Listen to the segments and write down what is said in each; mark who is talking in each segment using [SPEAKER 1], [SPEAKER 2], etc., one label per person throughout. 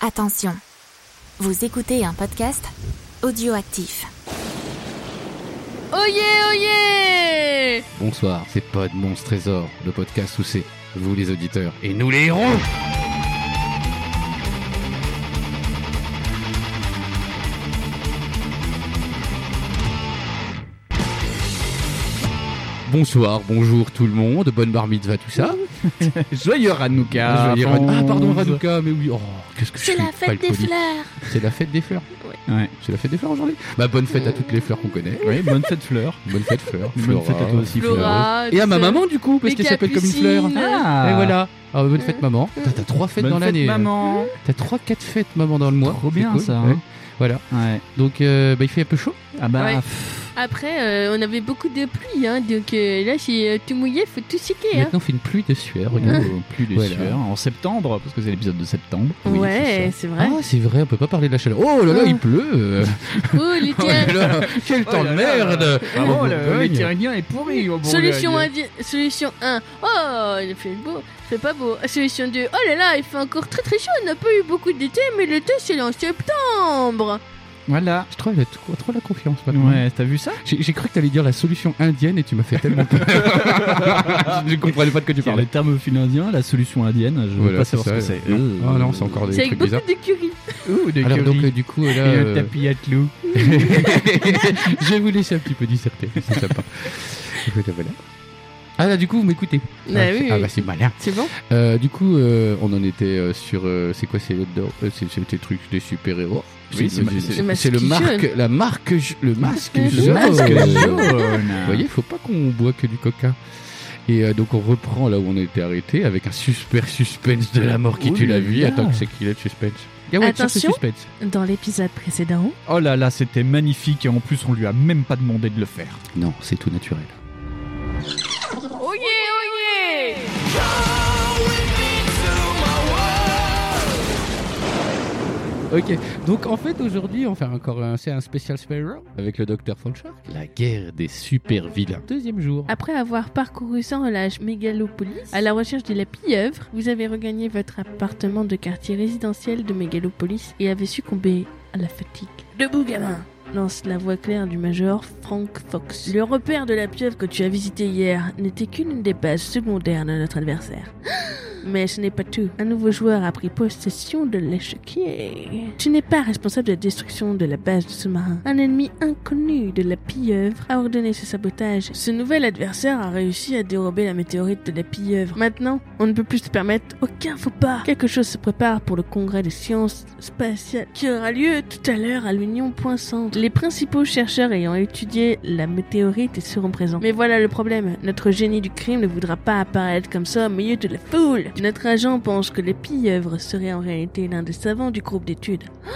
[SPEAKER 1] Attention, vous écoutez un podcast audioactif.
[SPEAKER 2] Oyez, oyez
[SPEAKER 3] Bonsoir, c'est Pod Monstre Trésor, le podcast où c'est vous les auditeurs et nous les héros Bonsoir, bonjour tout le monde, bonne bar mitzvah, tout ça.
[SPEAKER 4] Joyeux Hanouka
[SPEAKER 3] Joyeux Ran- Ah pardon, Raduka, mais oui, oh, qu'est-ce que je
[SPEAKER 2] C'est
[SPEAKER 3] suis
[SPEAKER 2] la fête des
[SPEAKER 3] palpoli.
[SPEAKER 2] fleurs
[SPEAKER 3] C'est la fête des fleurs
[SPEAKER 4] Ouais.
[SPEAKER 3] C'est la fête des fleurs aujourd'hui Bah bonne fête à toutes les fleurs qu'on connaît.
[SPEAKER 4] Oui, bonne fête fleur.
[SPEAKER 3] Bonne fête fleurs,
[SPEAKER 4] Bonne fête à toi aussi fleur.
[SPEAKER 2] Flora,
[SPEAKER 3] Et à ma
[SPEAKER 2] tu sais.
[SPEAKER 3] maman du coup, parce
[SPEAKER 2] Les
[SPEAKER 3] qu'elle s'appelle comme une fleur.
[SPEAKER 2] capucines.
[SPEAKER 4] Ah,
[SPEAKER 3] Et voilà. Ah, bonne fête maman.
[SPEAKER 4] Euh.
[SPEAKER 3] T'as t'as trois fêtes
[SPEAKER 4] Bonne
[SPEAKER 3] dans
[SPEAKER 4] fête,
[SPEAKER 3] l'année. hein.
[SPEAKER 4] maman.
[SPEAKER 3] T'as trois quatre fêtes maman dans le mois.
[SPEAKER 4] Trop
[SPEAKER 3] C'est
[SPEAKER 4] bien
[SPEAKER 3] cool,
[SPEAKER 4] ça.
[SPEAKER 3] ouais.
[SPEAKER 4] hein.
[SPEAKER 3] Voilà.
[SPEAKER 4] Ouais.
[SPEAKER 3] Donc euh, bah, il fait un peu chaud.
[SPEAKER 4] Ah bah
[SPEAKER 2] Ouais.
[SPEAKER 4] pff,
[SPEAKER 2] Après, euh, on avait beaucoup de pluie, hein, donc euh, là, c'est euh, tout mouillé, faut tout séquer. Hein.
[SPEAKER 3] Maintenant il fait une pluie de sueur. Regarde.
[SPEAKER 4] oh, plus de
[SPEAKER 3] Voilà.
[SPEAKER 4] sueur en septembre parce que c'est l'épisode de septembre.
[SPEAKER 2] ouais, c'est vrai.
[SPEAKER 3] Ah c'est vrai, on peut pas parler de la chaleur. Oh là là,
[SPEAKER 2] Ah.
[SPEAKER 3] il pleut. euh.
[SPEAKER 2] Oh, les
[SPEAKER 3] Oh
[SPEAKER 2] tiens.
[SPEAKER 3] là là, Oh quel temps de merde.
[SPEAKER 4] Vraiment, Ah, le,
[SPEAKER 3] Bourgogne.
[SPEAKER 4] l'Étyrien est pourri. au
[SPEAKER 2] Oh Solution,
[SPEAKER 4] Bourgogne.
[SPEAKER 2] indi- solution 1. Oh, il fait beau, il fait pas beau. Solution 2. Oh là là, il fait encore très très chaud. On n'a pas eu beaucoup d'été, mais l'été c'est en septembre.
[SPEAKER 4] Voilà.
[SPEAKER 3] Je trouve elle a t- trop la confiance maintenant.
[SPEAKER 4] Ouais, t'as vu ça
[SPEAKER 3] J'ai j'ai cru que t'allais dire la solution indienne et tu m'as fait tellement peur. je ne comprenais pas de quoi tu
[SPEAKER 4] Par les
[SPEAKER 3] parlais.
[SPEAKER 4] termes indien, la solution indienne, je veux
[SPEAKER 3] Voilà,
[SPEAKER 4] pas savoir ce que
[SPEAKER 3] ouais.
[SPEAKER 4] c'est.
[SPEAKER 3] Non.
[SPEAKER 4] Euh,
[SPEAKER 3] Ah non, c'est encore des
[SPEAKER 2] C'est avec
[SPEAKER 3] trucs
[SPEAKER 2] beaucoup
[SPEAKER 3] bizarres.
[SPEAKER 2] de curry.
[SPEAKER 4] Ouh, de
[SPEAKER 3] Alors donc
[SPEAKER 4] curry.
[SPEAKER 3] euh, du coup là,
[SPEAKER 4] Et le
[SPEAKER 3] euh,
[SPEAKER 4] tapis à clous.
[SPEAKER 3] je vais vous laisser un petit peu disserter, c'est sympa. Voilà, voilà. Ah là, du coup, vous m'écoutez.
[SPEAKER 2] Ah,
[SPEAKER 3] ah,
[SPEAKER 2] oui,
[SPEAKER 3] c'est- ah,
[SPEAKER 2] oui.
[SPEAKER 3] bah c'est malin.
[SPEAKER 2] c'est bon.
[SPEAKER 3] Euh, du coup, euh, on en était euh, sur. euh, c'est quoi ces outdoors euh, C'est c'est tes trucs des super héros.
[SPEAKER 4] Oui, c'est ma- c'est-
[SPEAKER 2] le
[SPEAKER 3] c'est le
[SPEAKER 2] masque
[SPEAKER 3] marque, la marque, ju- le masque
[SPEAKER 2] Le
[SPEAKER 3] jaune.
[SPEAKER 2] masque
[SPEAKER 3] Vous voyez, faut pas qu'on boit que du coca. Et euh, donc on reprend là où on était arrêté avec un super suspense de la mort qui
[SPEAKER 4] Oh
[SPEAKER 3] tue
[SPEAKER 4] là
[SPEAKER 3] la vie.
[SPEAKER 4] là.
[SPEAKER 3] Attends, que c'est qu'il est le suspense Ah ouais, tiens, ce
[SPEAKER 2] Attention.
[SPEAKER 3] suspense.
[SPEAKER 2] Dans l'épisode précédent,
[SPEAKER 4] Oh là là, c'était magnifique et en plus on lui a même pas demandé de le faire.
[SPEAKER 3] Non, c'est tout naturel.
[SPEAKER 2] Oyez, oyez
[SPEAKER 3] Ok, donc en fait aujourd'hui on fait encore un, c'est un spécial Sparrow avec le docteur Falchard. La guerre des super vilains. Deuxième jour.
[SPEAKER 2] Après avoir parcouru sans relâche Mégalopolis à la recherche de la pieuvre, vous avez regagné votre appartement de quartier résidentiel de Mégalopolis et avez succombé à la fatigue. Debout, gamin lance la voix claire du major Frank Fox. Le repère de la pieuvre que tu as visité hier n'était qu'une des bases secondaires de notre adversaire. Mais ce n'est pas tout. Un nouveau joueur a pris possession de l'échiquier. Tu n'es pas responsable de la destruction de la base du sous-marin. Un ennemi inconnu de la pieuvre a ordonné ce sabotage. Ce nouvel adversaire a réussi à dérober la météorite de la pieuvre. Maintenant, on ne peut plus se permettre aucun faux pas. Quelque chose se prépare pour le congrès des sciences spatiales qui aura lieu tout à l'heure à l'Union Point Centre. Les principaux chercheurs ayant étudié la météorite y seront présents. Mais voilà le problème. Notre génie du crime ne voudra pas apparaître comme ça au milieu de la foule. Notre agent pense que les pieuvres seraient en réalité l'un des savants du groupe d'études.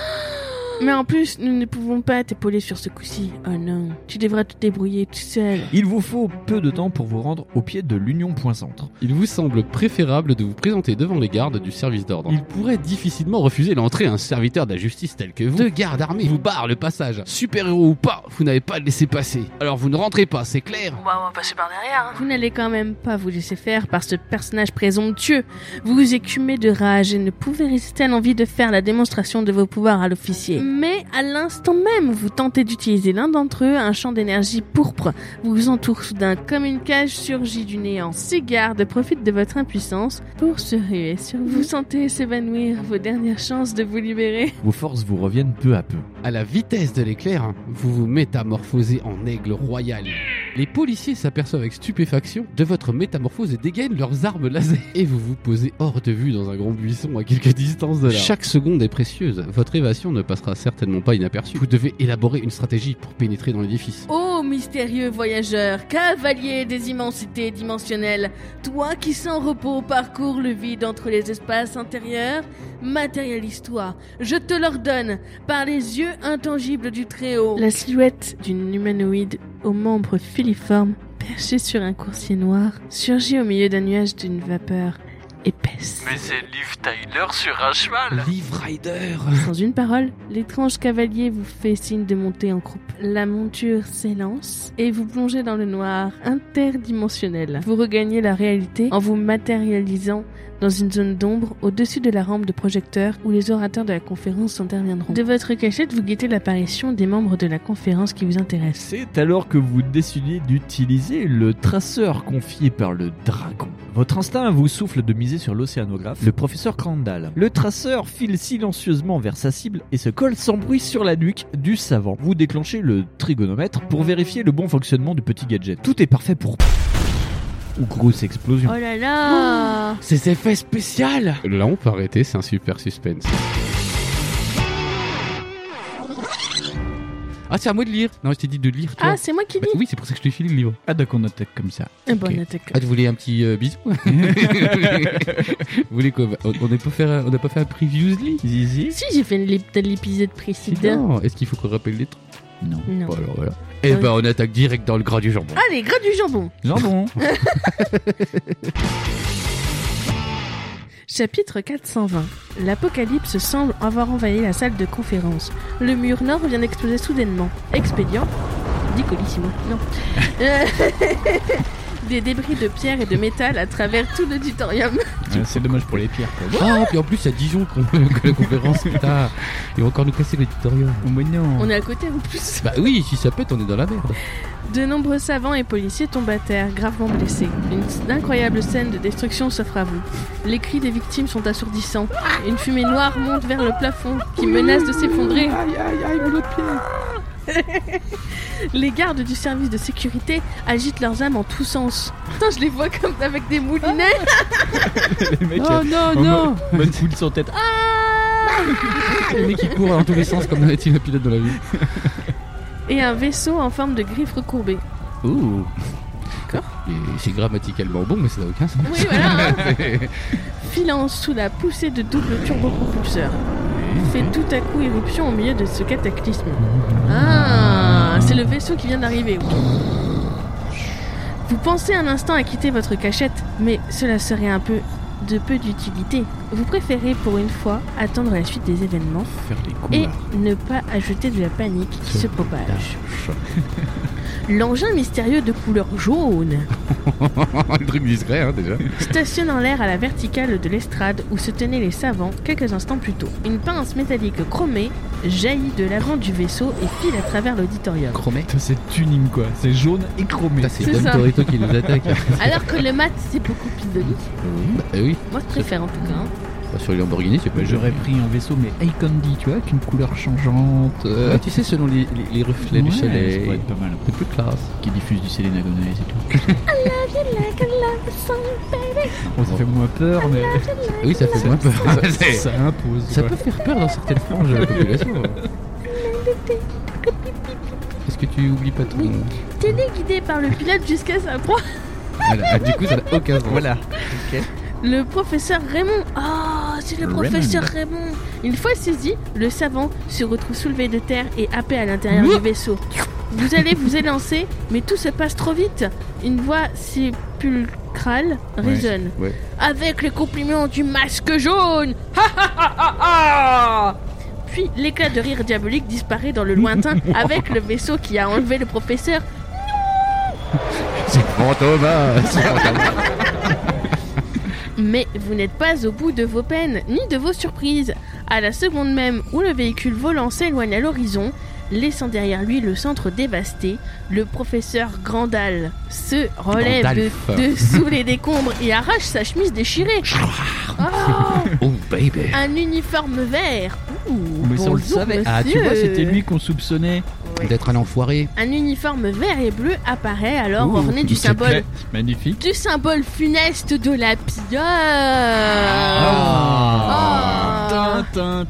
[SPEAKER 2] Mais en plus, nous ne pouvons pas t'épauler sur ce coup-ci. Oh non, tu devras te débrouiller tout seul.
[SPEAKER 4] Il vous faut peu de temps pour vous rendre au pied de l'Union Point Centre.
[SPEAKER 3] Il vous semble préférable de vous présenter devant les gardes du service d'ordre. Il pourrait difficilement refuser l'entrée à un serviteur de la justice tel que vous. Deux gardes armés vous barrent le passage. Super héros ou pas, vous n'avez pas laissé passer. Alors vous ne rentrez pas, c'est clair
[SPEAKER 2] bah, on va passer par derrière. hein. Vous n'allez quand même pas vous laisser faire par ce personnage présomptueux. Vous vous écumez de rage et ne pouvez résister à l'envie de faire la démonstration de vos pouvoirs à l'officier. Mais à l'instant même, vous tentez d'utiliser l'un d'entre eux, un champ d'énergie pourpre vous vous entoure soudain comme une cage surgit du néant. Ces gardes profitent de votre impuissance pour se ruer sur vous. Vous sentez s'évanouir vos dernières chances de vous libérer.
[SPEAKER 4] Vos forces vous reviennent peu à peu.
[SPEAKER 3] À la vitesse de l'éclair, vous vous métamorphosez en aigle royal. Les policiers s'aperçoivent avec stupéfaction de votre métamorphose et dégainent leurs armes laser. Et vous vous posez hors de vue dans un grand buisson à quelques distances de là. Chaque seconde est précieuse. Votre évasion ne passera certainement pas inaperçue. Vous devez élaborer une stratégie pour pénétrer dans l'édifice.
[SPEAKER 2] Ô mystérieux voyageur, cavalier des immensités dimensionnelles, toi qui sans repos parcours le vide entre les espaces intérieurs, matérialise-toi. Je te l'ordonne, par les yeux intangibles du Très-Haut. La silhouette d'une humanoïde aux membres filiformes, perchée sur un coursier noir, surgit au milieu d'un nuage d'une vapeur épaisse.
[SPEAKER 5] c'est Liv Tyler sur un cheval
[SPEAKER 3] Liv Rider
[SPEAKER 2] Sans une parole, l'étrange cavalier vous fait signe de monter en croupe. La monture s'élance et vous plongez dans le noir interdimensionnel. Vous regagnez la réalité en vous matérialisant dans une zone d'ombre au-dessus de la rampe de projecteur où les orateurs de la conférence interviendront. De votre cachette, vous guettez l'apparition des membres de la conférence qui vous intéressent.
[SPEAKER 5] C'est alors que vous décidez d'utiliser le traceur confié par le dragon. Votre instinct vous souffle de miser sur l'océanographe, le professeur Crandall. Le traceur file silencieusement vers sa cible et se colle sans bruit sur la nuque du savant. Vous déclenchez le trigonomètre pour vérifier le bon fonctionnement du petit gadget. Tout est parfait pour... Ou grosse explosion.
[SPEAKER 2] Oh là là
[SPEAKER 3] Ces effets spéciaux Là, on peut arrêter, c'est un super suspense. Ah, c'est à moi de lire Non, je t'ai dit de lire, toi.
[SPEAKER 2] Ah, c'est moi qui
[SPEAKER 3] Bah,
[SPEAKER 2] dis
[SPEAKER 3] oui, c'est pour ça que je t'ai filé le livre.
[SPEAKER 4] Ah d'accord, on attaque comme ça.
[SPEAKER 2] Eh ben,
[SPEAKER 3] ok.
[SPEAKER 2] on attaque.
[SPEAKER 3] Ah, tu voulais un petit euh, bisou Vous voulez quoi Bah, On on n'a pas fait, un- on n'a pas fait un previously
[SPEAKER 4] Zizi
[SPEAKER 2] Si, j'ai fait l'ép- l'épisode précédent.
[SPEAKER 3] Non, est-ce qu'il faut qu'on rappelle les trucs
[SPEAKER 4] Non.
[SPEAKER 2] Non.
[SPEAKER 3] Bon, alors voilà. Eh ben, on attaque direct dans le gras du jambon.
[SPEAKER 2] Allez, gras du jambon
[SPEAKER 4] Jambon
[SPEAKER 2] Chapitre 420. L'apocalypse semble avoir envahi la salle de conférence. Le mur nord vient d'exploser soudainement. Expédient. Dis colissimo. Non. Euh, Des débris de pierre et de métal à travers tout l'auditorium.
[SPEAKER 4] Ouais, C'est dommage pour les pierres. quoi.
[SPEAKER 3] Ah, puis en plus, à Dijon qu'on que la conférence, putain. Ils vont encore nous casser l'éditorium.
[SPEAKER 4] Oh, mais non.
[SPEAKER 2] On est à côté en plus.
[SPEAKER 3] Bah oui, si ça pète, on est dans la merde.
[SPEAKER 2] De nombreux savants et policiers tombent à terre, gravement blessés. Une incroyable scène de destruction s'offre à vous. Les cris des victimes sont assourdissants. Une fumée noire monte vers le plafond qui menace de s'effondrer.
[SPEAKER 3] Aïe, aïe, aïe, mon autre pied.
[SPEAKER 2] Les gardes du service de sécurité agitent leurs âmes en tous sens. Putain, je les vois comme avec des moulinets.
[SPEAKER 4] Les mecs,
[SPEAKER 3] Oh non,
[SPEAKER 4] en
[SPEAKER 3] non
[SPEAKER 4] mode- mode foule sur tête. Ah,
[SPEAKER 3] Le mec qui court dans tous les sens comme dans un pilote dans la vie.
[SPEAKER 2] Et un vaisseau en forme de griffe recourbée.
[SPEAKER 3] Ouh Et c'est grammaticalement bon, mais ça n'a aucun sens.
[SPEAKER 2] Oui, voilà. hein. Filant sous la poussée de double turbopropulseur. Fait tout à coup éruption au milieu de ce cataclysme. Ah, c'est le vaisseau qui vient d'arriver. ok. Vous pensez un instant à quitter votre cachette, mais cela serait un peu de peu d'utilité. Vous préférez pour une fois attendre la suite des événements
[SPEAKER 4] Faire les coups.
[SPEAKER 2] et ne pas ajouter de la panique qui se propage. L'engin mystérieux de couleur jaune
[SPEAKER 3] Le truc discret, hein, déjà.
[SPEAKER 2] stationne en l'air à la verticale de l'estrade où se tenaient les savants quelques instants plus tôt. Une pince métallique chromée jaillit de l'avant du vaisseau et file à travers l'auditorium.
[SPEAKER 3] Chromé.
[SPEAKER 4] Putain, C'est tuning quoi. C'est jaune et chromé.
[SPEAKER 3] Putain, c'est
[SPEAKER 2] C'est
[SPEAKER 3] Don
[SPEAKER 2] ça.
[SPEAKER 3] Torito qui nous attaque.
[SPEAKER 2] Alors que le mat, c'est beaucoup plus joli.
[SPEAKER 3] bah oui,
[SPEAKER 2] Moi, je préfère en tout cas. hein.
[SPEAKER 3] Bah, sur les Lamborghini, c'est pas
[SPEAKER 4] J'aurais pris un vaisseau mais Hey Candy, tu vois, qu'une couleur changeante.
[SPEAKER 3] Euh, tu sais, selon les, les- les reflets du
[SPEAKER 4] Ouais, Ça pourrait
[SPEAKER 3] soleil,
[SPEAKER 4] être pas mal.
[SPEAKER 3] c'est plus classe.
[SPEAKER 4] Qui diffuse du Selena Gomez et tout. On se fait moins peur, mais
[SPEAKER 3] Ah Oui, ça fait moins peur.
[SPEAKER 4] ça,
[SPEAKER 3] ça,
[SPEAKER 4] ça impose.
[SPEAKER 3] ça
[SPEAKER 4] quoi.
[SPEAKER 3] peut faire peur dans certaines franges de la population. hein. Est-ce que tu oublies pas ton...
[SPEAKER 2] Téléguidé par le pilote jusqu'à sa proie,
[SPEAKER 3] Voilà. Ah, du coup, ça n'a aucun sens.
[SPEAKER 4] Voilà.
[SPEAKER 2] le professeur Raymond. Ah, c'est le
[SPEAKER 4] Raymond.
[SPEAKER 2] professeur Raymond. Une fois saisi, le savant se retrouve soulevé de terre et happé à l'intérieur du vaisseau. Vous allez vous élancer, mais tout se passe trop vite. Une voix sépulcrale résonne.
[SPEAKER 3] ouais.
[SPEAKER 2] Avec les compliments du masque jaune Ha, ha, ha, ha, ha Puis l'éclat de rire diabolique disparaît dans le lointain avec le vaisseau qui a enlevé le professeur
[SPEAKER 3] C'est Thomas C'est Thomas.
[SPEAKER 2] Mais vous n'êtes pas au bout de vos peines ni de vos surprises. À la seconde même où le véhicule volant s'éloigne à l'horizon, laissant derrière lui le centre dévasté, le professeur Grandal se relève de,
[SPEAKER 3] Gandalf.
[SPEAKER 2] de sous les décombres et arrache sa chemise déchirée. Oh,
[SPEAKER 3] Oh, baby
[SPEAKER 2] un uniforme vert. Ouh,
[SPEAKER 4] Mais ça, on le
[SPEAKER 2] bonjour,
[SPEAKER 4] savait. Ah, tu vois,
[SPEAKER 2] monsieur.
[SPEAKER 4] c'était lui qu'on soupçonnait.
[SPEAKER 3] D'être un enfoiré.
[SPEAKER 2] Un uniforme vert et bleu apparaît alors
[SPEAKER 4] Ouh,
[SPEAKER 2] orné du
[SPEAKER 4] Oh, c'est
[SPEAKER 2] symbole
[SPEAKER 4] clair. Magnifique.
[SPEAKER 2] du symbole funeste de la pieuvre.
[SPEAKER 4] Ah.
[SPEAKER 2] Ah.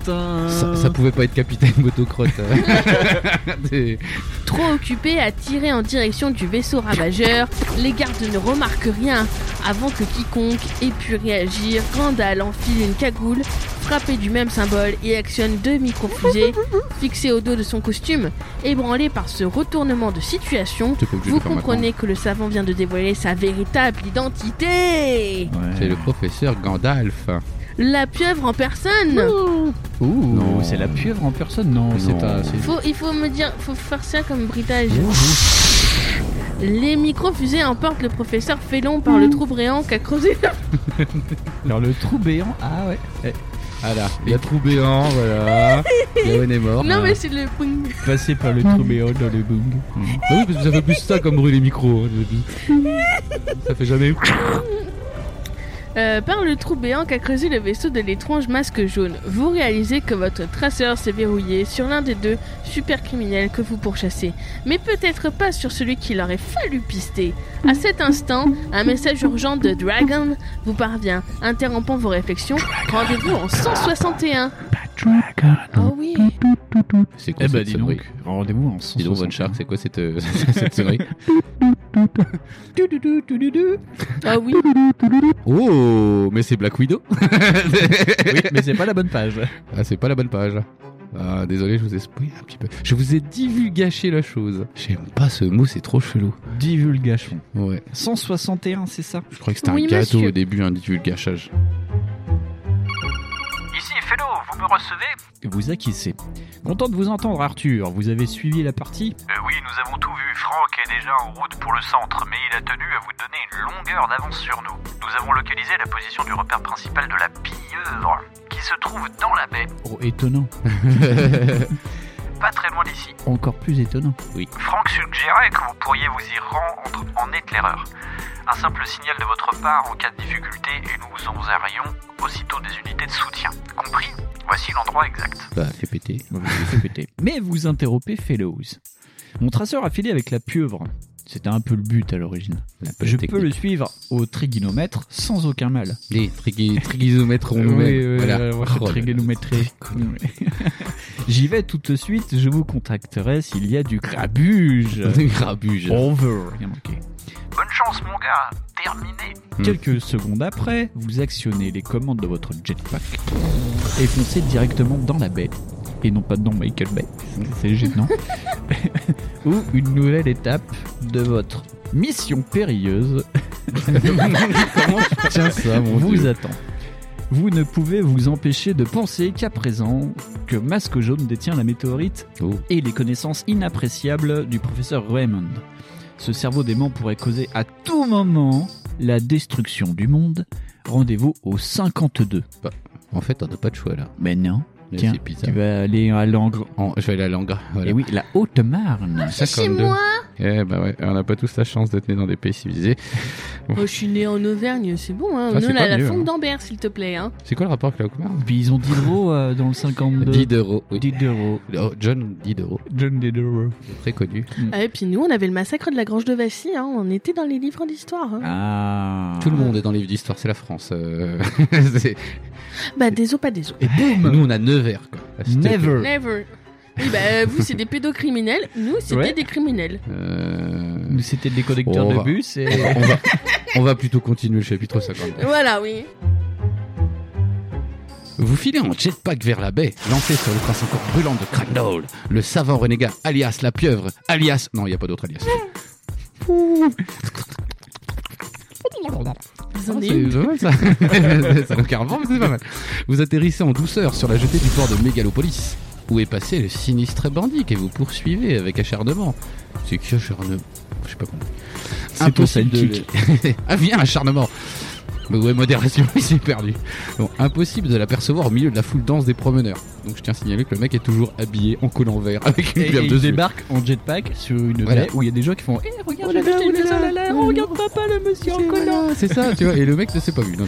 [SPEAKER 3] Ça, ça pouvait pas être capitaine motocrotte. euh. Des-
[SPEAKER 2] Trop occupés à tirer en direction du vaisseau ravageur, les gardes ne remarquent rien. Avant que quiconque ait pu réagir, Randall enfile une cagoule, frappée du même symbole et actionne deux micro-fusées fixées au dos de son costume. Ébranlé par ce retournement de situation,
[SPEAKER 3] T'es pas obligé de
[SPEAKER 2] vous
[SPEAKER 3] le faire maintenant.
[SPEAKER 2] comprenez que le savant vient de dévoiler sa véritable identité
[SPEAKER 3] C'est le professeur Gandalf.
[SPEAKER 2] La pieuvre en personne
[SPEAKER 6] Ouh,
[SPEAKER 3] Non.
[SPEAKER 6] c'est la pieuvre en personne, non,
[SPEAKER 3] Non.
[SPEAKER 6] c'est un. c'est-
[SPEAKER 2] faut, Il faut me dire, faut faire ça comme bridage. Les micro-fusées emportent le professeur Félon par le trou bréant qu'a creusé
[SPEAKER 6] Alors le trou béant, ah ouais.
[SPEAKER 3] Ah là, il y a trou béant, voilà. Léon est mort.
[SPEAKER 2] Non mais c'est le poing.
[SPEAKER 6] Passer par le trou béant dans le boom.
[SPEAKER 3] Bah oui, parce que ça fait plus ça comme bruit les micros. hein, je le dis. ça fait jamais.
[SPEAKER 2] Euh, par le trou béant qu'a creusé le vaisseau de l'étrange masque jaune, vous réalisez que votre traceur s'est verrouillé sur l'un des deux super criminels que vous pourchassez, mais peut-être pas sur celui qu'il aurait fallu pister. À cet instant, un message urgent de Dragon vous parvient, interrompant vos réflexions. Rendez-vous en 161. Oh oui.
[SPEAKER 3] C'est quoi
[SPEAKER 6] Eh
[SPEAKER 3] cette
[SPEAKER 6] bah dis
[SPEAKER 3] sonnerie
[SPEAKER 6] donc, rendez-vous en
[SPEAKER 3] ben, Dis donc, Von
[SPEAKER 6] 160.
[SPEAKER 3] Shark, c'est quoi cette, euh, cette sonnerie
[SPEAKER 2] Oh oui.
[SPEAKER 3] Oh, mais c'est Black Widow
[SPEAKER 6] Oui, mais c'est pas la bonne page.
[SPEAKER 3] Ah, c'est pas la bonne page. Ah, désolé, je vous ai spoilé un petit peu. Je vous ai divulgaché la chose. J'aime pas ce mot, c'est trop chelou.
[SPEAKER 6] Divulgation.
[SPEAKER 3] Ouais.
[SPEAKER 6] 161, c'est ça
[SPEAKER 3] Je crois que c'était
[SPEAKER 2] Oui,
[SPEAKER 3] un gâteau
[SPEAKER 2] monsieur.
[SPEAKER 3] au début, un divulgachage.
[SPEAKER 7] Ici Félo, vous me recevez
[SPEAKER 8] Vous acquissez.
[SPEAKER 6] Content de vous entendre, Arthur. Vous avez suivi la partie
[SPEAKER 7] Euh, Oui, nous avons tout vu. Franck est déjà en route pour le centre, mais il a tenu à vous donner une longueur d'avance sur nous. Nous avons localisé la position du repère principal de la pieuvre, qui se trouve dans la baie,
[SPEAKER 6] Oh, étonnant.
[SPEAKER 7] pas très loin d'ici.
[SPEAKER 6] Encore plus étonnant.
[SPEAKER 7] Franck suggérait que vous pourriez vous y rendre en éclaireur. Un simple signal de votre part en cas de difficulté et nous vous enverrions aussitôt des unités de soutien. Compris Voici l'endroit exact.
[SPEAKER 3] Bah, fait péter.
[SPEAKER 8] Vous vous laissez péter. Mais vous interrompez Fellows. Mon traceur a filé avec la pieuvre. C'était un peu le but à l'origine.
[SPEAKER 3] La
[SPEAKER 8] Je
[SPEAKER 3] technique.
[SPEAKER 8] peux le suivre au triginomètre sans aucun mal.
[SPEAKER 3] Les trigui- trigisomètres en
[SPEAKER 8] Oui,
[SPEAKER 3] nous-mêmes.
[SPEAKER 8] oui, oui,
[SPEAKER 3] Voilà.
[SPEAKER 8] euh, voilà,
[SPEAKER 3] Oh là là.
[SPEAKER 8] trigonométrie. J'y vais tout de suite, je vous contacterai s'il y a du grabuge.
[SPEAKER 3] Des grabuges.
[SPEAKER 8] Over. Rien manqué.
[SPEAKER 7] Bonne chance mon gars, terminé.
[SPEAKER 3] Hmm.
[SPEAKER 8] Quelques secondes après, vous actionnez les commandes de votre jetpack et foncez directement dans la baie. Et non pas dans Michael Bay, c'est gênant. Ou une nouvelle étape de votre mission périlleuse
[SPEAKER 3] Comment je tiens ça, mon
[SPEAKER 8] vous
[SPEAKER 3] Dieu
[SPEAKER 8] attend. Vous ne pouvez vous empêcher de penser qu'à présent, que Masque Jaune détient la météorite
[SPEAKER 3] Oh.
[SPEAKER 8] et les connaissances inappréciables du professeur Raymond. Ce cerveau dément pourrait causer à tout moment la destruction du monde. Rendez-vous au 52.
[SPEAKER 3] En fait, on n'a pas de choix là.
[SPEAKER 8] Mais non,
[SPEAKER 3] Mais
[SPEAKER 8] Tiens,
[SPEAKER 3] c'est bizarre.
[SPEAKER 8] tu vas aller à l'angle.
[SPEAKER 3] En- je vais aller à l'Angra. Voilà.
[SPEAKER 8] Et oui, la Haute-Marne.
[SPEAKER 2] Chez moi.
[SPEAKER 3] Eh bah ouais, on n'a pas tous la chance d'être nés dans des pays civilisés.
[SPEAKER 2] Oh, je suis né en Auvergne, c'est bon. Hein.
[SPEAKER 3] Ah,
[SPEAKER 2] Nous,
[SPEAKER 3] c'est
[SPEAKER 2] la,
[SPEAKER 3] pas
[SPEAKER 2] la
[SPEAKER 3] mieux,
[SPEAKER 2] fonte
[SPEAKER 3] hein.
[SPEAKER 2] d'Ambert, s'il te plaît. Hein.
[SPEAKER 3] C'est quoi le rapport avec la Hawkman
[SPEAKER 8] Puis ils ont Diderot euh, dans le 52.
[SPEAKER 3] Diderot. Oui.
[SPEAKER 8] Diderot.
[SPEAKER 3] Oh, John Diderot,
[SPEAKER 6] John Diderot.
[SPEAKER 3] très connu.
[SPEAKER 2] Ah, et puis nous, on avait le massacre de la Grange de Vassy. Hein. On était dans les livres d'histoire. Hein.
[SPEAKER 8] Ah.
[SPEAKER 3] Tout le monde est dans les livres d'histoire, c'est la France. euh. C'est-
[SPEAKER 2] Bah, des os, pas des os.
[SPEAKER 3] Et boum Nous on a Nevers quoi. La cité-
[SPEAKER 8] Never.
[SPEAKER 2] Never. Oui, bah, euh, vous, c'est des pédocriminels. Nous, c'était
[SPEAKER 8] Ouais.
[SPEAKER 2] des criminels.
[SPEAKER 3] Euh,
[SPEAKER 8] Nous, C'était des connecteurs
[SPEAKER 3] Oh, on
[SPEAKER 8] de
[SPEAKER 3] va-
[SPEAKER 8] bus et.
[SPEAKER 3] on, va, on va- on va plutôt continuer le chapitre 50.
[SPEAKER 2] Voilà, oui.
[SPEAKER 3] Vous filez en jetpack vers la baie, lancé sur les traces encore brûlantes de Crackdoll. Le savant renégat, alias la pieuvre, alias... Non, il n'y a pas d'autre alias.
[SPEAKER 2] Vous en avez
[SPEAKER 3] Ah, C'est
[SPEAKER 2] une.
[SPEAKER 3] pas mal ça. ça n'a aucun rapport, mais c'est pas mal. Vous atterrissez en douceur sur la jetée du port de Mégalopolis, où est passé le sinistre bandit que vous poursuivez avec acharnement. C'est qui acharnement Je sais pas comment.
[SPEAKER 8] C'est pour ça le
[SPEAKER 3] de... Ah viens, acharnement Mais ouais, modération, il s'est perdu. Bon, impossible de l'apercevoir au milieu de la foule dense des promeneurs. Donc je tiens à signaler que le mec est toujours habillé en collant vert avec une
[SPEAKER 8] Et, et
[SPEAKER 3] pieuvre
[SPEAKER 8] il
[SPEAKER 3] dessus.
[SPEAKER 8] débarque en jetpack sur une
[SPEAKER 3] Voilà.
[SPEAKER 8] baie où il y a des gens qui font Eh, regarde,
[SPEAKER 3] Oh là
[SPEAKER 8] je
[SPEAKER 3] là,
[SPEAKER 8] fais une
[SPEAKER 3] oh là
[SPEAKER 8] maison, là, là,
[SPEAKER 3] là.
[SPEAKER 8] regarde papa, le monsieur en collant.
[SPEAKER 3] Voilà, c'est ça, tu vois. Et le mec ne s'est pas vu. non.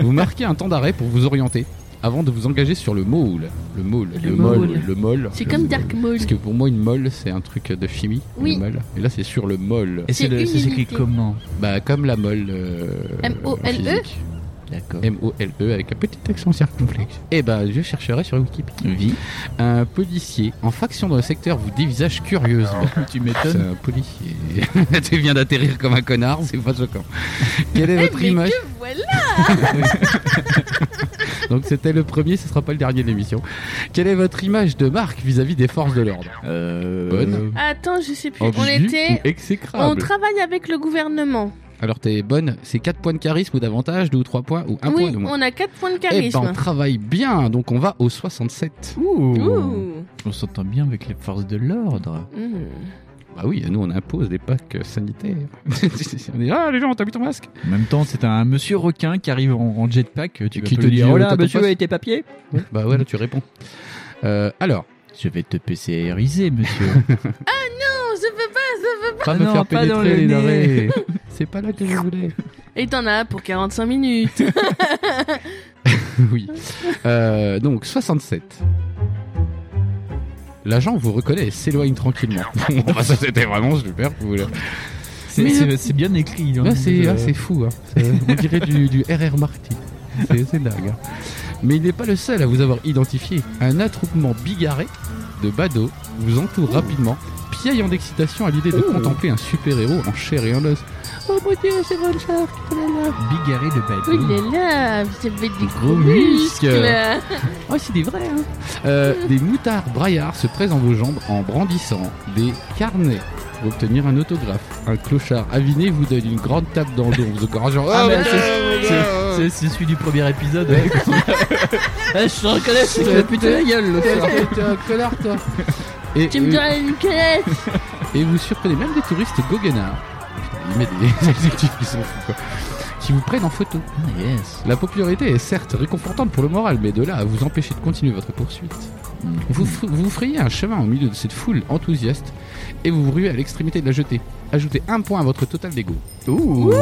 [SPEAKER 3] Vous marquez un temps d'arrêt pour vous orienter avant de vous engager sur le môle. Le môle,
[SPEAKER 2] Le
[SPEAKER 3] le, mole,
[SPEAKER 2] môle.
[SPEAKER 3] le mole.
[SPEAKER 2] C'est
[SPEAKER 3] Le
[SPEAKER 2] comme
[SPEAKER 3] môle.
[SPEAKER 2] Dark Maul.
[SPEAKER 3] Parce que pour moi, une mole, c'est un truc de chimie.
[SPEAKER 2] Oui.
[SPEAKER 3] le mole. Et là, c'est sur le mole.
[SPEAKER 8] Et
[SPEAKER 2] C'est
[SPEAKER 8] c'est le-
[SPEAKER 2] une
[SPEAKER 8] c'est écrit
[SPEAKER 2] unité.
[SPEAKER 8] comment
[SPEAKER 3] Bah, comme la mole. euh,
[SPEAKER 2] M-O-L-E?
[SPEAKER 3] en physique.
[SPEAKER 9] D'accord.
[SPEAKER 3] M-O-L-E, E, avec un petit accent circonflexe.
[SPEAKER 2] Ah.
[SPEAKER 3] Eh ben, je chercherai sur Wikipédia.
[SPEAKER 9] Vie.
[SPEAKER 3] Un policier en faction dans le secteur vous dévisage curieusement.
[SPEAKER 8] Ah, Tu
[SPEAKER 3] C'est
[SPEAKER 8] m'étonnes.
[SPEAKER 3] un policier. tu viens d'atterrir comme un connard, c'est pas choquant. Quelle est
[SPEAKER 2] Eh,
[SPEAKER 3] votre
[SPEAKER 2] mais
[SPEAKER 3] image
[SPEAKER 2] que voilà
[SPEAKER 3] Donc c'était le premier, ce sera pas le dernier de l'émission. Quelle est votre image de marque vis-à-vis des forces de l'ordre
[SPEAKER 9] Euh...
[SPEAKER 3] Bonne.
[SPEAKER 2] Attends, je sais plus. on
[SPEAKER 3] Ambiguë
[SPEAKER 2] était.
[SPEAKER 3] ou
[SPEAKER 2] On
[SPEAKER 3] exécrable.
[SPEAKER 2] travaille avec le gouvernement.
[SPEAKER 3] Alors t'es bonne, c'est 4 points de charisme ou davantage, 2 ou 3 points ou 1 point
[SPEAKER 2] oui,
[SPEAKER 3] de moins.
[SPEAKER 2] on a 4 points de
[SPEAKER 3] Eh ben
[SPEAKER 2] charisme.
[SPEAKER 3] on travaille bien, donc on va au 67.
[SPEAKER 9] Ouh.
[SPEAKER 2] Ouh.
[SPEAKER 9] On s'entend bien avec les forces de l'ordre.
[SPEAKER 2] Mmh.
[SPEAKER 3] Bah oui, nous on impose des packs sanitaires. on dit ah les gens t'as mis ton masque
[SPEAKER 8] En même temps, c'est un monsieur requin qui arrive en, en jetpack. Tu vas
[SPEAKER 3] Qui
[SPEAKER 8] pas
[SPEAKER 3] te
[SPEAKER 8] lui
[SPEAKER 3] dit,
[SPEAKER 8] dire,
[SPEAKER 3] oh,
[SPEAKER 8] oh là,
[SPEAKER 3] t'as ton
[SPEAKER 8] monsieur,
[SPEAKER 3] poste
[SPEAKER 8] et tes papiers
[SPEAKER 3] Bah ouais là tu réponds. Euh, alors,
[SPEAKER 9] Je vais te PCRiser, monsieur.
[SPEAKER 2] Non, Oh, je veux pas, je veux pas.
[SPEAKER 3] pas
[SPEAKER 9] Ah
[SPEAKER 3] me
[SPEAKER 9] non,
[SPEAKER 3] faire
[SPEAKER 9] pas dans
[SPEAKER 3] pénétrer
[SPEAKER 9] le
[SPEAKER 3] les
[SPEAKER 9] nez.
[SPEAKER 3] narines. C'est pas là que je voulais.
[SPEAKER 2] Et t'en as pour 45 minutes.
[SPEAKER 3] Oui. Euh, donc 67. L'agent vous reconnaît et s'éloigne tranquillement. Bon, bah, ça c'était vraiment super cool.
[SPEAKER 8] C'est-
[SPEAKER 3] Mais-
[SPEAKER 8] C'est c'est bien écrit. hein.
[SPEAKER 3] Là c'est
[SPEAKER 8] Euh,
[SPEAKER 3] ah, c'est fou. Hein. C'est- On dirait du, du RR Marty. C'est c'est dingue. hein. Mais il n'est pas le seul à vous avoir identifié. Un attroupement bigarré de badauds vous entoure rapidement, piaillant d'excitation à l'idée de contempler un super-héros en chair et en os. Oh mon dieu, c'est mon Shark oh là là.
[SPEAKER 8] bigarré de
[SPEAKER 2] Oui,
[SPEAKER 8] bête.
[SPEAKER 2] il est là. Vous avez des gros
[SPEAKER 3] Gros muscles.
[SPEAKER 2] muscles.
[SPEAKER 3] Oh, c'est des vrais, hein Euh, Des moutards braillards se pressent dans vos jambes en brandissant des carnets pour obtenir un autographe. Un clochard aviné vous donne une grande tape dans le dos. Vous encore genre,
[SPEAKER 8] Ah,
[SPEAKER 3] oh,
[SPEAKER 8] mais
[SPEAKER 3] mon
[SPEAKER 8] c'est-
[SPEAKER 3] Dieu,
[SPEAKER 8] c'est-
[SPEAKER 3] mon Dieu.
[SPEAKER 8] C'est c'est celui du premier épisode. Ah, Je te reconnais, c'est que putain la gueule. le soir.
[SPEAKER 3] T'es un connard, toi et, euh,
[SPEAKER 2] Tu me donnes une canette.
[SPEAKER 3] et vous surprenez même des touristes goguenards. Ils mettent des adjectifs qui sont fous, quoi. Qui vous prennent en photo.
[SPEAKER 9] Ah, yes.
[SPEAKER 3] La popularité est certes réconfortante pour le moral, mais de là à vous empêcher de continuer votre poursuite. Vous, fr- vous frayez un chemin au milieu de cette foule enthousiaste et vous vous ruez à l'extrémité de la jetée. Ajoutez un point à votre total d'ego.
[SPEAKER 2] Ouh,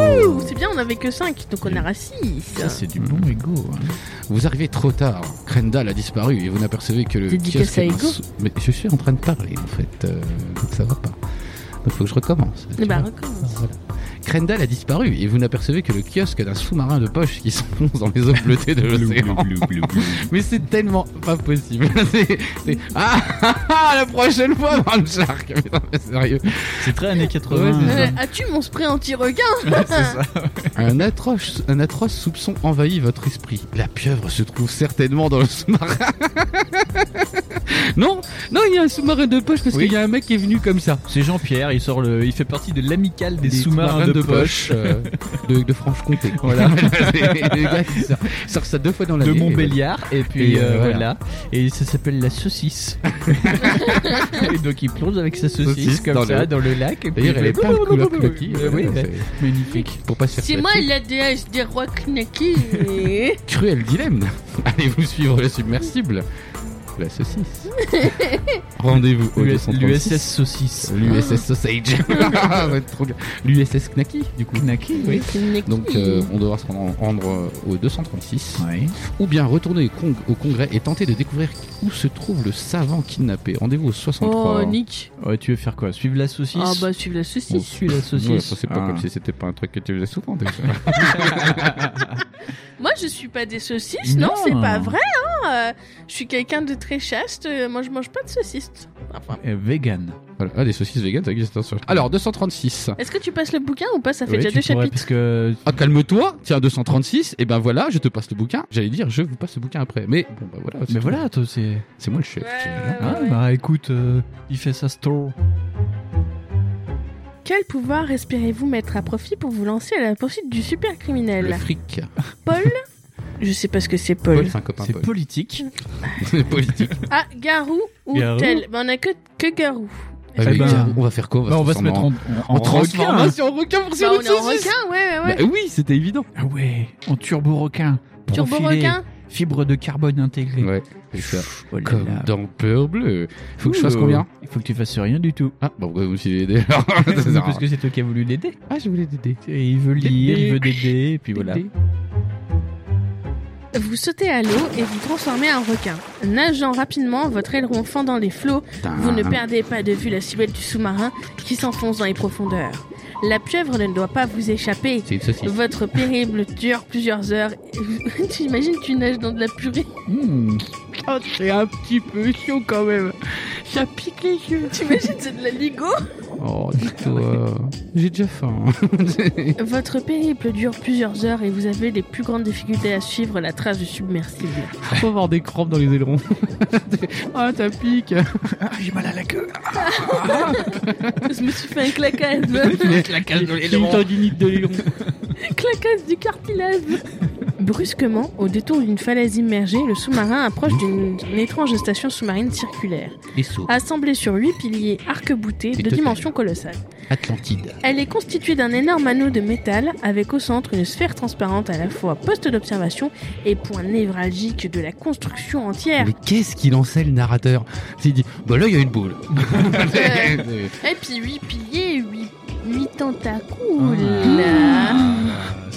[SPEAKER 2] c'est bien, on avait que 5, donc on a 6.
[SPEAKER 9] Ça, c'est du bon ego. hein.
[SPEAKER 3] Vous arrivez trop tard. Krendal a disparu et vous n'apercevez que le.
[SPEAKER 2] Dédicace
[SPEAKER 3] kiosque est
[SPEAKER 2] à
[SPEAKER 3] un
[SPEAKER 2] Ego
[SPEAKER 3] sou- Mais je suis en train de parler en fait, euh, donc ça va pas. Donc faut que je recommence.
[SPEAKER 2] Eh
[SPEAKER 3] tu
[SPEAKER 2] bah,
[SPEAKER 3] vois.
[SPEAKER 2] recommence.
[SPEAKER 3] Voilà. Krendal a disparu et vous n'apercevez que le kiosque d'un sous-marin de poche qui s'enfonce dans les eaux bleutées de l'océan. Mais c'est tellement pas possible. C'est- c'est- Ah, ah, ah, la prochaine fois, Van Shark. Putain, mais sérieux.
[SPEAKER 8] C'est très années
[SPEAKER 3] Ouais,
[SPEAKER 8] 80.
[SPEAKER 3] c'est ça.
[SPEAKER 2] Euh, As-tu mon spray anti-requin
[SPEAKER 3] Un atroce, un atroce soupçon envahit votre esprit. La pieuvre se trouve certainement dans le sous-marin. non, non, il y a un sous-marin de poche parce
[SPEAKER 8] Oui.
[SPEAKER 3] qu'il y a un mec qui est venu comme ça.
[SPEAKER 8] C'est Jean-Pierre, il sort le, il fait partie de l'amicale des, sous-marins de, poche,
[SPEAKER 3] euh, de, de Franche-Comté.
[SPEAKER 8] Voilà.
[SPEAKER 3] Le gars qui sort, sort ça deux fois dans l'année.
[SPEAKER 8] de Montbéliard, et puis
[SPEAKER 3] Et, euh,
[SPEAKER 8] euh,
[SPEAKER 3] voilà.
[SPEAKER 8] voilà. Et ça s'appelle la saucisse. et donc il plonge avec sa saucisse,
[SPEAKER 3] Saucisse
[SPEAKER 8] comme
[SPEAKER 3] dans
[SPEAKER 8] ça
[SPEAKER 3] le-
[SPEAKER 8] dans le lac. Et puis
[SPEAKER 3] D'ailleurs, elle est
[SPEAKER 8] il fait-
[SPEAKER 3] pleine de couleurs cloquis.
[SPEAKER 8] Euh, oui,
[SPEAKER 3] Voilà,
[SPEAKER 8] ouais. magnifique.
[SPEAKER 3] c'est- Pour pas se faire
[SPEAKER 2] C'est moi
[SPEAKER 3] cloquer.
[SPEAKER 2] la déesse des rois Knaki.
[SPEAKER 3] Cruel dilemme Allez-vous suivre le submersible La saucisse Rendez-vous au
[SPEAKER 8] L'USS
[SPEAKER 3] 236.
[SPEAKER 8] saucisse.
[SPEAKER 3] L'USS Sausage Ça va être trop bien. L'USS Knacky, du coup.
[SPEAKER 8] Knacky, oui.
[SPEAKER 3] Donc, euh, on devra se rendre, rendre, euh, au 236. Ou bien retourner au, cong- au congrès et tenter de découvrir où se trouve le savant kidnappé. Rendez-vous au 63.
[SPEAKER 2] Oh, Nick.
[SPEAKER 8] Ouais, tu veux faire quoi Suivre la saucisse
[SPEAKER 2] Ah, bah, suive la
[SPEAKER 8] On
[SPEAKER 2] saucisse.
[SPEAKER 8] suit la saucisse.
[SPEAKER 3] Ouais, ça, c'est pas
[SPEAKER 8] Ah.
[SPEAKER 3] comme si c'était pas un truc que tu faisais souvent déjà.
[SPEAKER 2] Moi, je suis pas des saucisses, non,
[SPEAKER 8] Non.
[SPEAKER 2] c'est pas vrai. Hein. Euh, Je suis quelqu'un de très chaste. euh, Moi, je mange pas de saucisses. Enfin.
[SPEAKER 8] Euh, vegan.
[SPEAKER 3] Voilà. Ah, des saucisses véganes, ça existe. attention. Alors, 236.
[SPEAKER 2] Est-ce que tu passes le bouquin ou pas Ça fait
[SPEAKER 8] Ouais,
[SPEAKER 2] déjà
[SPEAKER 8] tu
[SPEAKER 2] deux
[SPEAKER 8] pourrais,
[SPEAKER 2] chapitres.
[SPEAKER 8] Parce que
[SPEAKER 3] Ah, calme-toi, tiens, 236, et ben voilà, je te passe le bouquin. J'allais dire, je vous passe le bouquin après. Mais bon, bah voilà. c'est
[SPEAKER 8] mais
[SPEAKER 3] tout.
[SPEAKER 8] voilà, toi, c'est.
[SPEAKER 3] C'est moi le chef.
[SPEAKER 2] Ouais, ouais, ouais,
[SPEAKER 8] Ah,
[SPEAKER 2] ouais.
[SPEAKER 8] bah écoute, euh, il fait sa store.
[SPEAKER 2] Quel pouvoir espérez-vous mettre à profit pour vous lancer à la poursuite du super
[SPEAKER 3] Le
[SPEAKER 2] criminel
[SPEAKER 3] fric.
[SPEAKER 2] Paul Je sais pas ce que c'est Paul.
[SPEAKER 3] Paul, c'est un copain.
[SPEAKER 8] C'est Eh
[SPEAKER 3] Paul.
[SPEAKER 8] politique.
[SPEAKER 3] C'est politique.
[SPEAKER 2] Ah, Garou ou
[SPEAKER 8] Garou.
[SPEAKER 2] Tel Bah, On a que, que Garou.
[SPEAKER 3] Ah,
[SPEAKER 8] Eh
[SPEAKER 3] mais
[SPEAKER 8] ben,
[SPEAKER 3] tiens, on va faire quoi
[SPEAKER 8] Bah, on va se mettre en, en, requin. hein.
[SPEAKER 3] requin pour Bah
[SPEAKER 2] Bah, on est en requin, ouais, ouais, ouais.
[SPEAKER 3] oui, c'était évident.
[SPEAKER 8] Ah ouais, en turbo requin.
[SPEAKER 2] Turbo
[SPEAKER 8] Profilé,
[SPEAKER 2] requin
[SPEAKER 8] Fibre de carbone intégrée.
[SPEAKER 3] Ouais, c'est ça.
[SPEAKER 8] Oh là
[SPEAKER 3] Comme
[SPEAKER 8] là.
[SPEAKER 3] dans Peur Bleu. Faut que je fasse
[SPEAKER 8] Ouh.
[SPEAKER 3] combien
[SPEAKER 8] Il faut que tu fasses rien du tout.
[SPEAKER 3] Ah, bon, bah, vous me suivez aider. alors. Ça sert à
[SPEAKER 8] Parce
[SPEAKER 3] rien.
[SPEAKER 8] que c'est toi qui as voulu l'aider.
[SPEAKER 3] Ah, je voulais t'aider.
[SPEAKER 8] Et Il veut lire,
[SPEAKER 3] Dédé.
[SPEAKER 8] il veut d'aider, et puis voilà.
[SPEAKER 3] T'aider.
[SPEAKER 2] Vous sautez à l'eau et vous transformez en requin. Nageant rapidement, votre aileron fend dans les flots,
[SPEAKER 3] Putain.
[SPEAKER 2] Ah. vous ne perdez pas de vue la silhouette du sous-marin qui s'enfonce dans les profondeurs. La pieuvre ne doit pas vous échapper.
[SPEAKER 3] C'est une saucisse.
[SPEAKER 2] Votre périple dure plusieurs heures. tu imagines, tu nages dans de la purée.
[SPEAKER 4] Oh, c'est un petit peu chaud quand même. Ça pique les yeux.
[SPEAKER 2] Tu imagines, c'est de la ligo.
[SPEAKER 3] Oh, dis-toi. J'ai déjà faim.
[SPEAKER 2] Votre périple dure plusieurs heures et vous avez les plus grandes difficultés à suivre la trace du submersible.
[SPEAKER 3] Faut avoir des crampes dans les ailerons. ah, ça pique.
[SPEAKER 4] Ah, j'ai mal à la queue.
[SPEAKER 2] Je me suis fait un claquage, meuf.
[SPEAKER 4] La case de l'aileron. Une tendinite de l'aileron.
[SPEAKER 2] claquage du cartilage. Brusquement, au détour d'une falaise immergée, le sous-marin approche d'une d'une étrange station sous-marine circulaire,
[SPEAKER 3] Les sauts.
[SPEAKER 2] assemblée sur huit piliers arc-boutés de
[SPEAKER 3] total.
[SPEAKER 2] dimension colossale.
[SPEAKER 3] Atlantide.
[SPEAKER 2] Elle est constituée d'un énorme anneau de métal avec au centre une sphère transparente à la fois poste d'observation et point névralgique de la construction entière.
[SPEAKER 3] Mais qu'est-ce qu'il en sait le narrateur S'il dit, bah là il y a une boule.
[SPEAKER 2] Et puis huit piliers, huit, huit tentacules. Ah,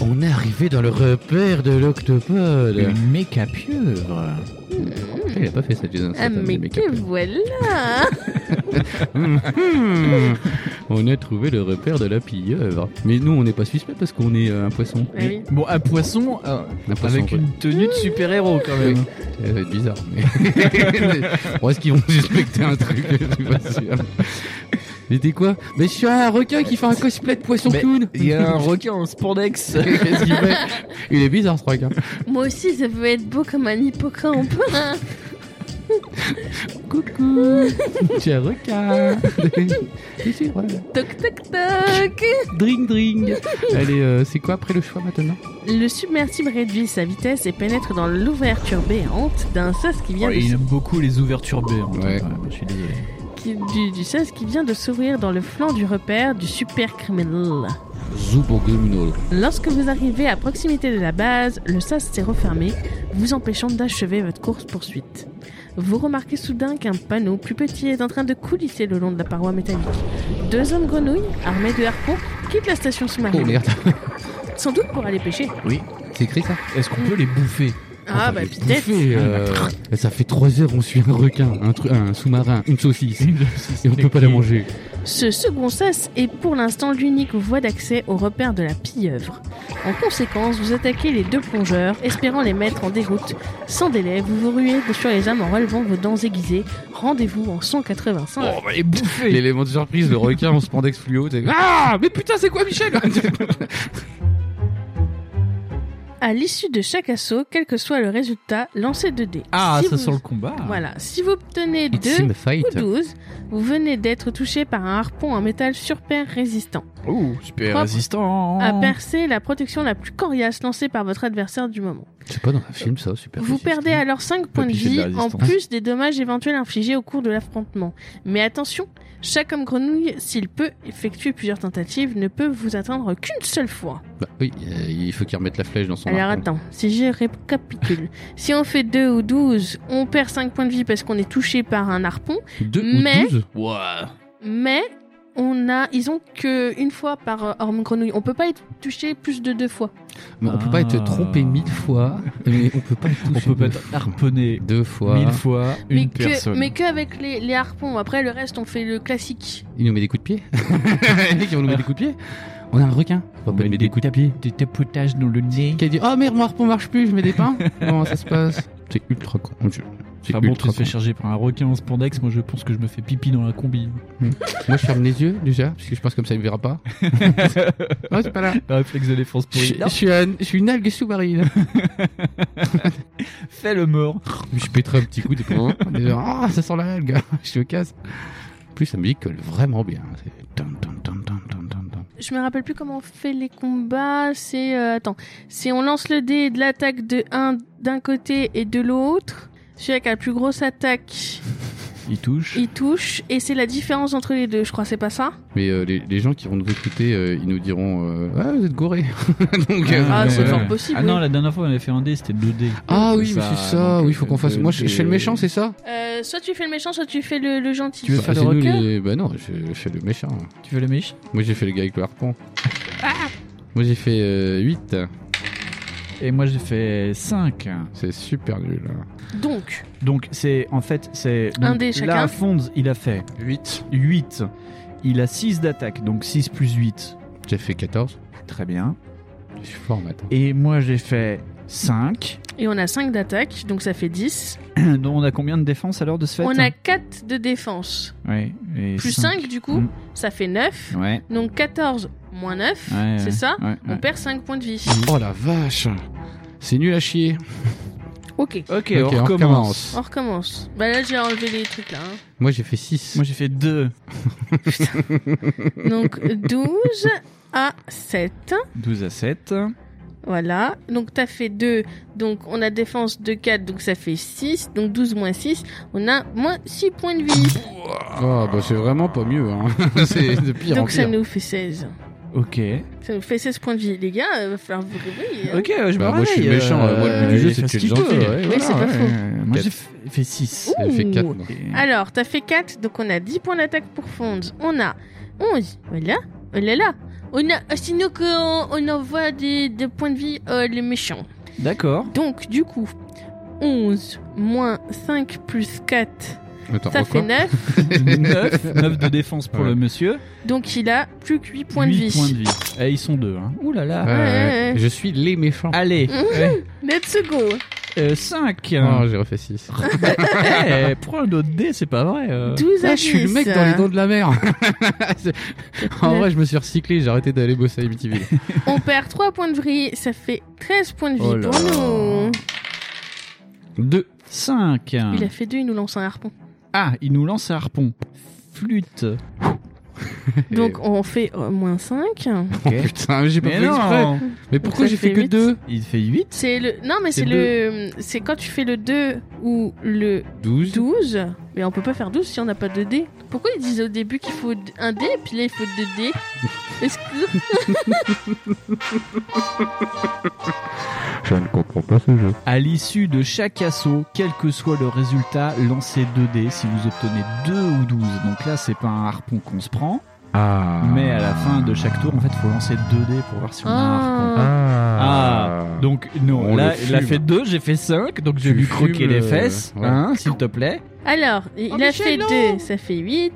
[SPEAKER 3] On est arrivé dans le repère de l'octopode.
[SPEAKER 5] Une méca pieuvre.
[SPEAKER 3] Il a pas fait ça, Jason.
[SPEAKER 2] Ah,
[SPEAKER 3] Statham,
[SPEAKER 2] mais
[SPEAKER 3] le mec
[SPEAKER 2] que
[SPEAKER 3] après.
[SPEAKER 2] voilà
[SPEAKER 3] Hmm. On a trouvé le repère de la pieuvre. Mais nous, on n'est pas suspect parce qu'on est euh, un poisson.
[SPEAKER 2] Ah oui.
[SPEAKER 5] Bon, un poisson, euh,
[SPEAKER 3] Un poisson,
[SPEAKER 5] avec
[SPEAKER 3] ouais.
[SPEAKER 5] une tenue de super-héros quand même.
[SPEAKER 3] Ça va être bizarre. Mais... Bon, Est-ce qu'ils vont suspecter un truc Je suis pas sûr. Mais t'es quoi Mais je suis un requin qui fait un cosplay de poisson
[SPEAKER 5] Mais
[SPEAKER 3] clown.
[SPEAKER 5] Il y a un requin en spandex.
[SPEAKER 3] Qu'est-ce qu'il fait Il est bizarre ce requin.
[SPEAKER 2] Moi aussi, ça peut être beau comme un hippocampe.
[SPEAKER 3] Coucou, je suis un requin. Je suis un requin.
[SPEAKER 2] toc toc toc
[SPEAKER 3] Dring dring. Allez, euh, c'est quoi après le choix maintenant
[SPEAKER 2] Le submersible réduit sa vitesse et pénètre dans l'ouverture béante d'un sas qui vient
[SPEAKER 5] Oh,
[SPEAKER 2] de
[SPEAKER 5] il aime beaucoup les ouvertures B. en
[SPEAKER 3] Ouais.
[SPEAKER 5] fait, je suis désolé.
[SPEAKER 2] qui- du, du sas qui vient de s'ouvrir dans le flanc du repère du super criminel.
[SPEAKER 3] Zubogumino.
[SPEAKER 2] Lorsque vous arrivez à proximité de la base, le sas s'est refermé, vous empêchant d'achever votre course poursuite. Vous remarquez soudain qu'un panneau plus petit est en train de coulisser le long de la paroi métallique. Deux hommes grenouilles, armés de harpons, quittent la station
[SPEAKER 3] Oh
[SPEAKER 2] sous-marine,
[SPEAKER 3] merde,
[SPEAKER 2] sans doute pour aller pêcher.
[SPEAKER 3] c'est écrit ça
[SPEAKER 5] Est-ce qu'on peut les bouffer
[SPEAKER 2] Ah bah
[SPEAKER 3] les
[SPEAKER 2] peut-être.
[SPEAKER 3] bouffer, euh, Ça fait 3 heures on suit un requin, un, tru- un sous-marin, une saucisse. Et on peut pas la manger.
[SPEAKER 2] Ce second sas est pour l'instant l'unique voie d'accès au repère de la pieuvre. En conséquence, vous attaquez les deux plongeurs, espérant les mettre en déroute. Sans délai, vous vous ruez sur les âmes en relevant vos dents aiguisées. Rendez-vous en 185.
[SPEAKER 5] On va les bouffer
[SPEAKER 3] L'élément de surprise, le requin en spandex fluo. t'es- Ah Mais putain, c'est quoi Michel
[SPEAKER 2] À l'issue de chaque assaut, quel que soit le résultat, lancez 2 dés.
[SPEAKER 5] Ah,
[SPEAKER 2] Si
[SPEAKER 5] ça
[SPEAKER 2] vous-
[SPEAKER 5] sent le combat
[SPEAKER 2] Voilà, si vous obtenez
[SPEAKER 3] It's
[SPEAKER 2] 2
[SPEAKER 3] a fight.
[SPEAKER 2] ou 12, vous venez d'être touché par un harpon en métal super résistant.
[SPEAKER 5] Oh, super
[SPEAKER 2] Propre.
[SPEAKER 5] résistant
[SPEAKER 2] À percer la protection la plus coriace lancée par votre adversaire du moment.
[SPEAKER 3] C'est pas dans un film ça, super.
[SPEAKER 2] Vous
[SPEAKER 3] résistant.
[SPEAKER 2] perdez alors 5 points de
[SPEAKER 5] piger de
[SPEAKER 2] vie
[SPEAKER 5] la
[SPEAKER 2] en
[SPEAKER 5] résistance.
[SPEAKER 2] plus des dommages éventuels infligés au cours de l'affrontement. Mais attention, chaque homme grenouille, s'il peut effectuer plusieurs tentatives, ne peut vous atteindre qu'une seule fois.
[SPEAKER 3] Bah oui, euh, il faut qu'il remette la flèche dans son
[SPEAKER 2] Alors
[SPEAKER 3] arc.
[SPEAKER 2] attends, si je récapitule, si on fait 2 ou 12, on perd 5 points de vie parce qu'on est touché par un harpon,
[SPEAKER 3] Deux
[SPEAKER 2] Mais-
[SPEAKER 3] ou 12
[SPEAKER 2] mais on a, ils ont que une fois par euh, homme grenouille. On peut pas être touché plus de deux fois.
[SPEAKER 3] Mais on peut pas être
[SPEAKER 5] Ah.
[SPEAKER 3] trompé mille fois, mais on peut pas être
[SPEAKER 5] On
[SPEAKER 3] touché
[SPEAKER 5] peut pas
[SPEAKER 3] deux
[SPEAKER 5] être harponné
[SPEAKER 3] fois. deux fois.
[SPEAKER 5] mille fois une
[SPEAKER 2] mais
[SPEAKER 5] personne.
[SPEAKER 2] que, mais que avec les, les harpons. Après le reste, on fait le classique.
[SPEAKER 3] Il nous met des coups de pied. Les mecs, ils vont nous mettre des coups de pied. On a un requin. On va pas lui mettre des coups de pied.
[SPEAKER 5] Des tapotages dans le nez.
[SPEAKER 3] Qui a dit Oh merde, mon harpon marche plus, je mets des pains. Comment ça se passe C'est ultra con. Je- C'est
[SPEAKER 5] Enfin bon, tu
[SPEAKER 3] ultra
[SPEAKER 5] te fais
[SPEAKER 3] con.
[SPEAKER 5] charger par un requin en spandex, moi je pense que je me fais pipi dans la combi.
[SPEAKER 3] Moi, je ferme les yeux déjà, parce que je pense comme ça, il me verra pas. non, c'est pas là.
[SPEAKER 5] Le réflexe Ah, de défense
[SPEAKER 3] Je,
[SPEAKER 5] pourrie.
[SPEAKER 3] je suis un- je suis une algue sous-marine.
[SPEAKER 5] Fais le mort
[SPEAKER 3] je pèterai un petit coup des points. Ah, ça sent l'algue. Je te casse. En plus, la musique colle vraiment bien. C'est tan, tan, tan, tan, tan, tan, tan.
[SPEAKER 2] Je me rappelle plus comment on fait les combats. C'est euh, attends, c'est on lance le dé de l'attaque de un d'un côté et de l'autre. Celui qui a la plus grosse attaque,
[SPEAKER 5] Il touche.
[SPEAKER 2] il touche et c'est la différence entre les deux. Je crois c'est pas ça.
[SPEAKER 3] Mais euh, les, les gens qui vont nous écouter, euh, ils nous diront euh, Ah, vous êtes gourés. Donc, euh,
[SPEAKER 2] Ah,
[SPEAKER 5] ouais,
[SPEAKER 2] c'est
[SPEAKER 5] ouais,
[SPEAKER 2] fort
[SPEAKER 5] ouais.
[SPEAKER 2] possible,
[SPEAKER 5] Ah non,
[SPEAKER 2] oui.
[SPEAKER 5] la dernière fois on avait fait un dé, c'était 2D.
[SPEAKER 3] Ah oui, mais c'est ça,
[SPEAKER 5] donc,
[SPEAKER 3] oui, il faut qu'on fasse.
[SPEAKER 5] euh,
[SPEAKER 3] Moi, je, je fais le
[SPEAKER 5] euh,
[SPEAKER 3] méchant, c'est ça
[SPEAKER 2] Euh, soit tu fais le méchant, soit tu fais le, le gentil.
[SPEAKER 3] Bah,
[SPEAKER 5] faire le
[SPEAKER 3] c'est nous
[SPEAKER 5] requin
[SPEAKER 3] les- Bah non, je, je fais le méchant.
[SPEAKER 5] Tu veux le méchant
[SPEAKER 3] Moi, j'ai fait le gars avec le harpon.
[SPEAKER 2] Ah.
[SPEAKER 3] Moi, j'ai fait euh, 8.
[SPEAKER 5] Et moi j'ai fait 5.
[SPEAKER 3] C'est super nul. hein.
[SPEAKER 2] Donc
[SPEAKER 5] Donc c'est en fait c'est donc,
[SPEAKER 2] Un dé chacun.
[SPEAKER 5] Là Fonz, il a fait 8. 8. Il a 6 d'attaque donc 6 plus 8
[SPEAKER 3] J'ai fait 14.
[SPEAKER 8] Très bien.
[SPEAKER 3] Je suis fort en maths. hein.
[SPEAKER 8] Et moi, j'ai fait 5.
[SPEAKER 2] Et on a 5 d'attaque, donc ça fait 10.
[SPEAKER 8] Donc, on a combien de défense alors de ce fait
[SPEAKER 2] On a 4 de défense.
[SPEAKER 8] Ouais, et
[SPEAKER 2] Plus
[SPEAKER 8] cinq.
[SPEAKER 2] 5 du coup,
[SPEAKER 8] Mm.
[SPEAKER 2] ça fait 9.
[SPEAKER 8] Ouais.
[SPEAKER 2] Donc 14 moins 9,
[SPEAKER 8] ouais,
[SPEAKER 2] c'est
[SPEAKER 8] ouais,
[SPEAKER 2] ça
[SPEAKER 8] ouais,
[SPEAKER 2] On
[SPEAKER 8] ouais. Mm.
[SPEAKER 2] perd 5 points de vie.
[SPEAKER 3] Oh la vache C'est nul à chier.
[SPEAKER 2] Ok,
[SPEAKER 8] Ok,
[SPEAKER 3] Ok, hein,
[SPEAKER 8] on, recommence.
[SPEAKER 2] on recommence. Bah là j'ai enlevé les trucs là. hein.
[SPEAKER 3] Moi j'ai fait 6.
[SPEAKER 8] Moi j'ai fait 2.
[SPEAKER 2] Donc 12 à 7.
[SPEAKER 8] 12 à 7.
[SPEAKER 2] Voilà, donc t'as fait 2, donc on a défense de 4, donc ça fait 6, donc 12 moins 6, on a moins 6 points de vie.
[SPEAKER 3] Oh bah c'est vraiment pas mieux. Hein. c'est de pire en
[SPEAKER 2] donc ça
[SPEAKER 3] pire.
[SPEAKER 2] nous fait 16.
[SPEAKER 8] Ok.
[SPEAKER 2] Ça nous fait 16 points de vie, les gars, il va falloir vous réveiller. hein.
[SPEAKER 8] Ok, ouais, je me
[SPEAKER 3] Bah, moi, je suis
[SPEAKER 8] réveille,
[SPEAKER 3] méchant, euh, moi, le but du
[SPEAKER 8] il
[SPEAKER 3] jeu,
[SPEAKER 8] fait
[SPEAKER 3] c'est de
[SPEAKER 8] ce
[SPEAKER 3] tuer les
[SPEAKER 8] qu'il
[SPEAKER 3] gentils,
[SPEAKER 8] peut.
[SPEAKER 3] ouais,
[SPEAKER 2] Oui, voilà, c'est pas ouais. faux.
[SPEAKER 8] Euh, Moi
[SPEAKER 3] Quatre.
[SPEAKER 8] j'ai f- fait 6.
[SPEAKER 3] J'ai fait 4.
[SPEAKER 2] Alors, t'as fait 4, donc on a 10 points d'attaque pour Fond. On a 11, voilà, oh là là. On a, ah, sinon qu'on on envoie des, des points de vie euh, les méchants.
[SPEAKER 8] D'accord.
[SPEAKER 2] Donc, du coup, 11 moins 5 plus 4,
[SPEAKER 3] Attends,
[SPEAKER 2] ça fait
[SPEAKER 3] quoi
[SPEAKER 2] 9.
[SPEAKER 8] 9, 9 de défense pour
[SPEAKER 3] Ouais.
[SPEAKER 8] le monsieur.
[SPEAKER 2] Donc il a plus que 8 points de
[SPEAKER 8] 8
[SPEAKER 2] vie.
[SPEAKER 8] points de vie. Eh, ils sont deux. Hein. Ouh là là.
[SPEAKER 3] Ouais, ouais, ouais.
[SPEAKER 2] Ah ouais.
[SPEAKER 3] Euh, Je suis les méchants.
[SPEAKER 8] Allez. Eh,
[SPEAKER 2] Mhm. Let's go.
[SPEAKER 8] 5.
[SPEAKER 3] Oh, j'ai refait 6.
[SPEAKER 2] Ah,
[SPEAKER 8] prends Eh, un autre dé, c'est pas vrai. euh.
[SPEAKER 2] 12 à
[SPEAKER 3] Ah, je suis le
[SPEAKER 2] 10.
[SPEAKER 3] mec dans les dents de la mer. C'est- en vrai, je me suis recyclé, j'ai arrêté d'aller bosser à Amityville.
[SPEAKER 2] On perd 3 points de vie, ça fait 13 points de vie
[SPEAKER 8] Oh là
[SPEAKER 2] pour
[SPEAKER 8] là.
[SPEAKER 2] nous.
[SPEAKER 3] 2.
[SPEAKER 8] 5.
[SPEAKER 2] Il a fait 2, il nous lance un harpon.
[SPEAKER 8] Ah, il nous lance un harpon. Flûte.
[SPEAKER 2] Donc on fait euh, moins 5.
[SPEAKER 3] Oh putain, j'ai pas fait exprès. Mais pourquoi
[SPEAKER 2] Ça
[SPEAKER 3] j'ai fait,
[SPEAKER 2] fait
[SPEAKER 3] que
[SPEAKER 2] huit.
[SPEAKER 3] 2
[SPEAKER 8] Il fait 8.
[SPEAKER 2] C'est le Non mais
[SPEAKER 3] C'est
[SPEAKER 2] c'est le c'est quand tu fais le 2 ou le
[SPEAKER 3] 12.
[SPEAKER 2] 12, mais on peut pas faire 12 si on n'a pas de dés. Pourquoi ils disent au début qu'il faut un dé et puis là il faut 2 dés Est-ce que
[SPEAKER 10] Je ne comprends pas ce jeu.
[SPEAKER 8] À l'issue de chaque assaut, quel que soit le résultat, lancez 2 dés si vous obtenez 2 ou 12. Donc là, c'est pas un harpon qu'on se prend,
[SPEAKER 10] Ah.
[SPEAKER 8] mais à la fin de chaque tour, en fait, faut lancer 2 dés pour voir si on a un harpon.
[SPEAKER 2] Ah.
[SPEAKER 10] Ah.
[SPEAKER 8] Ah. Donc non,
[SPEAKER 3] On
[SPEAKER 8] là,
[SPEAKER 3] le
[SPEAKER 8] il a
[SPEAKER 3] fume.
[SPEAKER 8] fait 2, j'ai fait 5, donc je vais
[SPEAKER 3] Tu
[SPEAKER 8] lui croquer
[SPEAKER 3] fumes,
[SPEAKER 8] les
[SPEAKER 3] euh,
[SPEAKER 8] fesses,
[SPEAKER 3] ouais.
[SPEAKER 8] hein, s'il te plaît.
[SPEAKER 2] Alors, il
[SPEAKER 3] Oh,
[SPEAKER 2] a fait
[SPEAKER 3] Michel,
[SPEAKER 2] 2, ça fait 8.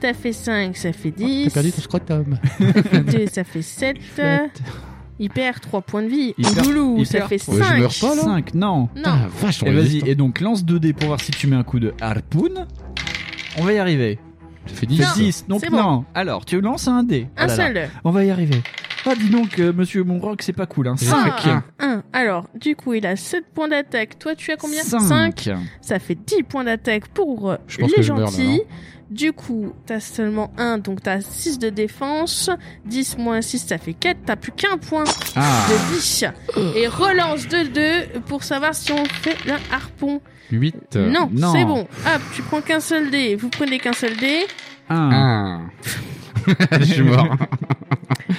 [SPEAKER 2] T'as fait 5, ça fait 10.
[SPEAKER 3] Oh, T'as perdu ton scrotum.
[SPEAKER 2] 2, ça fait 7. Il perd 3 points de vie.
[SPEAKER 8] Il perd-
[SPEAKER 2] Doulou,
[SPEAKER 8] il
[SPEAKER 2] ça
[SPEAKER 8] perd-
[SPEAKER 2] fait
[SPEAKER 3] Ouais, je
[SPEAKER 2] 5.
[SPEAKER 3] meurs pas, là
[SPEAKER 8] 5, non.
[SPEAKER 3] Putain,
[SPEAKER 2] Non, Eh,
[SPEAKER 3] la vache, on
[SPEAKER 8] Et
[SPEAKER 3] est
[SPEAKER 8] vas-y,
[SPEAKER 3] restant.
[SPEAKER 8] et donc lance 2 dés pour voir si tu mets un coup de harpoon. On va y arriver.
[SPEAKER 3] J'ai fait
[SPEAKER 8] Il
[SPEAKER 3] 10.
[SPEAKER 8] fait 10, donc
[SPEAKER 2] c'est bon.
[SPEAKER 8] non. Alors, tu lances un dé. Oh
[SPEAKER 3] Ah,
[SPEAKER 2] un
[SPEAKER 8] là là.
[SPEAKER 2] seul.
[SPEAKER 8] On va y arriver. Ah, dis donc, euh, monsieur Monrock, c'est pas cool, hein. 5
[SPEAKER 2] Ah, un. Alors, du coup, il a 7 points d'attaque. Toi, tu as combien
[SPEAKER 8] 5
[SPEAKER 2] Ça fait 10 points d'attaque pour euh,
[SPEAKER 3] Je pense
[SPEAKER 2] les
[SPEAKER 3] que je meurs, là,
[SPEAKER 2] gentils. du coup, t'as seulement 1, donc t'as 6 de défense. 10 moins 6, ça fait 4. T'as plus qu'un point
[SPEAKER 8] Ah.
[SPEAKER 2] de vie. Et relance de 2 pour savoir si on fait un harpon.
[SPEAKER 3] 8.
[SPEAKER 2] Non,
[SPEAKER 8] non.
[SPEAKER 2] c'est bon. Hop, tu prends qu'un seul dé. Vous prenez qu'un seul dé.
[SPEAKER 8] 1.
[SPEAKER 2] Ah.
[SPEAKER 3] 1. je suis mort.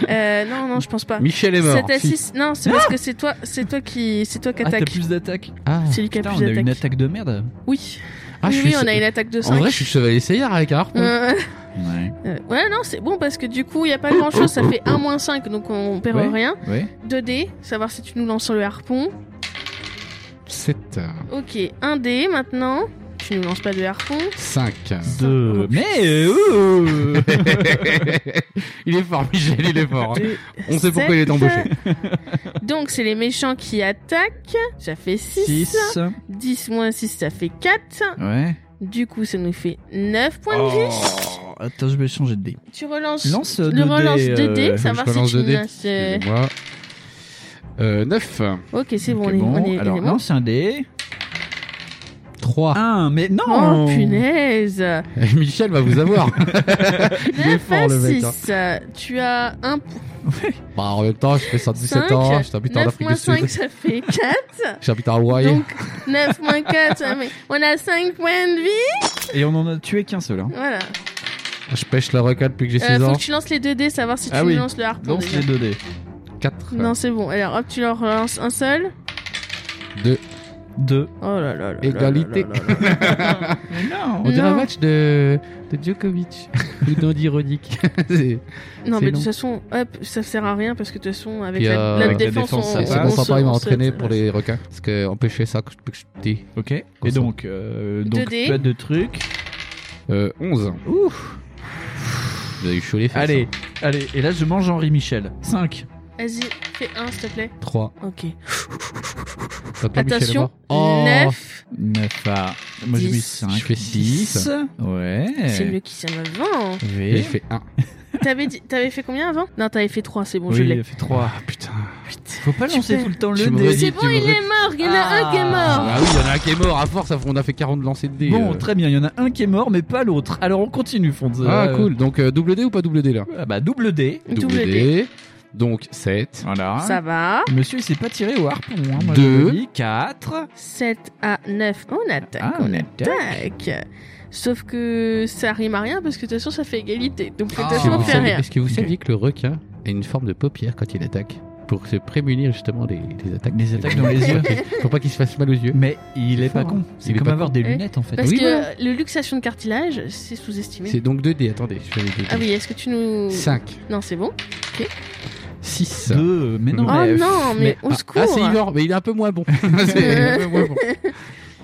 [SPEAKER 2] Euh, non, non, je pense pas.
[SPEAKER 3] Michel est mort.
[SPEAKER 2] 7 à
[SPEAKER 3] Si.
[SPEAKER 2] 6. Non, c'est parce que c'est toi, c'est toi qui, c'est toi qui
[SPEAKER 8] Ah, t'as
[SPEAKER 2] attaque.
[SPEAKER 8] plus d'attaque.
[SPEAKER 3] Ah,
[SPEAKER 2] C'est lui qui a
[SPEAKER 8] Putain,
[SPEAKER 2] plus
[SPEAKER 8] on a une
[SPEAKER 2] d'attaque.
[SPEAKER 8] attaque de merde.
[SPEAKER 2] Oui.
[SPEAKER 3] Ah,
[SPEAKER 2] oui,
[SPEAKER 3] je
[SPEAKER 2] oui,
[SPEAKER 3] suis-
[SPEAKER 2] on a une attaque de 5.
[SPEAKER 3] En vrai, je suis chevalier Seyard avec un harpon.
[SPEAKER 2] Euh,
[SPEAKER 8] Ouais.
[SPEAKER 2] euh, ouais, non, c'est bon parce que du coup, il n'y a pas grand chose. Ça fait 1 moins 5, donc on perd
[SPEAKER 8] Ouais.
[SPEAKER 2] rien.
[SPEAKER 8] Ouais.
[SPEAKER 2] 2 dés, savoir si tu nous lances sur le harpon.
[SPEAKER 3] 7.
[SPEAKER 2] Ok, 1 dé maintenant. Tu nous lances pas de harpon.
[SPEAKER 3] 5.
[SPEAKER 8] Deux. Mais euh,
[SPEAKER 3] il est fort, Michel, il est fort. hein.
[SPEAKER 2] Deux,
[SPEAKER 3] On sait pourquoi il est
[SPEAKER 2] sept.
[SPEAKER 3] embauché.
[SPEAKER 2] Donc, c'est les méchants qui attaquent. Ça fait 6.
[SPEAKER 8] 6.
[SPEAKER 2] 10 moins 6, ça fait 4.
[SPEAKER 8] Ouais.
[SPEAKER 2] Du coup, ça nous fait 9 points de vie.
[SPEAKER 8] Oh, Attends, je vais changer de dé.
[SPEAKER 2] Tu relances.
[SPEAKER 8] Lance
[SPEAKER 2] le
[SPEAKER 8] 2 dés.
[SPEAKER 2] relance 2
[SPEAKER 8] euh,
[SPEAKER 2] dés,
[SPEAKER 3] je
[SPEAKER 2] savoir si
[SPEAKER 3] relance
[SPEAKER 2] tu
[SPEAKER 3] deux dés.
[SPEAKER 2] lances. euh,
[SPEAKER 3] Excusez-moi. Euh, 9.
[SPEAKER 2] Ok, c'est bon, on
[SPEAKER 8] ok,
[SPEAKER 2] est on est- on est
[SPEAKER 8] Alors,
[SPEAKER 2] bon.
[SPEAKER 8] lance un dé.
[SPEAKER 3] 3.
[SPEAKER 8] 1, mais non
[SPEAKER 2] Ah. Oh punaise
[SPEAKER 3] Michel va vous avoir. il est
[SPEAKER 2] 9
[SPEAKER 3] fort,
[SPEAKER 2] à
[SPEAKER 3] le mec. hein.
[SPEAKER 2] 6 Tu as 1
[SPEAKER 3] Bah, en même temps, je fais ça 17 ans. Je t'habite en
[SPEAKER 2] 9
[SPEAKER 3] Afrique
[SPEAKER 2] moins
[SPEAKER 3] du Sud.
[SPEAKER 2] 5, ça fait 4.
[SPEAKER 3] J'habite à Hawaï.
[SPEAKER 2] Donc 9 moins 4, ça met- on a 5 points de vie.
[SPEAKER 8] Et on en a tué qu'un seul. Hein.
[SPEAKER 2] Voilà.
[SPEAKER 3] Je pêche la requin depuis que j'ai
[SPEAKER 2] Euh,
[SPEAKER 3] 16
[SPEAKER 2] faut
[SPEAKER 3] ans.
[SPEAKER 2] que tu lances les 2 dés, savoir si tu
[SPEAKER 8] Ah oui.
[SPEAKER 2] lances le harpon.
[SPEAKER 8] Lance
[SPEAKER 2] déjà.
[SPEAKER 8] les 2 dés.
[SPEAKER 3] 4.
[SPEAKER 2] Non, c'est bon. Alors hop, tu leur relances un seul.
[SPEAKER 3] 2.
[SPEAKER 8] 2.
[SPEAKER 2] Oh là là là. là
[SPEAKER 3] Égalité.
[SPEAKER 2] là là là là là.
[SPEAKER 3] On dirait un
[SPEAKER 2] Non.
[SPEAKER 3] match de, de Djokovic. Ou d'Andy Roddick. C'est-
[SPEAKER 2] Non, mais
[SPEAKER 3] C'est
[SPEAKER 2] de
[SPEAKER 3] long.
[SPEAKER 2] toute façon, hop, ça sert à rien parce que de toute façon, avec
[SPEAKER 3] Puis,
[SPEAKER 2] la,
[SPEAKER 3] euh,
[SPEAKER 2] la
[SPEAKER 8] avec la
[SPEAKER 2] défense,
[SPEAKER 8] défense,
[SPEAKER 2] on, euh, on,
[SPEAKER 8] ça passe.
[SPEAKER 3] C'est
[SPEAKER 8] bon,
[SPEAKER 3] mon
[SPEAKER 2] se-
[SPEAKER 3] papa, il m'a
[SPEAKER 2] on se-
[SPEAKER 3] entraîné pour les requins. Parce qu'on pêchait ça depuis que j'étais petit.
[SPEAKER 8] Ok. Et
[SPEAKER 3] Consent.
[SPEAKER 8] donc, euh,
[SPEAKER 2] Deux
[SPEAKER 8] donc
[SPEAKER 2] dés.
[SPEAKER 8] plein de trucs.
[SPEAKER 3] Euh, 11.
[SPEAKER 8] Ouf.
[SPEAKER 3] Vous avez eu chaud les fesses.
[SPEAKER 8] Allez,
[SPEAKER 3] hein.
[SPEAKER 5] Allez, et là je mange Henri Michel.
[SPEAKER 8] 5.
[SPEAKER 2] Vas-y, fais un, s'il te plaît.
[SPEAKER 3] 3.
[SPEAKER 2] Ok.
[SPEAKER 3] hein. Michel est
[SPEAKER 2] Attention.
[SPEAKER 3] mort. Oh,
[SPEAKER 2] 9.
[SPEAKER 8] 9 à. Moi j'ai mis
[SPEAKER 2] Dix.
[SPEAKER 8] 5.
[SPEAKER 3] Je fais six.
[SPEAKER 2] C'est
[SPEAKER 8] Ouais.
[SPEAKER 2] mieux qui s'en avant.
[SPEAKER 3] J'ai
[SPEAKER 8] V.
[SPEAKER 3] fait 1.
[SPEAKER 2] T'avais dit- t'avais fait combien avant Non, t'avais fait 3, c'est bon, je
[SPEAKER 8] Oui, il
[SPEAKER 2] l'ai.
[SPEAKER 8] a fait 3.
[SPEAKER 3] Ah putain.
[SPEAKER 8] Faut pas lancer
[SPEAKER 2] Super.
[SPEAKER 8] tout le temps
[SPEAKER 3] Tu
[SPEAKER 8] le
[SPEAKER 3] me
[SPEAKER 8] dé.
[SPEAKER 3] redis.
[SPEAKER 2] C'est
[SPEAKER 3] Vas-y,
[SPEAKER 2] bon,
[SPEAKER 3] tu
[SPEAKER 2] il
[SPEAKER 3] me
[SPEAKER 2] est mort. Il y en a un qui est mort.
[SPEAKER 3] Ah oui, il y en a un qui est mort à force, on a fait 40 lancers de dés.
[SPEAKER 8] Bon,
[SPEAKER 3] euh.
[SPEAKER 8] très bien, il y en a un qui est mort, mais pas l'autre. Alors on continue, Fonz.
[SPEAKER 3] Ah
[SPEAKER 8] Euh,
[SPEAKER 3] cool, donc euh, double D ou pas double D là
[SPEAKER 8] Ah bah double D.
[SPEAKER 2] Double
[SPEAKER 3] D.
[SPEAKER 2] D.
[SPEAKER 3] Donc 7.
[SPEAKER 8] Voilà.
[SPEAKER 2] Ça va.
[SPEAKER 8] Monsieur, il s'est pas tiré au harpon. Hein, moi,
[SPEAKER 3] Deux.
[SPEAKER 8] 4.
[SPEAKER 2] 7 à 9. On attaque,
[SPEAKER 8] Ah,
[SPEAKER 2] on
[SPEAKER 8] on
[SPEAKER 2] attaque. Sauf que ça rime à rien parce que de toute façon ça fait égalité. Donc de toute
[SPEAKER 8] Ah.
[SPEAKER 2] façon on
[SPEAKER 8] vous
[SPEAKER 2] fait
[SPEAKER 8] savez-
[SPEAKER 2] rien.
[SPEAKER 3] Est-ce que vous
[SPEAKER 8] Ok.
[SPEAKER 3] saviez que le requin a une forme de paupière quand il attaque Pour se prémunir justement des, des attaques.
[SPEAKER 8] Les attaques dans les yeux.
[SPEAKER 3] Pour pas qu'il se fasse mal aux yeux.
[SPEAKER 8] Mais il est pas
[SPEAKER 3] Fort,
[SPEAKER 8] con.
[SPEAKER 3] hein.
[SPEAKER 8] C'est
[SPEAKER 3] Il est
[SPEAKER 8] comme
[SPEAKER 3] pas
[SPEAKER 8] avoir
[SPEAKER 3] con.
[SPEAKER 8] des
[SPEAKER 2] Eh,
[SPEAKER 8] lunettes en fait.
[SPEAKER 2] Parce
[SPEAKER 3] Oui,
[SPEAKER 2] que
[SPEAKER 3] voilà.
[SPEAKER 2] le luxation de cartilage c'est sous-estimé.
[SPEAKER 3] C'est donc 2D, attendez. Je vais les
[SPEAKER 2] Ah oui, est-ce que tu nous.
[SPEAKER 3] 5,
[SPEAKER 2] Non, c'est bon.
[SPEAKER 3] 6.
[SPEAKER 8] Deux, mais non.
[SPEAKER 2] Oh
[SPEAKER 8] mais-
[SPEAKER 2] non, mais, au
[SPEAKER 3] ah,
[SPEAKER 2] secours Euh.
[SPEAKER 3] Ah, c'est Igor, mais il est un peu moins bon. C'est un peu moins bon.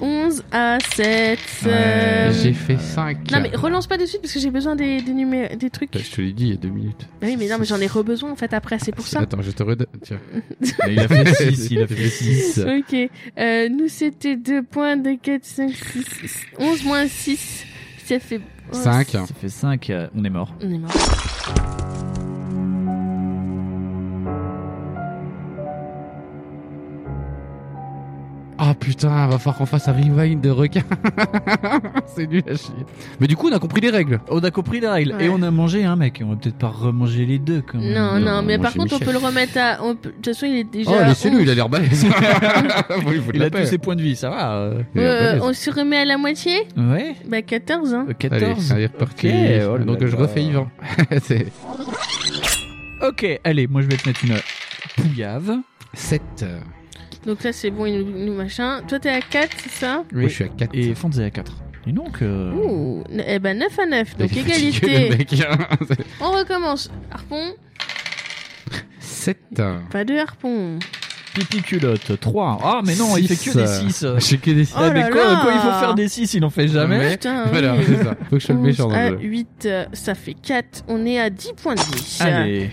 [SPEAKER 2] 11 à 7.
[SPEAKER 8] Ouais,
[SPEAKER 2] euh,
[SPEAKER 3] J'ai fait 5.
[SPEAKER 2] Non mais relance pas de suite parce que j'ai besoin des, des, numé- des trucs.
[SPEAKER 3] Bah, Je te l'ai dit il y a 2 minutes.
[SPEAKER 2] Bah oui mais non mais j'en ai rebesoin en fait après, c'est pour ça.
[SPEAKER 3] Attends, je te redonne. Tiens.
[SPEAKER 8] Mais il a fait 6, il a fait 6.
[SPEAKER 2] Ok, Euh, nous c'était 2 points, 2, 4, 5, 6, 11 moins 6, ça fait... oh,
[SPEAKER 3] Cinq.
[SPEAKER 8] Ça fait 5, on est mort.
[SPEAKER 2] On est mort.
[SPEAKER 3] Ah putain, va falloir qu'on fasse un rewind de requin. c'est nul à chier. Mais du coup, on a compris les règles.
[SPEAKER 8] On a compris la règle.
[SPEAKER 2] Ouais.
[SPEAKER 8] Et on a mangé un mec. On va peut-être pas remanger les deux quand même.
[SPEAKER 2] Non, non,
[SPEAKER 3] non,
[SPEAKER 2] mais
[SPEAKER 3] moi,
[SPEAKER 2] par
[SPEAKER 3] j'ai
[SPEAKER 2] contre on
[SPEAKER 3] Michel.
[SPEAKER 2] peut le remettre à... on peut- De toute façon il est déjà...
[SPEAKER 3] Oh,
[SPEAKER 2] à
[SPEAKER 3] laissez-le,
[SPEAKER 2] 11.
[SPEAKER 3] il a l'air balèze. Bon, il faut de
[SPEAKER 8] Il
[SPEAKER 3] la
[SPEAKER 8] a tous
[SPEAKER 3] paix.
[SPEAKER 8] ses points de vie, ça va. euh.
[SPEAKER 3] Il a l'air
[SPEAKER 2] Euh,
[SPEAKER 3] balèze.
[SPEAKER 2] on se remet à la moitié
[SPEAKER 8] Ouais.
[SPEAKER 2] Bah 14 hein.
[SPEAKER 8] Euh,
[SPEAKER 3] Allez,
[SPEAKER 8] 14.
[SPEAKER 3] c'est reparti.
[SPEAKER 8] Ok, oh là
[SPEAKER 3] Donc
[SPEAKER 8] là.
[SPEAKER 3] je refais Yvan. c'est
[SPEAKER 8] Ok, allez, moi je vais te mettre une pouillave.
[SPEAKER 3] 7.
[SPEAKER 2] Donc là c'est bon, il nous, nous machin. Toi t'es à 4, c'est ça
[SPEAKER 3] Moi je suis à 4.
[SPEAKER 8] Et Fonz est à 4. Et donc. euh,
[SPEAKER 2] Ouh, n- eh ben 9 à 9, donc
[SPEAKER 3] Il est fatigué, le
[SPEAKER 2] égalité.
[SPEAKER 3] mec. hein. C'est-
[SPEAKER 2] On recommence. Harpon,
[SPEAKER 3] 7.
[SPEAKER 2] pas de harpon.
[SPEAKER 8] Pipi culotte, 3. Ah, mais non, il fait que
[SPEAKER 3] Six.
[SPEAKER 8] des 6.
[SPEAKER 3] J'ai que des 6.
[SPEAKER 2] Oh là
[SPEAKER 8] mais quoi,
[SPEAKER 2] là.
[SPEAKER 8] quoi, il faut faire des 6, il en fait jamais.
[SPEAKER 3] Ouais.
[SPEAKER 2] Putain, oui.
[SPEAKER 3] Eh, Voilà, c'est ça. Faut que je sois le
[SPEAKER 2] 11
[SPEAKER 3] méchant dans
[SPEAKER 2] à
[SPEAKER 3] le jeu.
[SPEAKER 2] 8, euh, ça fait 4. On est à 10 points de vie.
[SPEAKER 8] Allez.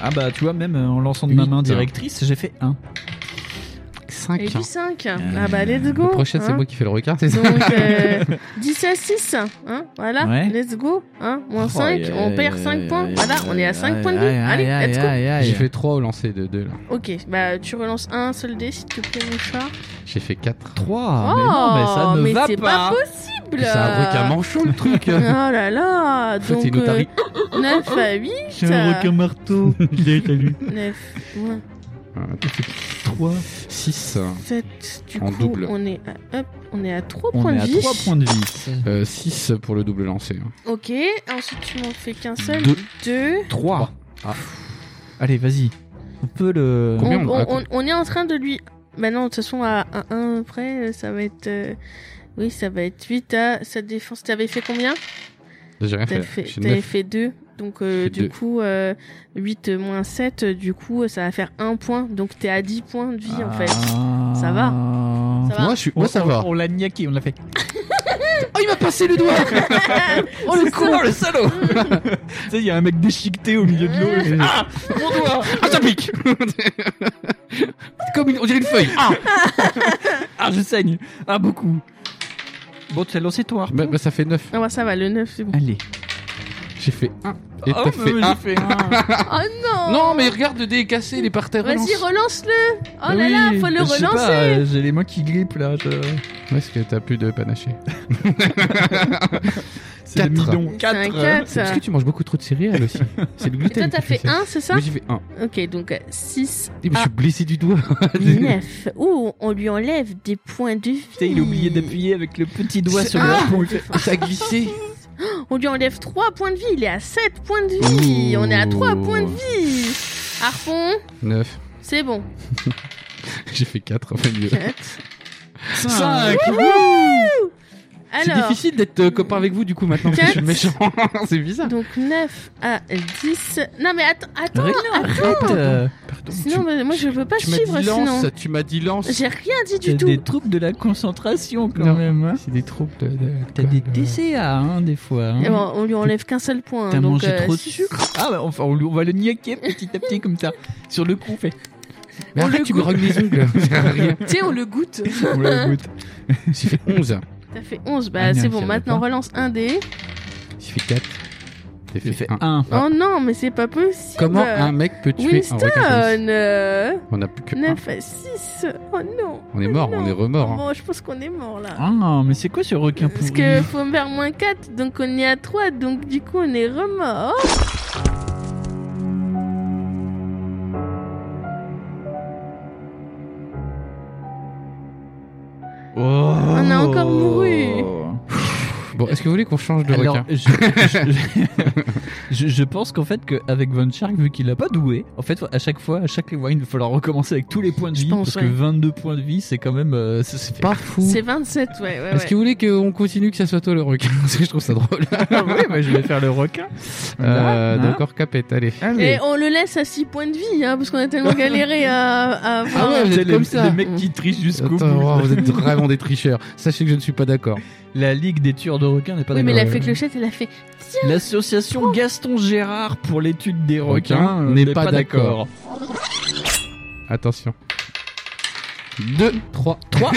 [SPEAKER 8] Ah bah tu vois même euh, en lançant de ma
[SPEAKER 3] Huit.
[SPEAKER 8] main directrice j'ai fait 1.
[SPEAKER 2] Et
[SPEAKER 3] 5.
[SPEAKER 2] puis 5. Ah bah let's go.
[SPEAKER 3] Le prochain, hein. c'est
[SPEAKER 2] hein.
[SPEAKER 3] moi qui fais le requin, c'est ça
[SPEAKER 2] Donc euh, 10 à 6. Hein, voilà,
[SPEAKER 8] Ouais.
[SPEAKER 2] let's go. Hein, moins
[SPEAKER 8] Oh,
[SPEAKER 2] 5, on perd 5 points. voilà, on est à 5 points de vie. Allez, let's go.
[SPEAKER 3] J'ai fait 3 au lancer de 2 là.
[SPEAKER 2] Ok, bah tu relances un seul dé s'il te plaît, mon chat.
[SPEAKER 3] J'ai fait 4.
[SPEAKER 8] 3 mais non mais ça ne
[SPEAKER 2] Oh, mais
[SPEAKER 8] va
[SPEAKER 2] c'est pas possible.
[SPEAKER 3] C'est un requin manchon le truc.
[SPEAKER 2] Oh là là.
[SPEAKER 3] fait,
[SPEAKER 2] Donc euh,
[SPEAKER 3] c'est une otarie.
[SPEAKER 2] 9 à 8.
[SPEAKER 8] J'ai un requin marteau.
[SPEAKER 2] 9 moins
[SPEAKER 8] 3.
[SPEAKER 3] 6.
[SPEAKER 2] 7. Du
[SPEAKER 3] En
[SPEAKER 2] coup,
[SPEAKER 3] double.
[SPEAKER 2] on est à, hop, on est à 3
[SPEAKER 8] On
[SPEAKER 2] points
[SPEAKER 8] est
[SPEAKER 2] de
[SPEAKER 8] à
[SPEAKER 2] vie.
[SPEAKER 8] 3 points de vie.
[SPEAKER 3] 6 Euh, pour le double hein. lancer.
[SPEAKER 2] Ok, ensuite tu m'en fais qu'un seul.
[SPEAKER 3] Deux.
[SPEAKER 2] 2.
[SPEAKER 8] 3.
[SPEAKER 3] Ah.
[SPEAKER 8] Allez, vas-y. On peut le
[SPEAKER 2] On,
[SPEAKER 3] Combien on-
[SPEAKER 2] on-
[SPEAKER 3] ah,
[SPEAKER 2] on- on est en train de lui. Bah non, de toute façon, à 1 près, ça va être. euh, Oui, ça va être 8 à sa défense. T'avais fait combien
[SPEAKER 3] J'ai rien
[SPEAKER 2] T'avais
[SPEAKER 3] fait.
[SPEAKER 2] fait,
[SPEAKER 3] J'ai
[SPEAKER 2] t'avais
[SPEAKER 3] 9.
[SPEAKER 2] fait 2. Donc, euh,
[SPEAKER 3] J'ai
[SPEAKER 2] du
[SPEAKER 3] deux.
[SPEAKER 2] coup, euh, 8 moins 7, du coup, ça va faire 1 point. Donc, t'es à 10 points de vie, en fait. Ça Ça va. va
[SPEAKER 3] Moi, je suis... Moi ça
[SPEAKER 8] on,
[SPEAKER 3] va.
[SPEAKER 8] On, on l'a niaqué, on l'a fait.
[SPEAKER 3] Oh, il m'a passé le doigt Ah.
[SPEAKER 8] Oh le con, le salaud Tu sais, il y a un mec déchiqueté au milieu de l'eau. il fait,
[SPEAKER 2] Euh.
[SPEAKER 8] Ah Mon doigt
[SPEAKER 3] Ah, ça pique Comme une... on dirait une feuille. Ah
[SPEAKER 8] Ah, je saigne Ah, beaucoup Bon, tu as lancé ton harpon
[SPEAKER 3] bah, bah, ça fait 9.
[SPEAKER 2] Ah, bah, ça va, le 9, c'est bon.
[SPEAKER 8] Allez.
[SPEAKER 3] J'ai fait 1. Et
[SPEAKER 8] Ah,
[SPEAKER 2] bah
[SPEAKER 3] t'as
[SPEAKER 8] mais
[SPEAKER 3] fait
[SPEAKER 8] j'ai
[SPEAKER 3] 1.
[SPEAKER 8] fait
[SPEAKER 2] Oh non
[SPEAKER 3] Ah. Non, mais regarde, le dé est cassé, il est par terre.
[SPEAKER 2] Vas-y,
[SPEAKER 3] relance.
[SPEAKER 2] relance-le Oh là là, faut le
[SPEAKER 8] je sais pas,
[SPEAKER 2] relancer
[SPEAKER 8] euh, J'ai les mains qui grippent là. je-
[SPEAKER 3] Ouais, parce que t'as plus de panaché.
[SPEAKER 8] C'est le
[SPEAKER 3] Quatre.
[SPEAKER 8] midon.
[SPEAKER 2] C'est un
[SPEAKER 8] hein.
[SPEAKER 2] 4.
[SPEAKER 3] Est-ce que tu manges beaucoup trop de céréales aussi C'est le
[SPEAKER 2] Et toi,
[SPEAKER 3] gluten.
[SPEAKER 2] t'as
[SPEAKER 3] qui
[SPEAKER 2] fait
[SPEAKER 3] ça.
[SPEAKER 2] 1, c'est ça Ah.
[SPEAKER 3] Moi, j'ai fait 1.
[SPEAKER 2] Ok, donc 6
[SPEAKER 3] Je suis blessé du doigt.
[SPEAKER 2] à 9. Oh, on lui enlève des points de vie.
[SPEAKER 8] Putain, il a oublié d'appuyer avec le petit doigt sur le
[SPEAKER 3] Ah
[SPEAKER 8] harpon.
[SPEAKER 3] Ça a glissé.
[SPEAKER 2] On lui enlève 3 points de vie. Il est à 7 points de vie.
[SPEAKER 3] Ouh.
[SPEAKER 2] On est à 3 points de vie. Harpon,
[SPEAKER 3] 9.
[SPEAKER 2] c'est bon.
[SPEAKER 3] J'ai fait 4, enfin mieux.
[SPEAKER 2] 4.
[SPEAKER 8] 5
[SPEAKER 3] C'est
[SPEAKER 2] Alors,
[SPEAKER 3] difficile d'être euh, copain avec vous du coup maintenant parce que je suis le méchant. C'est bizarre. Ah,
[SPEAKER 2] donc 9 à 10. Non, mais attends, attends.
[SPEAKER 8] Arrête euh,
[SPEAKER 2] Sinon, bah, moi, je peux pas
[SPEAKER 3] tu m'as dit
[SPEAKER 2] suivre,
[SPEAKER 3] lance,
[SPEAKER 2] sinon.
[SPEAKER 3] tu m'as dit lance.
[SPEAKER 2] J'ai rien dit
[SPEAKER 8] T'as
[SPEAKER 2] du tout.
[SPEAKER 8] des troubles de la concentration quand
[SPEAKER 11] Non.
[SPEAKER 8] même. hein.
[SPEAKER 11] C'est des troubles de. de-
[SPEAKER 8] T'as
[SPEAKER 11] quoi,
[SPEAKER 8] des
[SPEAKER 11] de-
[SPEAKER 8] TCA hein, des fois. hein.
[SPEAKER 2] Et bon, on lui enlève qu'un seul point.
[SPEAKER 8] T'as
[SPEAKER 2] donc,
[SPEAKER 8] mangé
[SPEAKER 2] euh,
[SPEAKER 8] trop de
[SPEAKER 2] si-
[SPEAKER 8] sucre Ah bah enfin on, lui- on va le niaquer petit à petit comme ça. Sur le coup on fait.
[SPEAKER 3] Mais
[SPEAKER 8] on
[SPEAKER 3] arrête,
[SPEAKER 8] le
[SPEAKER 3] tu me
[SPEAKER 8] goûte.
[SPEAKER 3] rognes les ongles. Rien.
[SPEAKER 2] Tu sais, on le goûte.
[SPEAKER 11] On la goûte.
[SPEAKER 3] J'ai fait 11.
[SPEAKER 2] T'as fait 11. Bah,
[SPEAKER 11] Ah,
[SPEAKER 2] c'est
[SPEAKER 11] merde,
[SPEAKER 2] bon.
[SPEAKER 11] j'avais
[SPEAKER 2] Maintenant,
[SPEAKER 11] pas.
[SPEAKER 2] relance un dé.
[SPEAKER 3] J'ai fait 4. J'ai
[SPEAKER 12] J'ai
[SPEAKER 3] fait
[SPEAKER 12] fait
[SPEAKER 3] 1.
[SPEAKER 8] Un.
[SPEAKER 3] Ah.
[SPEAKER 2] Oh non, mais c'est pas possible.
[SPEAKER 3] Comment un mec peut tuer un requin
[SPEAKER 2] Winston euh,
[SPEAKER 3] On n'a plus que 1.
[SPEAKER 2] 9 à 6. Oh non.
[SPEAKER 3] On est mort,
[SPEAKER 2] Non.
[SPEAKER 3] on est remort. hein.
[SPEAKER 2] Bon, je pense qu'on est mort là.
[SPEAKER 8] Ah mais c'est quoi ce requin
[SPEAKER 2] Parce
[SPEAKER 8] pourri
[SPEAKER 2] que faut me faire moins 4, donc on est à 3, donc du coup on est remords.
[SPEAKER 8] On
[SPEAKER 2] a encore mouru.
[SPEAKER 3] Bon, est-ce que vous voulez qu'on change de
[SPEAKER 8] Alors,
[SPEAKER 3] requin
[SPEAKER 8] je, je, je- je pense qu'en fait qu'avec Von Shark, vu qu'il l'a pas doué, en fait, à chaque fois, à chaque rewind, il va falloir recommencer avec tous les points de
[SPEAKER 2] Je
[SPEAKER 8] vie,
[SPEAKER 2] pense,
[SPEAKER 8] parce
[SPEAKER 2] ouais.
[SPEAKER 8] que 22 points de vie, c'est quand même... euh, c'est- c'est
[SPEAKER 3] Pas fou.
[SPEAKER 2] Oh, C'est 27, ouais, ouais.
[SPEAKER 3] Est-ce que
[SPEAKER 2] euh, ouais.
[SPEAKER 3] vous voulez qu'on continue que ça soit toi le requin Parce que je trouve ça drôle.
[SPEAKER 8] Ah oui, mais je vais faire le requin.
[SPEAKER 3] Euh, D'accord, capette, allez.
[SPEAKER 2] Et on le laisse à 6 points de vie, hein, parce qu'on a tellement galéré à, à avoir-
[SPEAKER 3] Ah ouais, vous êtes
[SPEAKER 8] les,
[SPEAKER 3] comme ça.
[SPEAKER 8] les mecs qui trichent jusqu'au bout.
[SPEAKER 3] Attends, oh, vous êtes vraiment des tricheurs. Sachez que je ne suis pas d'accord.
[SPEAKER 8] La ligue des tueurs de requins n'est pas
[SPEAKER 2] Oui, mais la
[SPEAKER 8] d'accord.
[SPEAKER 2] fée clochette, elle a fait.
[SPEAKER 8] L'association Gaston Gérard pour l'étude des
[SPEAKER 3] Requins
[SPEAKER 8] requins euh,
[SPEAKER 3] n'est pas d'accord. Attention. 2, 3, 3.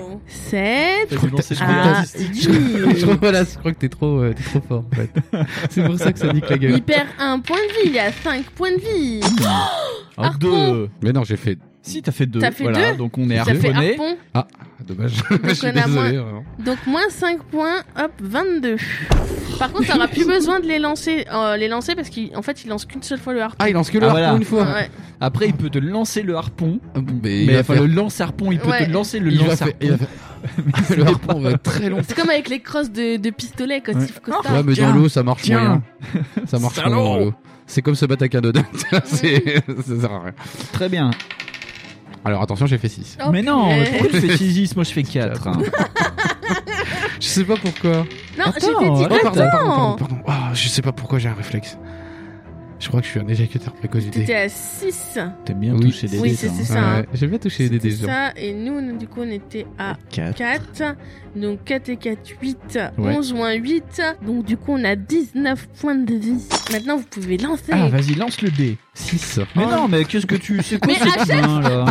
[SPEAKER 2] Oh 7
[SPEAKER 8] Vas-y, lancez le dé.
[SPEAKER 2] à
[SPEAKER 3] Je
[SPEAKER 2] 8.
[SPEAKER 3] voilà, je crois que t'es trop, euh, t'es trop fort en fait. C'est pour ça que ça nique la gueule.
[SPEAKER 2] Il perd 1 point de vie, il a 5 points de vie.
[SPEAKER 8] Un,
[SPEAKER 2] Harpon.
[SPEAKER 8] deux.
[SPEAKER 3] Mais non, j'ai fait.
[SPEAKER 8] Si, t'as fait deux.
[SPEAKER 2] T'as fait
[SPEAKER 8] voilà,
[SPEAKER 2] deux
[SPEAKER 8] donc on est
[SPEAKER 2] Ça fait
[SPEAKER 8] harponné.
[SPEAKER 2] harpon.
[SPEAKER 3] Ah, dommage.
[SPEAKER 2] on
[SPEAKER 3] je suis
[SPEAKER 2] a moins-
[SPEAKER 3] désolé. hein. vraiment.
[SPEAKER 2] Donc moins 5 points, hop, 22. Par contre, t'auras plus besoin de les lancer, euh, les lancer parce qu'en fait, il lance qu'une seule fois le harpon.
[SPEAKER 3] Ah, il lance que le
[SPEAKER 8] Ah,
[SPEAKER 3] harpon
[SPEAKER 8] voilà.
[SPEAKER 3] une fois.
[SPEAKER 2] Ouais.
[SPEAKER 8] Après, il peut te lancer le harpon.
[SPEAKER 3] Ah, bon, Mais,
[SPEAKER 8] Mais
[SPEAKER 3] il,
[SPEAKER 8] enfin,
[SPEAKER 3] va faire...
[SPEAKER 8] le lance-harpon, il peut
[SPEAKER 2] Ouais.
[SPEAKER 8] te lancer le
[SPEAKER 3] il, va faire...
[SPEAKER 8] lance-harpon.
[SPEAKER 3] il va faire- le harpon va être très long.
[SPEAKER 2] C'est comme avec les crosses de, de pistolet, quand Steve Costa.
[SPEAKER 3] Ouais, mais dans
[SPEAKER 8] tiens,
[SPEAKER 3] l'eau, ça marche
[SPEAKER 8] tiens.
[SPEAKER 3] moyen. Ça marche moyen
[SPEAKER 8] Salaud.
[SPEAKER 3] dans l'eau. C'est comme se battre avec un dodin. C'est- ça sert à rien.
[SPEAKER 8] Très bien.
[SPEAKER 3] Alors attention, j'ai fait 6.
[SPEAKER 2] Oh,
[SPEAKER 8] mais non,
[SPEAKER 2] purée.
[SPEAKER 8] mais pourquoi tu fais 6 Moi, je fais hein. 4.
[SPEAKER 3] Je sais pas pourquoi.
[SPEAKER 2] Non,
[SPEAKER 8] Attends,
[SPEAKER 2] j'étais dit
[SPEAKER 8] attends,
[SPEAKER 3] Oh, pardon, pardon, pardon,
[SPEAKER 2] attends.
[SPEAKER 3] pardon. Ah, je sais pas pourquoi j'ai un réflexe. Je crois que je suis un éjacutateur
[SPEAKER 2] T'étais
[SPEAKER 3] précocité.
[SPEAKER 2] à 6.
[SPEAKER 8] T'aimes bien
[SPEAKER 3] Oui.
[SPEAKER 8] toucher des
[SPEAKER 2] Oui,
[SPEAKER 8] dés,
[SPEAKER 2] c'est
[SPEAKER 8] toi,
[SPEAKER 2] c'est
[SPEAKER 8] hein.
[SPEAKER 2] ça. hein.
[SPEAKER 3] Ouais, j'ai bien touché des
[SPEAKER 2] C'était
[SPEAKER 3] des gens.
[SPEAKER 2] ça. Et nous, on- du coup, on était à
[SPEAKER 12] Quatre.
[SPEAKER 2] 4. Donc 4 et 4, 8.
[SPEAKER 8] Ouais.
[SPEAKER 2] 11 moins 8. Donc du coup, on a 19 points de vie. Maintenant, vous pouvez lancer.
[SPEAKER 8] Ah, vas-y, lance le dé.
[SPEAKER 3] 6.
[SPEAKER 8] hein. Mais non, mais qu'est-ce que tu. C'est quoi
[SPEAKER 2] Mais à
[SPEAKER 8] ce gamin, là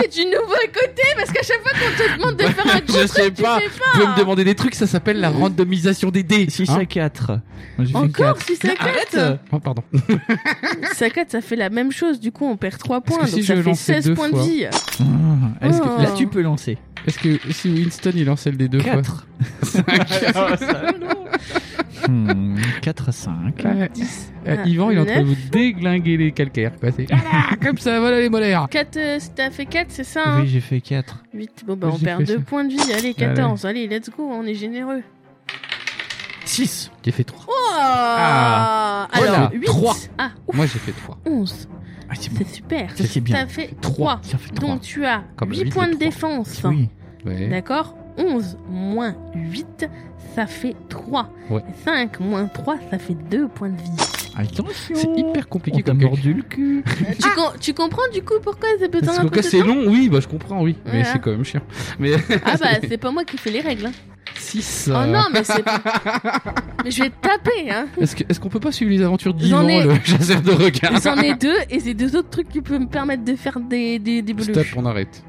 [SPEAKER 2] C'est du nouveau côté parce qu'à chaque fois qu'on te demande de faire un gros
[SPEAKER 3] Je sais
[SPEAKER 2] truc, tu
[SPEAKER 3] pas.
[SPEAKER 2] fais pas.
[SPEAKER 3] Vous pouvez me demander des trucs, ça s'appelle la randomisation des dés.
[SPEAKER 8] 6
[SPEAKER 3] Hein
[SPEAKER 8] à 4.
[SPEAKER 2] Encore 6 à 4
[SPEAKER 3] Oh, pardon.
[SPEAKER 2] 6 à 4, euh, ça fait la même chose. Du coup, on perd 3 points.
[SPEAKER 3] si
[SPEAKER 2] donc
[SPEAKER 3] je
[SPEAKER 2] ça fait
[SPEAKER 3] lançais
[SPEAKER 2] 16
[SPEAKER 3] deux
[SPEAKER 2] points
[SPEAKER 3] fois
[SPEAKER 2] de vie.
[SPEAKER 8] Ah. Est-ce
[SPEAKER 2] Oh.
[SPEAKER 8] que... Là, tu peux lancer.
[SPEAKER 3] Est-ce que si Winston il lance celle des deux fois
[SPEAKER 8] 4. 4 Hmm, à 5.
[SPEAKER 3] Ouais. Euh,
[SPEAKER 2] Ah,
[SPEAKER 3] Yvan, il est en train de
[SPEAKER 2] neuf.
[SPEAKER 3] vous déglinguer les calcaires. Quoi. C'est- Ah, comme ça, voilà les molaires.
[SPEAKER 2] 4, euh, t'as fait 4, c'est ça
[SPEAKER 8] Oui, j'ai fait 4.
[SPEAKER 2] 8, bon bah
[SPEAKER 3] Oui,
[SPEAKER 2] on
[SPEAKER 3] j'ai
[SPEAKER 2] perd
[SPEAKER 3] fait
[SPEAKER 2] 2
[SPEAKER 3] ça.
[SPEAKER 2] points de vie. Allez, 14, allez, let's go, on est généreux.
[SPEAKER 8] 6.
[SPEAKER 3] J'ai fait 3.
[SPEAKER 2] Oh
[SPEAKER 3] Ah.
[SPEAKER 2] Alors,
[SPEAKER 3] Voilà,
[SPEAKER 2] 8.
[SPEAKER 3] trois.
[SPEAKER 2] Ah,
[SPEAKER 3] Moi j'ai fait 3.
[SPEAKER 2] 11,
[SPEAKER 8] Ah, c'est bon.
[SPEAKER 2] c'est super.
[SPEAKER 8] Ça, c'est bien.
[SPEAKER 2] T'as fait 3.
[SPEAKER 3] Trois.
[SPEAKER 8] Ça fait 3.
[SPEAKER 2] Donc tu as
[SPEAKER 3] Comme le
[SPEAKER 2] 8
[SPEAKER 3] huit,
[SPEAKER 2] points
[SPEAKER 3] le
[SPEAKER 2] de
[SPEAKER 3] trois.
[SPEAKER 2] défense.
[SPEAKER 8] Oui.
[SPEAKER 3] Ouais.
[SPEAKER 2] D'accord 11 moins 8, ça fait 3.
[SPEAKER 3] Ouais.
[SPEAKER 2] 5 moins 3, ça fait 2 points de vie. Euh,
[SPEAKER 8] Attention. Oh,
[SPEAKER 3] C'est hyper
[SPEAKER 8] On
[SPEAKER 3] compliqué
[SPEAKER 8] t'a
[SPEAKER 3] comme calcul.
[SPEAKER 8] mordu le cul.
[SPEAKER 2] tu, com- tu comprends du coup pourquoi c'est besoin
[SPEAKER 3] Ah Parce
[SPEAKER 2] d'un
[SPEAKER 3] qu'au cas
[SPEAKER 2] peu
[SPEAKER 3] c'est long, oui, bah je comprends, oui. Mais
[SPEAKER 2] Voilà.
[SPEAKER 3] c'est quand même chiant.
[SPEAKER 2] Ah bah c'est pas moi qui fais les règles. hein.
[SPEAKER 3] 6.
[SPEAKER 2] Oh non, mais c'est. mais je vais te taper, hein.
[SPEAKER 3] Est-ce que- est-ce qu'on peut pas suivre les aventures
[SPEAKER 2] J'en
[SPEAKER 3] d'Yvan,
[SPEAKER 2] ai-
[SPEAKER 3] le chasseur de requins
[SPEAKER 2] J'en ai deux et c'est deux autres trucs qui peuvent me permettre de faire des, des, des
[SPEAKER 3] Stop,
[SPEAKER 2] beluches.
[SPEAKER 3] on arrête.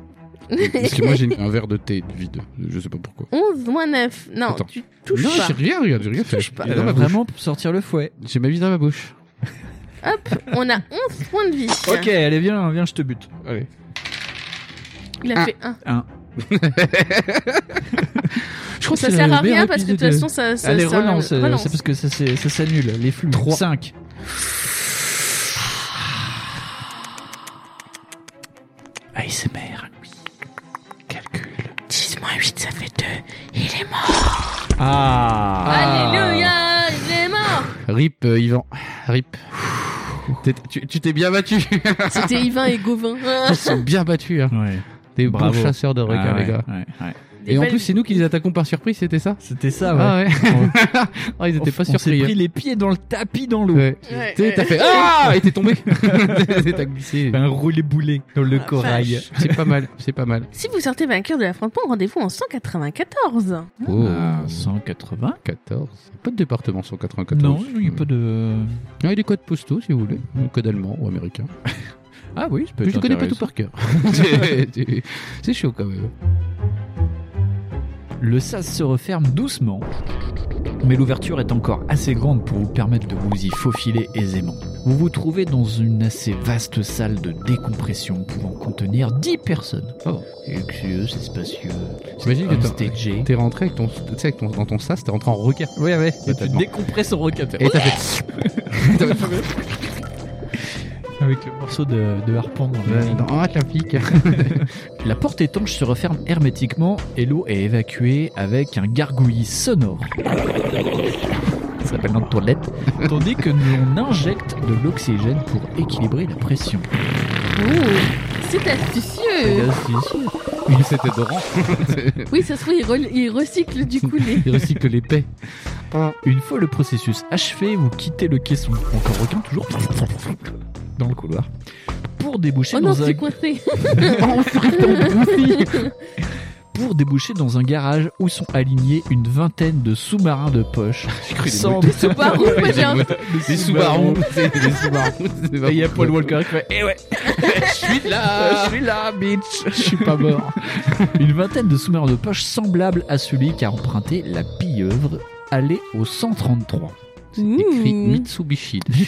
[SPEAKER 3] Parce que moi j'ai un verre de thé vide. Je sais pas pourquoi.
[SPEAKER 2] 11 moins 9. Non,
[SPEAKER 3] Attends.
[SPEAKER 2] tu touches
[SPEAKER 3] non,
[SPEAKER 2] pas.
[SPEAKER 3] j'ai rien, regarde, j'ai rien fait.
[SPEAKER 2] touches pas.
[SPEAKER 3] Il est
[SPEAKER 8] Elle
[SPEAKER 3] dans
[SPEAKER 8] va
[SPEAKER 3] ma bouche.
[SPEAKER 8] vraiment sortir le fouet.
[SPEAKER 3] J'ai ma vie dans ma bouche.
[SPEAKER 2] On a 11 points de vie.
[SPEAKER 8] Ok, allez, viens, viens, je te bute.
[SPEAKER 3] Allez.
[SPEAKER 2] Il a
[SPEAKER 3] Un.
[SPEAKER 2] fait 1.
[SPEAKER 3] Je crois
[SPEAKER 2] Ça sert à rien parce que de toute façon, ça. ça
[SPEAKER 8] Allez,
[SPEAKER 2] ça-
[SPEAKER 8] relance. euh,
[SPEAKER 2] relance.
[SPEAKER 8] C'est parce que ça s'est- ça s'annule. Les flux.
[SPEAKER 3] 3.
[SPEAKER 8] 5. Ah, ASMR. Calcul.
[SPEAKER 2] 10 moins 8, ça fait 2. Il est mort.
[SPEAKER 8] Ah.
[SPEAKER 2] Alléluia, il est mort.
[SPEAKER 3] Rip, euh, Yvan. Rip. T'es- tu tu t'es bien battu.
[SPEAKER 2] C'était Yvain et Gauvin.
[SPEAKER 3] Ils se sont bien battus. Hein.
[SPEAKER 8] Ouais.
[SPEAKER 3] Des
[SPEAKER 8] Bravo.
[SPEAKER 3] bons chasseurs de requins,
[SPEAKER 8] Ah,
[SPEAKER 3] les gars.
[SPEAKER 8] ouais, ouais, ouais.
[SPEAKER 2] Des
[SPEAKER 3] Et en
[SPEAKER 2] belles-
[SPEAKER 3] plus, c'est nous qui les attaquons par surprise, c'était ça
[SPEAKER 13] C'était ça, ouais.
[SPEAKER 3] Ah ouais. Ah, ils
[SPEAKER 13] On
[SPEAKER 3] étaient
[SPEAKER 13] f-
[SPEAKER 3] pas
[SPEAKER 13] on s'est
[SPEAKER 3] surpris.
[SPEAKER 13] pris les pieds dans le tapis dans l'eau.
[SPEAKER 3] Ouais.
[SPEAKER 2] Ouais,
[SPEAKER 3] Tu sais, T'as
[SPEAKER 2] ouais.
[SPEAKER 3] fait Ah Et t'es tombé T'as glissé.
[SPEAKER 13] Un roulé-boulé dans le
[SPEAKER 2] Ah,
[SPEAKER 13] corail.
[SPEAKER 3] C'est pas mal, c'est pas mal.
[SPEAKER 2] Si vous sortez vainqueur de l'affrontement, rendez-vous en 194.
[SPEAKER 3] Oh,
[SPEAKER 8] Ah, 180
[SPEAKER 3] 14. Pas de département 194.
[SPEAKER 13] Non, il n'y a pas de. Mm.
[SPEAKER 3] Ah, il y a des codes postaux si vous voulez. Un code allemand ou américain.
[SPEAKER 8] Ah oui, je peux
[SPEAKER 3] Mais je connais pas tout par cœur. C'est- c'est- c'est chaud quand même.
[SPEAKER 8] Le sas se referme doucement, mais l'ouverture est encore assez grande pour vous permettre de vous y faufiler aisément. Vous vous trouvez dans une assez vaste salle de décompression pouvant contenir 10 personnes.
[SPEAKER 3] Ah bon.
[SPEAKER 8] C'est luxueux, c'est spacieux,
[SPEAKER 3] T'imagines que
[SPEAKER 8] c'est
[SPEAKER 3] t'as-
[SPEAKER 8] stagé.
[SPEAKER 3] T'es rentré avec ton, tu sais, avec ton- dans ton sas, t'es rentré en requin.
[SPEAKER 13] Ouais, ouais.
[SPEAKER 3] Et tu
[SPEAKER 13] décompresses en recap.
[SPEAKER 3] Et t'as fait. T'as fait-
[SPEAKER 13] Avec le morceau de, de harpon dans le-
[SPEAKER 3] Ah, t'as pique.
[SPEAKER 8] La porte étanche se referme hermétiquement et l'eau est évacuée avec un gargouillis sonore. Ça s'appelle une toilette. Tandis que l'on injecte de l'oxygène pour équilibrer la pression.
[SPEAKER 2] Ouh, c'est astucieux.
[SPEAKER 3] Oui, c'était dorant.
[SPEAKER 2] Oui, ça se trouve, il, re- il recycle du coup les.
[SPEAKER 3] Il recycle les paix.
[SPEAKER 8] Une fois le processus achevé, vous quittez le caisson. Encore aucun, toujours dans le couloir. Pour déboucher,
[SPEAKER 2] Oh non,
[SPEAKER 8] dans, un,
[SPEAKER 2] c'est coincé.
[SPEAKER 8] pour déboucher dans un garage où sont alignés une vingtaine de sous-marins de poche. Sans-
[SPEAKER 2] Bah, roule, moi, j'ai un-
[SPEAKER 3] Des sous-barons. c'est- Des sous-barons.
[SPEAKER 8] Et il y a Paul Walker qui fait eh
[SPEAKER 3] Là
[SPEAKER 8] Je suis là, bitch Je suis pas mort Une vingtaine de sous-marins de poche semblables à celui qu'a emprunté la pieuvre allée au 133.
[SPEAKER 3] C'est écrit
[SPEAKER 2] Mmh.
[SPEAKER 3] Mitsubishi.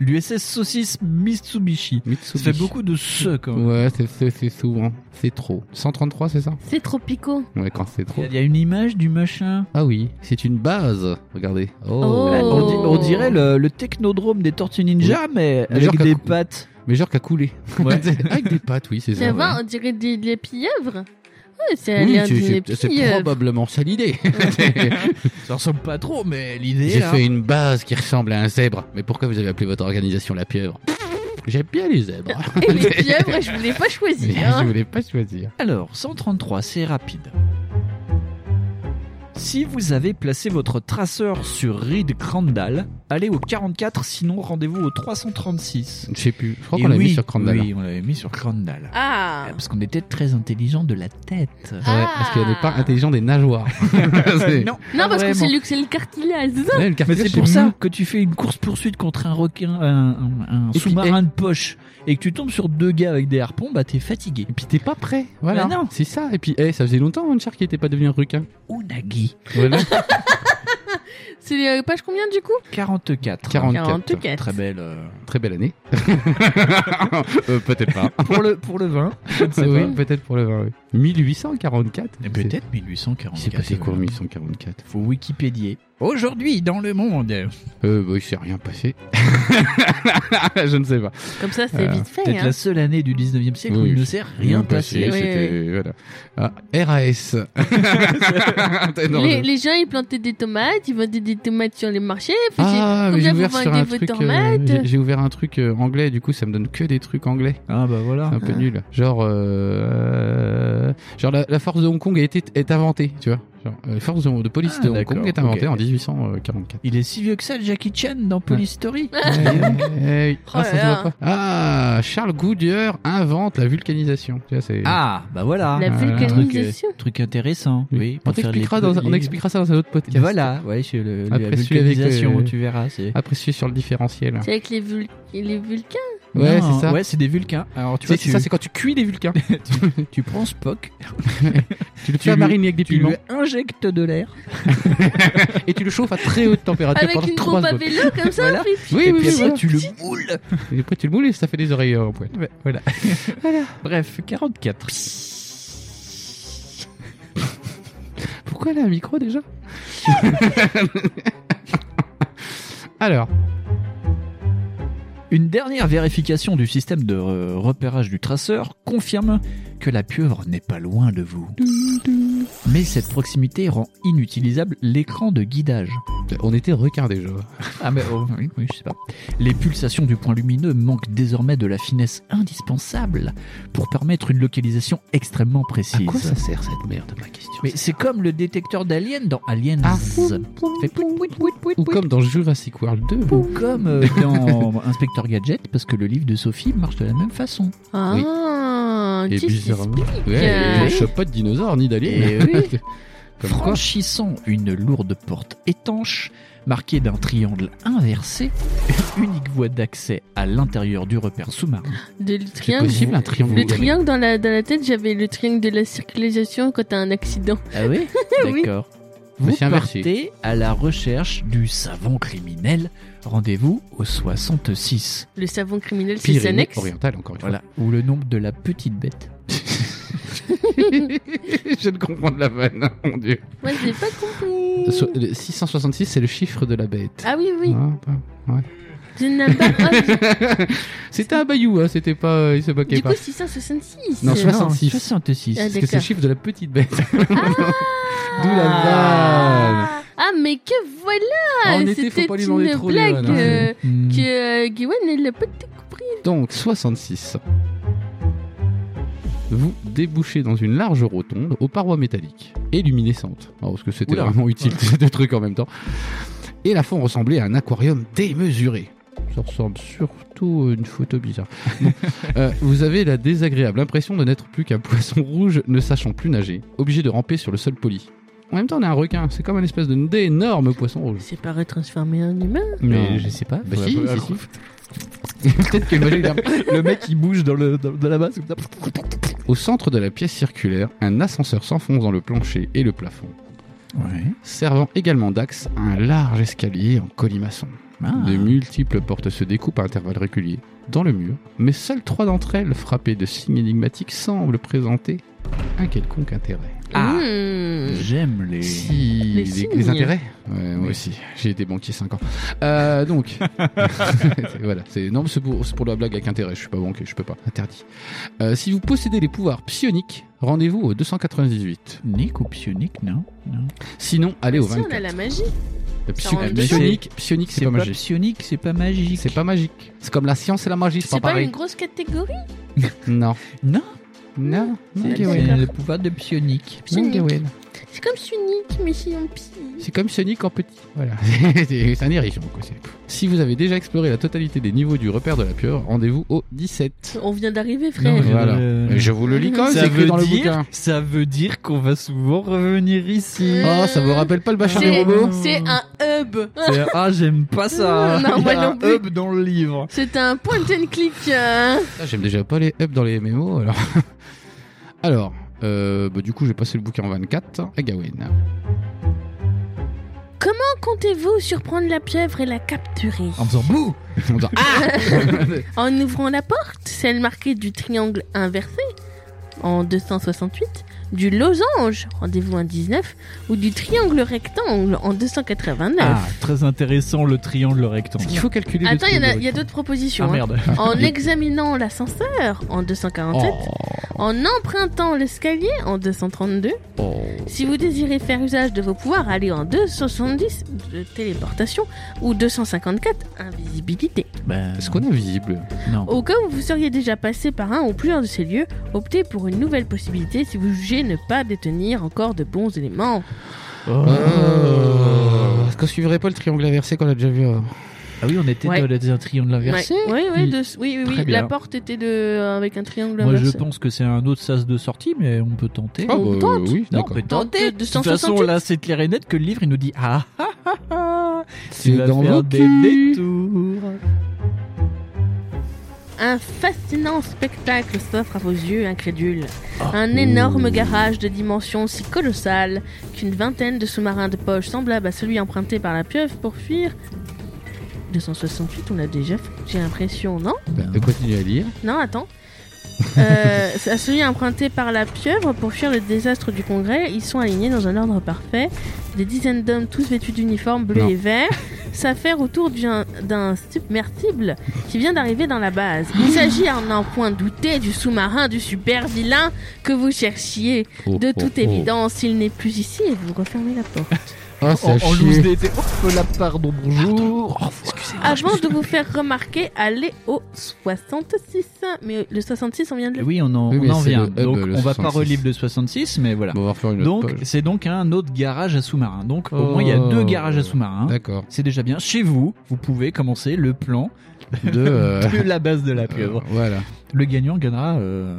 [SPEAKER 8] L'USS Saucisse Mitsubishi. Ça
[SPEAKER 3] Mitsubishi.
[SPEAKER 8] fait beaucoup de ce quand même.
[SPEAKER 3] Ouais, c'est- c'est c'est souvent. C'est trop. 133, c'est ça
[SPEAKER 2] C'est tropico.
[SPEAKER 3] Ouais, quand c'est trop.
[SPEAKER 8] Il y a une image du machin.
[SPEAKER 3] Ah oui, c'est une base. Regardez.
[SPEAKER 2] Oh.
[SPEAKER 8] On, di- on dirait le, le technodrome des Tortues Ninja, mais
[SPEAKER 3] Mais
[SPEAKER 8] avec
[SPEAKER 3] genre
[SPEAKER 8] des
[SPEAKER 3] cacou-
[SPEAKER 8] pattes.
[SPEAKER 3] Mais genre qu'à couler.
[SPEAKER 8] Ouais.
[SPEAKER 3] Avec des pattes, oui, c'est ça.
[SPEAKER 2] Ça va,
[SPEAKER 3] ouais.
[SPEAKER 2] on dirait des, des pieuvres. Ouais, c'est
[SPEAKER 3] Oui,
[SPEAKER 2] l'air
[SPEAKER 3] c'est-
[SPEAKER 2] des
[SPEAKER 3] c'est- c'est
[SPEAKER 2] pieuvres.
[SPEAKER 3] probablement ça l'idée.
[SPEAKER 8] Ça ressemble pas trop, mais l'idée
[SPEAKER 3] J'ai fait une base qui ressemble à un zèbre. Mais pourquoi vous avez appelé votre organisation la pieuvre J'aime bien les zèbres.
[SPEAKER 2] Et euh, les pieuvres, je voulais pas
[SPEAKER 3] Mais
[SPEAKER 2] choisir.
[SPEAKER 3] je
[SPEAKER 2] hein.
[SPEAKER 3] voulais pas choisir.
[SPEAKER 8] Alors, 133, c'est rapide. Si vous avez placé votre traceur sur Reed Crandall, allez au 44, sinon rendez-vous au 336.
[SPEAKER 3] Je sais plus. Je crois
[SPEAKER 8] Et
[SPEAKER 3] qu'on l'a
[SPEAKER 8] oui,
[SPEAKER 3] mis sur Crandall.
[SPEAKER 8] Oui, on l'avait mis sur Crandall.
[SPEAKER 2] Ah.
[SPEAKER 8] Parce qu'on était très intelligent de la tête.
[SPEAKER 3] Ouais, parce qu'elle n'est pas intelligente des nageoires. C'est-
[SPEAKER 2] Non, parce que c'est
[SPEAKER 8] vraiment.
[SPEAKER 2] le, c'est le cartilage.
[SPEAKER 3] Ouais, le
[SPEAKER 8] Ah, Mais
[SPEAKER 3] cartilage,
[SPEAKER 8] c'est pour ça que tu fais une course-poursuite contre un requin, un, un- un
[SPEAKER 3] puis,
[SPEAKER 8] sous-marin de poche, et que tu tombes sur deux gars avec des harpons, bah t'es fatigué.
[SPEAKER 3] Et puis t'es pas prêt, voilà.
[SPEAKER 8] Mais non.
[SPEAKER 3] C'est ça. Et puis, eh, ça faisait longtemps Hunchar qui était pas devenu un requin.
[SPEAKER 8] Unagi.
[SPEAKER 3] Voilà.
[SPEAKER 2] C'est euh, page combien du coup
[SPEAKER 8] 44.
[SPEAKER 3] 44.
[SPEAKER 2] 44.
[SPEAKER 8] Très belle. euh,
[SPEAKER 3] Très belle année. Euh, peut-être pas.
[SPEAKER 8] pour le pour le vin.
[SPEAKER 3] Oui, peut-être pour le vin, oui. 1844.
[SPEAKER 8] Et
[SPEAKER 3] C'est-
[SPEAKER 8] peut-être
[SPEAKER 3] Il
[SPEAKER 8] 1844.
[SPEAKER 3] s'est passé quoi en 1844
[SPEAKER 8] euh, Faut Wikipédier. Aujourd'hui dans le monde.
[SPEAKER 3] Euh, bah, il s'est rien passé. Je ne sais pas.
[SPEAKER 2] Comme ça, c'est
[SPEAKER 3] Euh,
[SPEAKER 2] vite fait.
[SPEAKER 8] Peut-être
[SPEAKER 2] Hein.
[SPEAKER 8] la seule année du 19e siècle où
[SPEAKER 3] Oui,
[SPEAKER 8] il ne
[SPEAKER 3] je-
[SPEAKER 8] s'est rien passé.
[SPEAKER 2] passé. Oui,
[SPEAKER 3] C'était, voilà. Ah, RAS. T'es dans
[SPEAKER 2] Les,
[SPEAKER 3] le-
[SPEAKER 2] les gens, ils plantaient des tomates, ils vendaient des tomates sur les marchés. puis j'ai-
[SPEAKER 3] Ah, mais
[SPEAKER 2] comme
[SPEAKER 3] j'ai
[SPEAKER 2] ça, vous
[SPEAKER 3] ouvert sur
[SPEAKER 2] vendez
[SPEAKER 3] un
[SPEAKER 2] vos
[SPEAKER 3] truc. euh,
[SPEAKER 2] tomates.
[SPEAKER 3] j'ai- j'ai ouvert un truc euh, anglais, du coup, ça me donne que des trucs anglais.
[SPEAKER 8] Ah bah voilà.
[SPEAKER 3] C'est un peu nul. Genre, euh, genre la, la force de Hong Kong a été est inventée, tu vois. Genre, euh, la force de, de police
[SPEAKER 8] Ah,
[SPEAKER 3] de Hong
[SPEAKER 8] d'accord,
[SPEAKER 3] Kong est inventée
[SPEAKER 8] ok.
[SPEAKER 3] en 1844.
[SPEAKER 8] Il est si vieux que ça, Jackie Chan dans Police Story.
[SPEAKER 3] Eh, eh, ah, ça se
[SPEAKER 2] Oh là
[SPEAKER 3] voit pas. Ah, Charles Goodyear invente la vulcanisation. Tu vois, c'est-
[SPEAKER 8] Ah bah voilà.
[SPEAKER 2] La
[SPEAKER 3] Ah,
[SPEAKER 2] vulcanisation.
[SPEAKER 8] Truc intéressant. Oui.
[SPEAKER 3] on
[SPEAKER 8] pour faire
[SPEAKER 3] t'expliquera
[SPEAKER 8] les-
[SPEAKER 3] dans, un- on
[SPEAKER 8] les-
[SPEAKER 3] expliquera ça dans un autre podcast.
[SPEAKER 8] Voilà, ouais, c'est le, la
[SPEAKER 3] Après, celui avec,
[SPEAKER 8] vulcanisation,
[SPEAKER 3] euh,
[SPEAKER 8] tu verras. C'est...
[SPEAKER 3] Après, celui sur le différentiel.
[SPEAKER 2] C'est avec les, vul- et les vulcains.
[SPEAKER 3] Ouais,
[SPEAKER 8] Non,
[SPEAKER 3] c'est ça.
[SPEAKER 8] Ouais, c'est des vulcains. Alors tu
[SPEAKER 3] C'est
[SPEAKER 8] vois,
[SPEAKER 3] c'est
[SPEAKER 8] tu,
[SPEAKER 3] ça, c'est quand tu cuis des vulcains.
[SPEAKER 8] tu prends Spock,
[SPEAKER 3] tu le fais à
[SPEAKER 8] lui-
[SPEAKER 3] mariner avec des
[SPEAKER 8] tu lui
[SPEAKER 3] piments
[SPEAKER 8] injectes de l'air,
[SPEAKER 3] et tu le chauffes à très haute température
[SPEAKER 2] Avec
[SPEAKER 3] pendant
[SPEAKER 2] une
[SPEAKER 3] 3
[SPEAKER 2] pompe à
[SPEAKER 3] secondes.
[SPEAKER 2] vélo, comme ça.
[SPEAKER 8] Voilà.
[SPEAKER 2] puis-
[SPEAKER 3] Oui,
[SPEAKER 8] et
[SPEAKER 3] oui, oui.
[SPEAKER 8] puis après,
[SPEAKER 3] voilà.
[SPEAKER 8] tu le moules.
[SPEAKER 3] Et après, tu le moules et ça fait des oreilles euh, en pointe.
[SPEAKER 8] voilà. Bref, 44.
[SPEAKER 3] Pourquoi elle a un micro déjà Alors,
[SPEAKER 8] Une dernière vérification du système de euh, repérage du traceur confirme que la pieuvre n'est pas loin de vous. Mais cette proximité rend inutilisable l'écran de guidage.
[SPEAKER 3] On était requins déjà.
[SPEAKER 8] Ah, mais oh, oui, oui, je sais pas. Les pulsations du point lumineux manquent désormais de la finesse indispensable pour permettre une localisation extrêmement
[SPEAKER 3] À
[SPEAKER 8] précise.
[SPEAKER 3] quoi ça sert cette merde, ma question
[SPEAKER 8] mais c'est comme le détecteur d'aliens dans Aliens.
[SPEAKER 3] Ah.
[SPEAKER 8] Fait pouit, pouit, pouit, pouit,
[SPEAKER 3] Ou
[SPEAKER 8] pouit.
[SPEAKER 3] comme dans Jurassic World 2.
[SPEAKER 8] Ou comme euh, dans Inspecteur Gadget, parce que le livre de Sophie marche de la même façon.
[SPEAKER 2] Ah,
[SPEAKER 3] Et
[SPEAKER 2] qu'est-ce qui se
[SPEAKER 3] bizarrement.
[SPEAKER 2] euh,
[SPEAKER 3] Ouais,
[SPEAKER 2] oui.
[SPEAKER 3] je chope pas de dinosaures ni d'aliens.
[SPEAKER 8] Eh
[SPEAKER 3] Comme quoi
[SPEAKER 8] Franchissant une lourde porte étanche, marquée d'un triangle inversé, unique voie d'accès à l'intérieur du repère sous-marin.
[SPEAKER 2] De le
[SPEAKER 3] C'est
[SPEAKER 2] triangle.
[SPEAKER 3] possible un triangle.
[SPEAKER 2] Le triangle dans la, dans la tête, j'avais le triangle de la circulation quand t'as un accident.
[SPEAKER 8] Ah oui
[SPEAKER 2] Oui.
[SPEAKER 8] D'accord.
[SPEAKER 3] Mais
[SPEAKER 8] Vous
[SPEAKER 3] c'est inversé.
[SPEAKER 8] partez à la recherche du savant criminel. Rendez-vous au 66.
[SPEAKER 2] Le savon criminel, c'est
[SPEAKER 3] Pyrénées
[SPEAKER 2] Sanex.
[SPEAKER 3] orientales, encore une
[SPEAKER 8] Voilà. Ou le nombre de la petite bête.
[SPEAKER 3] fois. je ne comprends de la vanne, mon dieu.
[SPEAKER 2] Moi, j'ai pas compris.
[SPEAKER 3] So- le 666, c'est le chiffre de la bête.
[SPEAKER 2] Ah oui, oui.
[SPEAKER 3] Hein, pas-
[SPEAKER 2] Je n'aime pas. oh,
[SPEAKER 3] C'était un bayou, hein, c'était pas. euh, il se moquait
[SPEAKER 2] du
[SPEAKER 3] pas.
[SPEAKER 2] coup, 666.
[SPEAKER 3] Non, soixante- 66.
[SPEAKER 8] 66.
[SPEAKER 2] Ah,
[SPEAKER 3] Parce que c'est le
[SPEAKER 2] d'accord.
[SPEAKER 3] chiffre de la petite bête. D'où la vanne.
[SPEAKER 2] Ah, Ah, mais que
[SPEAKER 3] Ah, En
[SPEAKER 2] voilà
[SPEAKER 3] été, faut
[SPEAKER 2] C'était
[SPEAKER 3] pas lui demander
[SPEAKER 2] une
[SPEAKER 3] trop,
[SPEAKER 2] blague
[SPEAKER 3] Johan, hein.
[SPEAKER 2] euh,
[SPEAKER 8] Hmm.
[SPEAKER 2] que euh, Guillaume elle n'a pas tout compris.
[SPEAKER 3] Donc 66. Vous débouchez dans une large rotonde aux parois métalliques et luminescentes. Alors, parce que c'était
[SPEAKER 8] Oula.
[SPEAKER 3] vraiment utile ces deux trucs en même temps. Et la fond ressemblait à un aquarium démesuré. Ça ressemble surtout à une photo bizarre. Bon. Euh, vous avez la désagréable impression de n'être plus qu'un poisson rouge ne sachant plus nager, obligé de ramper sur le sol poli. En même temps, on est un requin. C'est comme un espèce de d'énorme poisson rouge.
[SPEAKER 2] C'est pas retransformer en humain.
[SPEAKER 8] Mais
[SPEAKER 3] Non.
[SPEAKER 8] je sais pas.
[SPEAKER 3] Bah
[SPEAKER 8] faut
[SPEAKER 3] si,
[SPEAKER 8] la- Ah,
[SPEAKER 3] si, si. Peut-être que le modèle d'un-
[SPEAKER 8] le mec il bouge dans, le, dans, dans la base comme ça.
[SPEAKER 3] Au centre de la pièce circulaire, un ascenseur s'enfonce dans le plancher et le plafond,
[SPEAKER 8] Ouais.
[SPEAKER 3] servant également d'axe à un large escalier en colimaçon.
[SPEAKER 8] Ah.
[SPEAKER 3] De multiples portes se découpent à intervalles réguliers dans le mur, mais seules trois d'entre elles, frappées de signes énigmatiques, semblent présenter un quelconque intérêt.
[SPEAKER 8] Ah.
[SPEAKER 2] Hmm.
[SPEAKER 8] J'aime les.
[SPEAKER 3] Si, les,
[SPEAKER 2] signes.
[SPEAKER 3] les intérêts Ouais, moi aussi, j'ai été banquier 5 ans. Euh, donc, voilà, c'est non, mais c'est pour, c'est pour la blague avec intérêt, je suis pas banquier, je peux pas, interdit. Euh, si vous possédez les pouvoirs psioniques, rendez-vous au 298.
[SPEAKER 8] Nick ou psionique, non, non.
[SPEAKER 3] Sinon, allez au
[SPEAKER 2] Ah, Si, on a
[SPEAKER 3] 24.
[SPEAKER 2] la magie.
[SPEAKER 3] Le
[SPEAKER 2] Ça
[SPEAKER 3] psy-
[SPEAKER 2] rend
[SPEAKER 3] le
[SPEAKER 2] dedans.
[SPEAKER 3] psionique, psionique, c'est pas magique.
[SPEAKER 8] psionique, c'est pas magique.
[SPEAKER 3] C'est pas magique. C'est comme la science et la magie, c'est
[SPEAKER 2] C'est
[SPEAKER 3] pas
[SPEAKER 2] pas une
[SPEAKER 3] pareil.
[SPEAKER 2] grosse catégorie.
[SPEAKER 3] Non.
[SPEAKER 8] Non,
[SPEAKER 3] Non.
[SPEAKER 8] c'est
[SPEAKER 3] Ok,
[SPEAKER 2] la-
[SPEAKER 3] ouais.
[SPEAKER 8] c'est le pouvoir de psionique.
[SPEAKER 2] Psionique.
[SPEAKER 3] Ok, ouais.
[SPEAKER 2] C'est comme Sunic, mais si on pille.
[SPEAKER 3] C'est comme Sonic en petit. Voilà. C'est c'est un hérisson, quoi. c'est- Si vous avez déjà exploré la totalité des niveaux du repère de la pieuvre, rendez-vous au 17.
[SPEAKER 2] On vient d'arriver, frère.
[SPEAKER 8] Non,
[SPEAKER 3] Voilà.
[SPEAKER 8] Euh,
[SPEAKER 3] Mais Je vous le lis quand même,
[SPEAKER 8] Ça
[SPEAKER 3] Oh, c'est écrit
[SPEAKER 8] veut
[SPEAKER 3] dans le
[SPEAKER 8] dire-
[SPEAKER 3] bouquin.
[SPEAKER 8] Ça veut dire qu'on va souvent revenir ici.
[SPEAKER 3] Oh, ça vous rappelle pas le
[SPEAKER 2] C'est-
[SPEAKER 3] bachin des robots
[SPEAKER 2] C'est un hub.
[SPEAKER 8] C'est- Ah, j'aime pas ça. hein.
[SPEAKER 2] Non,
[SPEAKER 8] Il y
[SPEAKER 2] moi
[SPEAKER 8] a
[SPEAKER 2] non
[SPEAKER 8] un
[SPEAKER 2] plus.
[SPEAKER 8] hub dans le livre.
[SPEAKER 2] C'est un point and click. hein.
[SPEAKER 3] Ah, J'aime déjà pas les up dans les MMO, alors. alors, euh, bah, du coup, j'ai passé le bouquin en 24 à Gawain.
[SPEAKER 2] Comment comptez-vous surprendre la pieuvre et la capturer
[SPEAKER 8] En faisant bouh
[SPEAKER 3] En disant, Ah
[SPEAKER 2] En ouvrant la porte, celle marquée du triangle inversé, en 268, du losange, rendez-vous en 19, ou du triangle rectangle, en 289.
[SPEAKER 8] Ah,
[SPEAKER 14] Très intéressant le triangle rectangle.
[SPEAKER 3] Parce qu'il faut calculer le
[SPEAKER 2] Attends, il y en a-
[SPEAKER 3] triangle
[SPEAKER 2] il y a,
[SPEAKER 3] rectangle.
[SPEAKER 2] d'autres propositions.
[SPEAKER 8] ah
[SPEAKER 2] hein.
[SPEAKER 8] merde.
[SPEAKER 2] En examinant l'ascenseur, en
[SPEAKER 3] Oh,
[SPEAKER 2] 247,
[SPEAKER 8] Oh.
[SPEAKER 2] en empruntant l'escalier, en 232,
[SPEAKER 3] Oh, oh.
[SPEAKER 2] Si vous désirez faire usage de vos pouvoirs, allez en 270 de téléportation ou 254 invisibilité.
[SPEAKER 8] Ben,
[SPEAKER 3] Est-ce qu'on est visible
[SPEAKER 8] non.
[SPEAKER 2] Au cas où vous seriez déjà passé par un ou plusieurs de ces lieux, optez pour une nouvelle possibilité si vous jugez ne pas détenir encore de bons éléments.
[SPEAKER 8] Oh.
[SPEAKER 2] Oh.
[SPEAKER 3] Est-ce qu'on suivrait pas le triangle inversé qu'on a déjà vu avant
[SPEAKER 8] Ah oui, on était
[SPEAKER 2] Ouais.
[SPEAKER 8] dans le- dans un triangle inversé.
[SPEAKER 2] Ouais, ouais, ouais, de- oui, oui, oui,
[SPEAKER 8] Mm. Très bien.
[SPEAKER 2] la porte était de, euh, avec un triangle
[SPEAKER 8] Moi, je
[SPEAKER 2] inversé.
[SPEAKER 8] pense que c'est un autre sas de sortie, mais on peut tenter.
[SPEAKER 2] Oh, On tente.
[SPEAKER 3] Ah, bah, oui,
[SPEAKER 8] Non,
[SPEAKER 3] d'accord.
[SPEAKER 8] on peut tenter.
[SPEAKER 2] Tenter
[SPEAKER 8] De toute façon,
[SPEAKER 2] 268.
[SPEAKER 8] là, c'est clair et net que le livre, il nous dit Ah ah ah ah
[SPEAKER 3] C'est
[SPEAKER 8] tu vas
[SPEAKER 3] dans
[SPEAKER 8] faire
[SPEAKER 3] vos
[SPEAKER 8] des
[SPEAKER 3] culs.
[SPEAKER 8] détours.
[SPEAKER 2] Un fascinant spectacle s'offre à vos yeux incrédules. Un énorme garage de dimensions si colossales qu'une vingtaine de sous-marins de poche semblables à celui emprunté par la pieuvre pour fuir. 268, on l'a déjà fait, j'ai l'impression, non
[SPEAKER 3] Euh, Continue à lire.
[SPEAKER 2] Non, attends. Euh, à celui emprunté par la pieuvre pour fuir le désastre du congrès, ils sont alignés dans un ordre parfait. Des dizaines d'hommes tous vêtus d'uniformes bleus
[SPEAKER 3] Non.
[SPEAKER 2] et verts s'affairent autour d'un d'un submersible qui vient d'arriver dans la base. Il s'agit à n'en point douter du sous-marin du super vilain que vous cherchiez.
[SPEAKER 3] Oh,
[SPEAKER 2] De
[SPEAKER 3] oh,
[SPEAKER 2] toute
[SPEAKER 3] oh.
[SPEAKER 2] évidence, il n'est plus ici et vous refermez la porte.
[SPEAKER 3] Oh,
[SPEAKER 8] en,
[SPEAKER 3] ça
[SPEAKER 8] en
[SPEAKER 3] chie.
[SPEAKER 8] loose Oh, d'été. Hop là, pardon, bonjour.
[SPEAKER 3] Ah,
[SPEAKER 4] excusez-moi.
[SPEAKER 2] Avant de vous faire remarquer, allez au 66. Mais le 66, on vient de le.
[SPEAKER 8] Oui, on en,
[SPEAKER 3] Oui,
[SPEAKER 8] on
[SPEAKER 3] mais
[SPEAKER 8] en
[SPEAKER 3] c'est
[SPEAKER 8] vient.
[SPEAKER 3] le hub,
[SPEAKER 8] donc,
[SPEAKER 3] le
[SPEAKER 8] on va pas
[SPEAKER 3] 66.
[SPEAKER 8] relire le 66, mais voilà.
[SPEAKER 3] Bon, on va refaire une autre
[SPEAKER 8] donc,
[SPEAKER 3] page.
[SPEAKER 8] c'est donc un autre garage à sous-marin. Donc, au moins, il y a
[SPEAKER 3] Oh.
[SPEAKER 8] deux garages à sous-marin.
[SPEAKER 3] D'accord.
[SPEAKER 8] C'est déjà bien. Chez vous, vous pouvez commencer le plan
[SPEAKER 3] De. euh,
[SPEAKER 8] de la base de la
[SPEAKER 3] euh,
[SPEAKER 8] pieuvre.
[SPEAKER 3] voilà.
[SPEAKER 8] Le gagnant gagnera euh,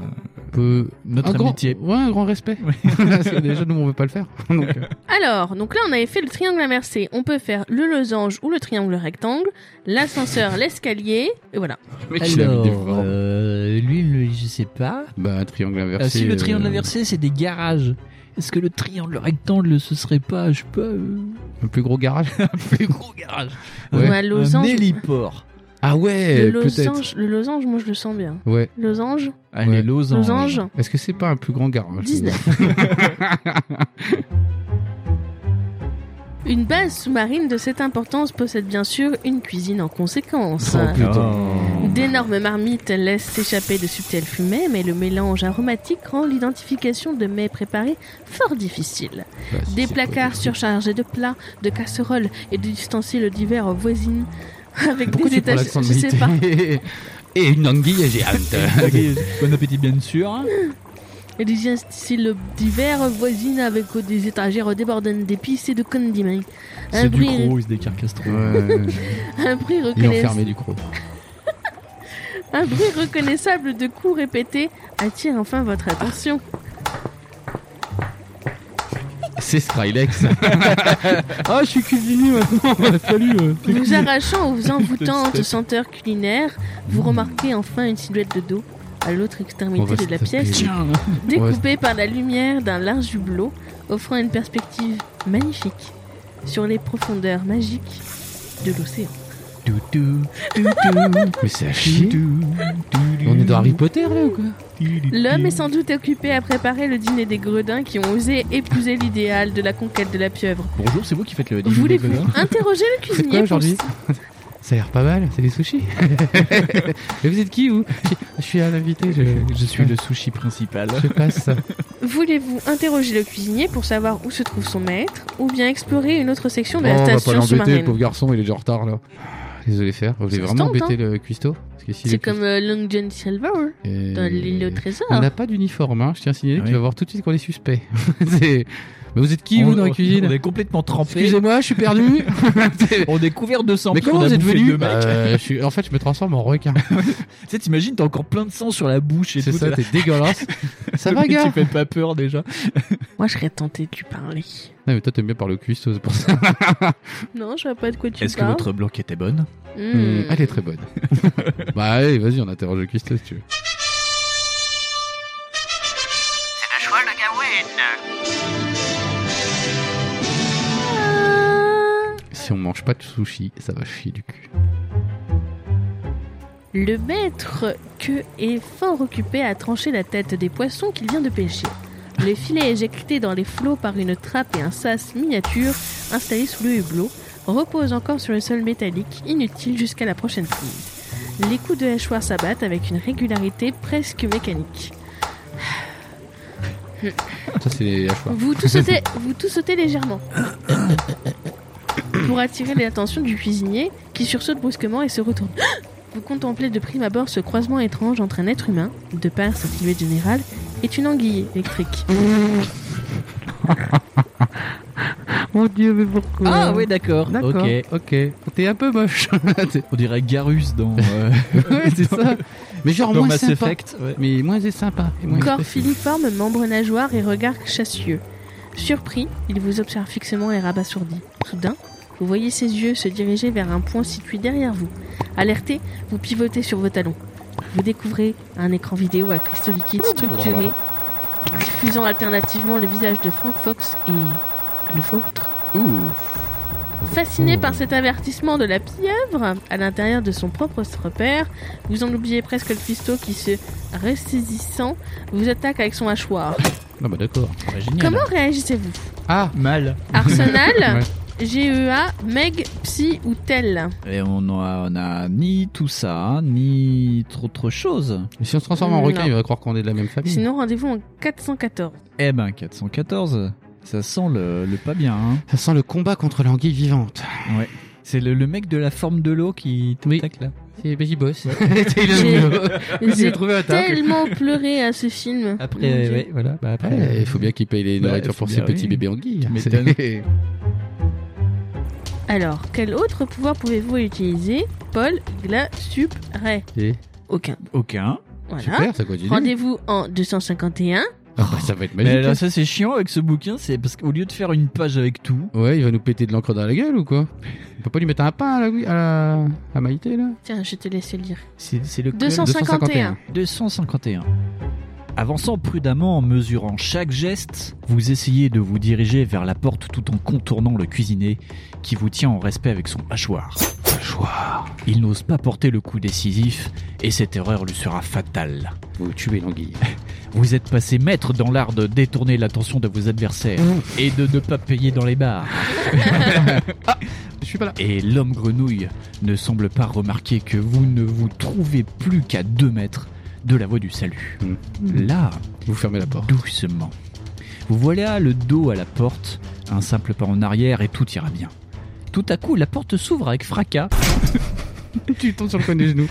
[SPEAKER 3] Peu-
[SPEAKER 8] notre
[SPEAKER 3] un grand-
[SPEAKER 8] amitié.
[SPEAKER 3] ouais, un grand respect. Parce que déjà, nous, on veut pas le faire. Donc, euh,
[SPEAKER 2] Alors, donc là, on avait fait le triangle inversé. On peut faire le losange ou le triangle rectangle, l'ascenseur, l'escalier, et voilà.
[SPEAKER 3] mec, il a mis des formes.
[SPEAKER 8] euh, lui, le- je sais pas.
[SPEAKER 3] Bah, un triangle inversé.
[SPEAKER 8] Euh, si le triangle
[SPEAKER 3] euh,
[SPEAKER 8] inversé, c'est des garages. Est-ce que le triangle rectangle, ce serait pas, je sais pas, euh,
[SPEAKER 3] Le plus gros garage.
[SPEAKER 8] un plus gros garage
[SPEAKER 3] Ouais.
[SPEAKER 2] Ou un
[SPEAKER 8] Un
[SPEAKER 2] losange.
[SPEAKER 8] héliport.
[SPEAKER 3] Ah
[SPEAKER 2] Le
[SPEAKER 3] ouais, peut-être.
[SPEAKER 2] losange, le losange, moi je le sens bien.
[SPEAKER 3] Ouais.
[SPEAKER 2] Losange,
[SPEAKER 8] Allez,
[SPEAKER 3] Ouais.
[SPEAKER 8] Ah, losange.
[SPEAKER 2] losange,
[SPEAKER 3] Est-ce que c'est pas un plus grand garage
[SPEAKER 2] 19. Une base sous-marine de cette importance possède bien sûr une cuisine en conséquence.
[SPEAKER 3] Oh, putain.
[SPEAKER 2] D'énormes marmites laissent s'échapper de subtiles fumées, mais le mélange aromatique rend l'identification de mets préparés fort difficile.
[SPEAKER 3] Bah, si,
[SPEAKER 2] Des
[SPEAKER 3] c'est
[SPEAKER 2] placards
[SPEAKER 3] pas-
[SPEAKER 2] surchargés de plats, de casseroles et d'ustensiles divers voisines, avec
[SPEAKER 3] Pourquoi
[SPEAKER 2] des
[SPEAKER 3] tu prends
[SPEAKER 2] étages,
[SPEAKER 3] l'accent
[SPEAKER 2] je sais pas,
[SPEAKER 3] militaire Et une anguille géante.
[SPEAKER 8] Ok, bon appétit, bien sûr.
[SPEAKER 2] et des ustensiles divers voisines avec des étagères débordantes d'épices et de condiments. Un
[SPEAKER 8] C'est du
[SPEAKER 2] bruit-
[SPEAKER 8] gros, il se décarcasse trop.
[SPEAKER 2] Un bruit,
[SPEAKER 3] Il est
[SPEAKER 2] reconnaissable.
[SPEAKER 3] enfermé du croc.
[SPEAKER 2] Un bruit reconnaissable de coups répétés attire enfin votre attention.
[SPEAKER 3] C'est Strylex. ah, je suis cuisinier
[SPEAKER 8] Bah,
[SPEAKER 3] maintenant. Salut. euh.
[SPEAKER 2] Nous arrachant aux envoûtantes senteurs culinaires, vous remarquez enfin une silhouette de dos à l'autre
[SPEAKER 3] Hmm. On va
[SPEAKER 2] extrémité de la
[SPEAKER 3] se taper.
[SPEAKER 2] pièce,
[SPEAKER 3] Tiens.
[SPEAKER 2] découpée par la lumière d'un large hublot, offrant une perspective magnifique sur les profondeurs magiques de l'océan.
[SPEAKER 3] Mais c'est à chier. On est dans Harry Potter là ou quoi
[SPEAKER 2] L'homme est sans doute occupé à préparer le dîner des gredins qui ont osé épouser l'idéal de la conquête de la pieuvre.
[SPEAKER 8] Bonjour, c'est vous qui faites le dîner des
[SPEAKER 2] Voulez-vous
[SPEAKER 8] gredins
[SPEAKER 2] interroger le
[SPEAKER 3] C'est
[SPEAKER 2] cuisinier
[SPEAKER 3] hein.
[SPEAKER 2] pour
[SPEAKER 3] quoi aujourd'hui Ça a l'air pas mal, c'est des sushis. Mais vous êtes qui vous Je suis à l'invité, je,
[SPEAKER 8] Je suis le sushi principal.
[SPEAKER 3] je passe.
[SPEAKER 2] Voulez-vous interroger le cuisinier pour savoir où se trouve son maître ou bien explorer une autre section de
[SPEAKER 3] Oh,
[SPEAKER 2] la
[SPEAKER 3] on va pas
[SPEAKER 2] station
[SPEAKER 3] l'embêter, le
[SPEAKER 2] sous-marine
[SPEAKER 3] pauvre garçon, il est déjà en retard là. Ah, Désolé faire, vous voulez
[SPEAKER 2] Ça se
[SPEAKER 3] vraiment
[SPEAKER 2] tente, hein.
[SPEAKER 3] embêter le cuistot Parce que s'il
[SPEAKER 2] C'est
[SPEAKER 3] est
[SPEAKER 2] comme euh, Long John Silver hein,
[SPEAKER 3] cuistot-
[SPEAKER 2] dans
[SPEAKER 3] Et-
[SPEAKER 2] l'île au trésor.
[SPEAKER 3] On n'a pas d'uniforme, hein. je tiens à signaler que
[SPEAKER 8] Ah
[SPEAKER 3] tu vas voir tout de suite qu'on est suspect. C'est- Mais vous êtes qui vous dans la
[SPEAKER 8] On
[SPEAKER 3] cuisine
[SPEAKER 8] est complètement trempé.
[SPEAKER 3] Excusez-moi, je suis perdu. C'est-
[SPEAKER 8] On est couvert de sang.
[SPEAKER 3] Mais
[SPEAKER 8] parce
[SPEAKER 3] comment
[SPEAKER 8] qu'on a
[SPEAKER 3] vous êtes
[SPEAKER 8] bouffé
[SPEAKER 3] venu
[SPEAKER 8] deux mecs.
[SPEAKER 3] Bah, euh, je suis- En fait, je me transforme en requin.
[SPEAKER 8] Tu sais, t'imagines, t'as encore plein de sang sur la bouche et
[SPEAKER 3] C'est
[SPEAKER 8] tout.
[SPEAKER 3] ça,
[SPEAKER 8] t'es là.
[SPEAKER 3] t'es dégueulasse. ça va,
[SPEAKER 8] Le mec,
[SPEAKER 3] gars
[SPEAKER 8] Tu fais pas peur déjà.
[SPEAKER 2] Moi, je serais tenté de lui parler.
[SPEAKER 3] Non, mais toi, t'aimes bien par le cuistot, c'est pour ça.
[SPEAKER 2] Non, je vois pas de quoi tu
[SPEAKER 8] Est-ce que
[SPEAKER 2] parles.
[SPEAKER 8] votre bloc était bonne
[SPEAKER 2] Hmm.
[SPEAKER 3] Elle est très bonne. bah, allez, vas-y, on interroge le cuistot si tu veux.
[SPEAKER 7] C'est le choix de Gawain.
[SPEAKER 3] Si on mange pas de sushi, ça va chier du cul.
[SPEAKER 2] Le maître que est fort occupé à trancher la tête des poissons qu'il vient de pêcher. Le filet éjecté dans les flots par une trappe et un sas miniature installé sous le hublot repose encore sur le sol métallique, inutile jusqu'à la prochaine prise. Les coups de hachoir s'abattent avec une régularité presque mécanique.
[SPEAKER 3] Ça, c'est les hachoirs.
[SPEAKER 2] Vous tout sautez, vous tout sautez légèrement. Pour attirer l'attention du cuisinier, qui sursaute brusquement et se retourne. Vous contemplez de prime abord ce croisement étrange entre un être humain, de par sa silhouette générale, et une anguille électrique.
[SPEAKER 3] Mon dieu, mais pourquoi
[SPEAKER 8] Ah ouais, d'accord.
[SPEAKER 3] D'accord,
[SPEAKER 8] Ok.
[SPEAKER 3] ok. T'es un peu moche.
[SPEAKER 8] On dirait Garus dans, euh,
[SPEAKER 3] ouais, c'est ça. Mais genre,
[SPEAKER 8] dans
[SPEAKER 3] moins
[SPEAKER 8] Mass
[SPEAKER 3] sympa.
[SPEAKER 8] Effect. ouais.
[SPEAKER 3] Mais moins c'est sympa. Et moins
[SPEAKER 2] Corps
[SPEAKER 3] spécial.
[SPEAKER 2] filiforme, membre nageoire et regard chassieux. Surpris, il vous observe fixement les rabasourdis. Soudain, vous voyez ses yeux se diriger vers un point situé derrière vous. Alerté, vous pivotez sur vos talons. Vous découvrez un écran vidéo à cristaux liquides structurés, diffusant alternativement le visage de Frank Fox et le vôtre. Fasciné par cet avertissement de la pieuvre, à l'intérieur de son propre repère, vous en oubliez presque le cuistot qui se ressaisissant vous attaque avec son hachoir.
[SPEAKER 3] Ah bah d'accord.
[SPEAKER 8] Ouais, génial.
[SPEAKER 2] Comment réagissez-vous
[SPEAKER 3] Ah
[SPEAKER 8] Mal.
[SPEAKER 2] Arsenal, GEA, Meg, Psy ou
[SPEAKER 3] Ah
[SPEAKER 2] Tel
[SPEAKER 8] Et on a, on a ni tout ça, ni trop autre chose.
[SPEAKER 3] Mais si on se transforme en requin,
[SPEAKER 2] Non.
[SPEAKER 3] il va croire qu'on est de la même famille.
[SPEAKER 2] Sinon rendez-vous en 414.
[SPEAKER 8] Eh ben, 414. Ça sent le, le pas bien. hein.
[SPEAKER 3] Ça sent le combat contre l'anguille vivante.
[SPEAKER 8] C'est le, le mec de la forme de l'eau qui te
[SPEAKER 3] Oui.
[SPEAKER 8] tacle, là.
[SPEAKER 3] C'est Baby Boss.
[SPEAKER 2] J'ai-
[SPEAKER 3] Ah J'ai
[SPEAKER 2] J'ai
[SPEAKER 3] trouvé un tacle.
[SPEAKER 2] tellement pleuré à ce film.
[SPEAKER 8] Après,
[SPEAKER 2] Mon Dieu.
[SPEAKER 8] ouais, voilà. Bah, après,
[SPEAKER 3] Ouais,
[SPEAKER 8] euh,
[SPEAKER 3] Il faut bien qu'il paye les
[SPEAKER 8] Bah,
[SPEAKER 3] nourritures
[SPEAKER 8] faut
[SPEAKER 3] pour ses
[SPEAKER 8] bien, oui.
[SPEAKER 3] petits bébés anguilles. hein.
[SPEAKER 8] Tu
[SPEAKER 3] C'est-
[SPEAKER 2] Alors, quel autre pouvoir pouvez-vous utiliser Paul Glasuperay.
[SPEAKER 3] Et
[SPEAKER 2] Aucun.
[SPEAKER 8] Aucun.
[SPEAKER 2] Voilà.
[SPEAKER 3] Super, ça continue.
[SPEAKER 2] Rendez-vous en 251.
[SPEAKER 3] Ah bah, ça va être magique.
[SPEAKER 8] Mais là, ça c'est chiant avec ce bouquin, c'est parce qu'au lieu de faire une page avec tout,
[SPEAKER 3] Ouais, il va nous péter de l'encre dans la gueule ou quoi On peut pas lui mettre un pain à, la, à, la- à Maïté là
[SPEAKER 2] Tiens, je te laisse lire.
[SPEAKER 8] c'est c'est le
[SPEAKER 2] 251.
[SPEAKER 8] 251. Avançant prudemment en mesurant chaque geste, vous essayez de vous diriger vers la porte tout en contournant le cuisinier qui vous tient en respect avec son mâchoire. Mâchoire. Il n'ose pas porter le coup décisif et cette erreur lui sera fatale.
[SPEAKER 3] Vous tuez l'anguille.
[SPEAKER 8] Vous êtes passé maître dans l'art de détourner l'attention de vos adversaires et de ne pas payer dans les bars.
[SPEAKER 3] Je suis pas là.
[SPEAKER 8] Et l'homme grenouille ne semble pas remarquer que vous ne vous trouvez plus qu'à deux mètres de la voie du salut. Là,
[SPEAKER 3] Vous fermez la porte.
[SPEAKER 8] doucement. Vous voilà le dos à la porte, un simple pas en arrière et tout ira bien. Tout à coup, la porte s'ouvre avec fracas. Euh,
[SPEAKER 3] tu tombes sur le coin des genoux.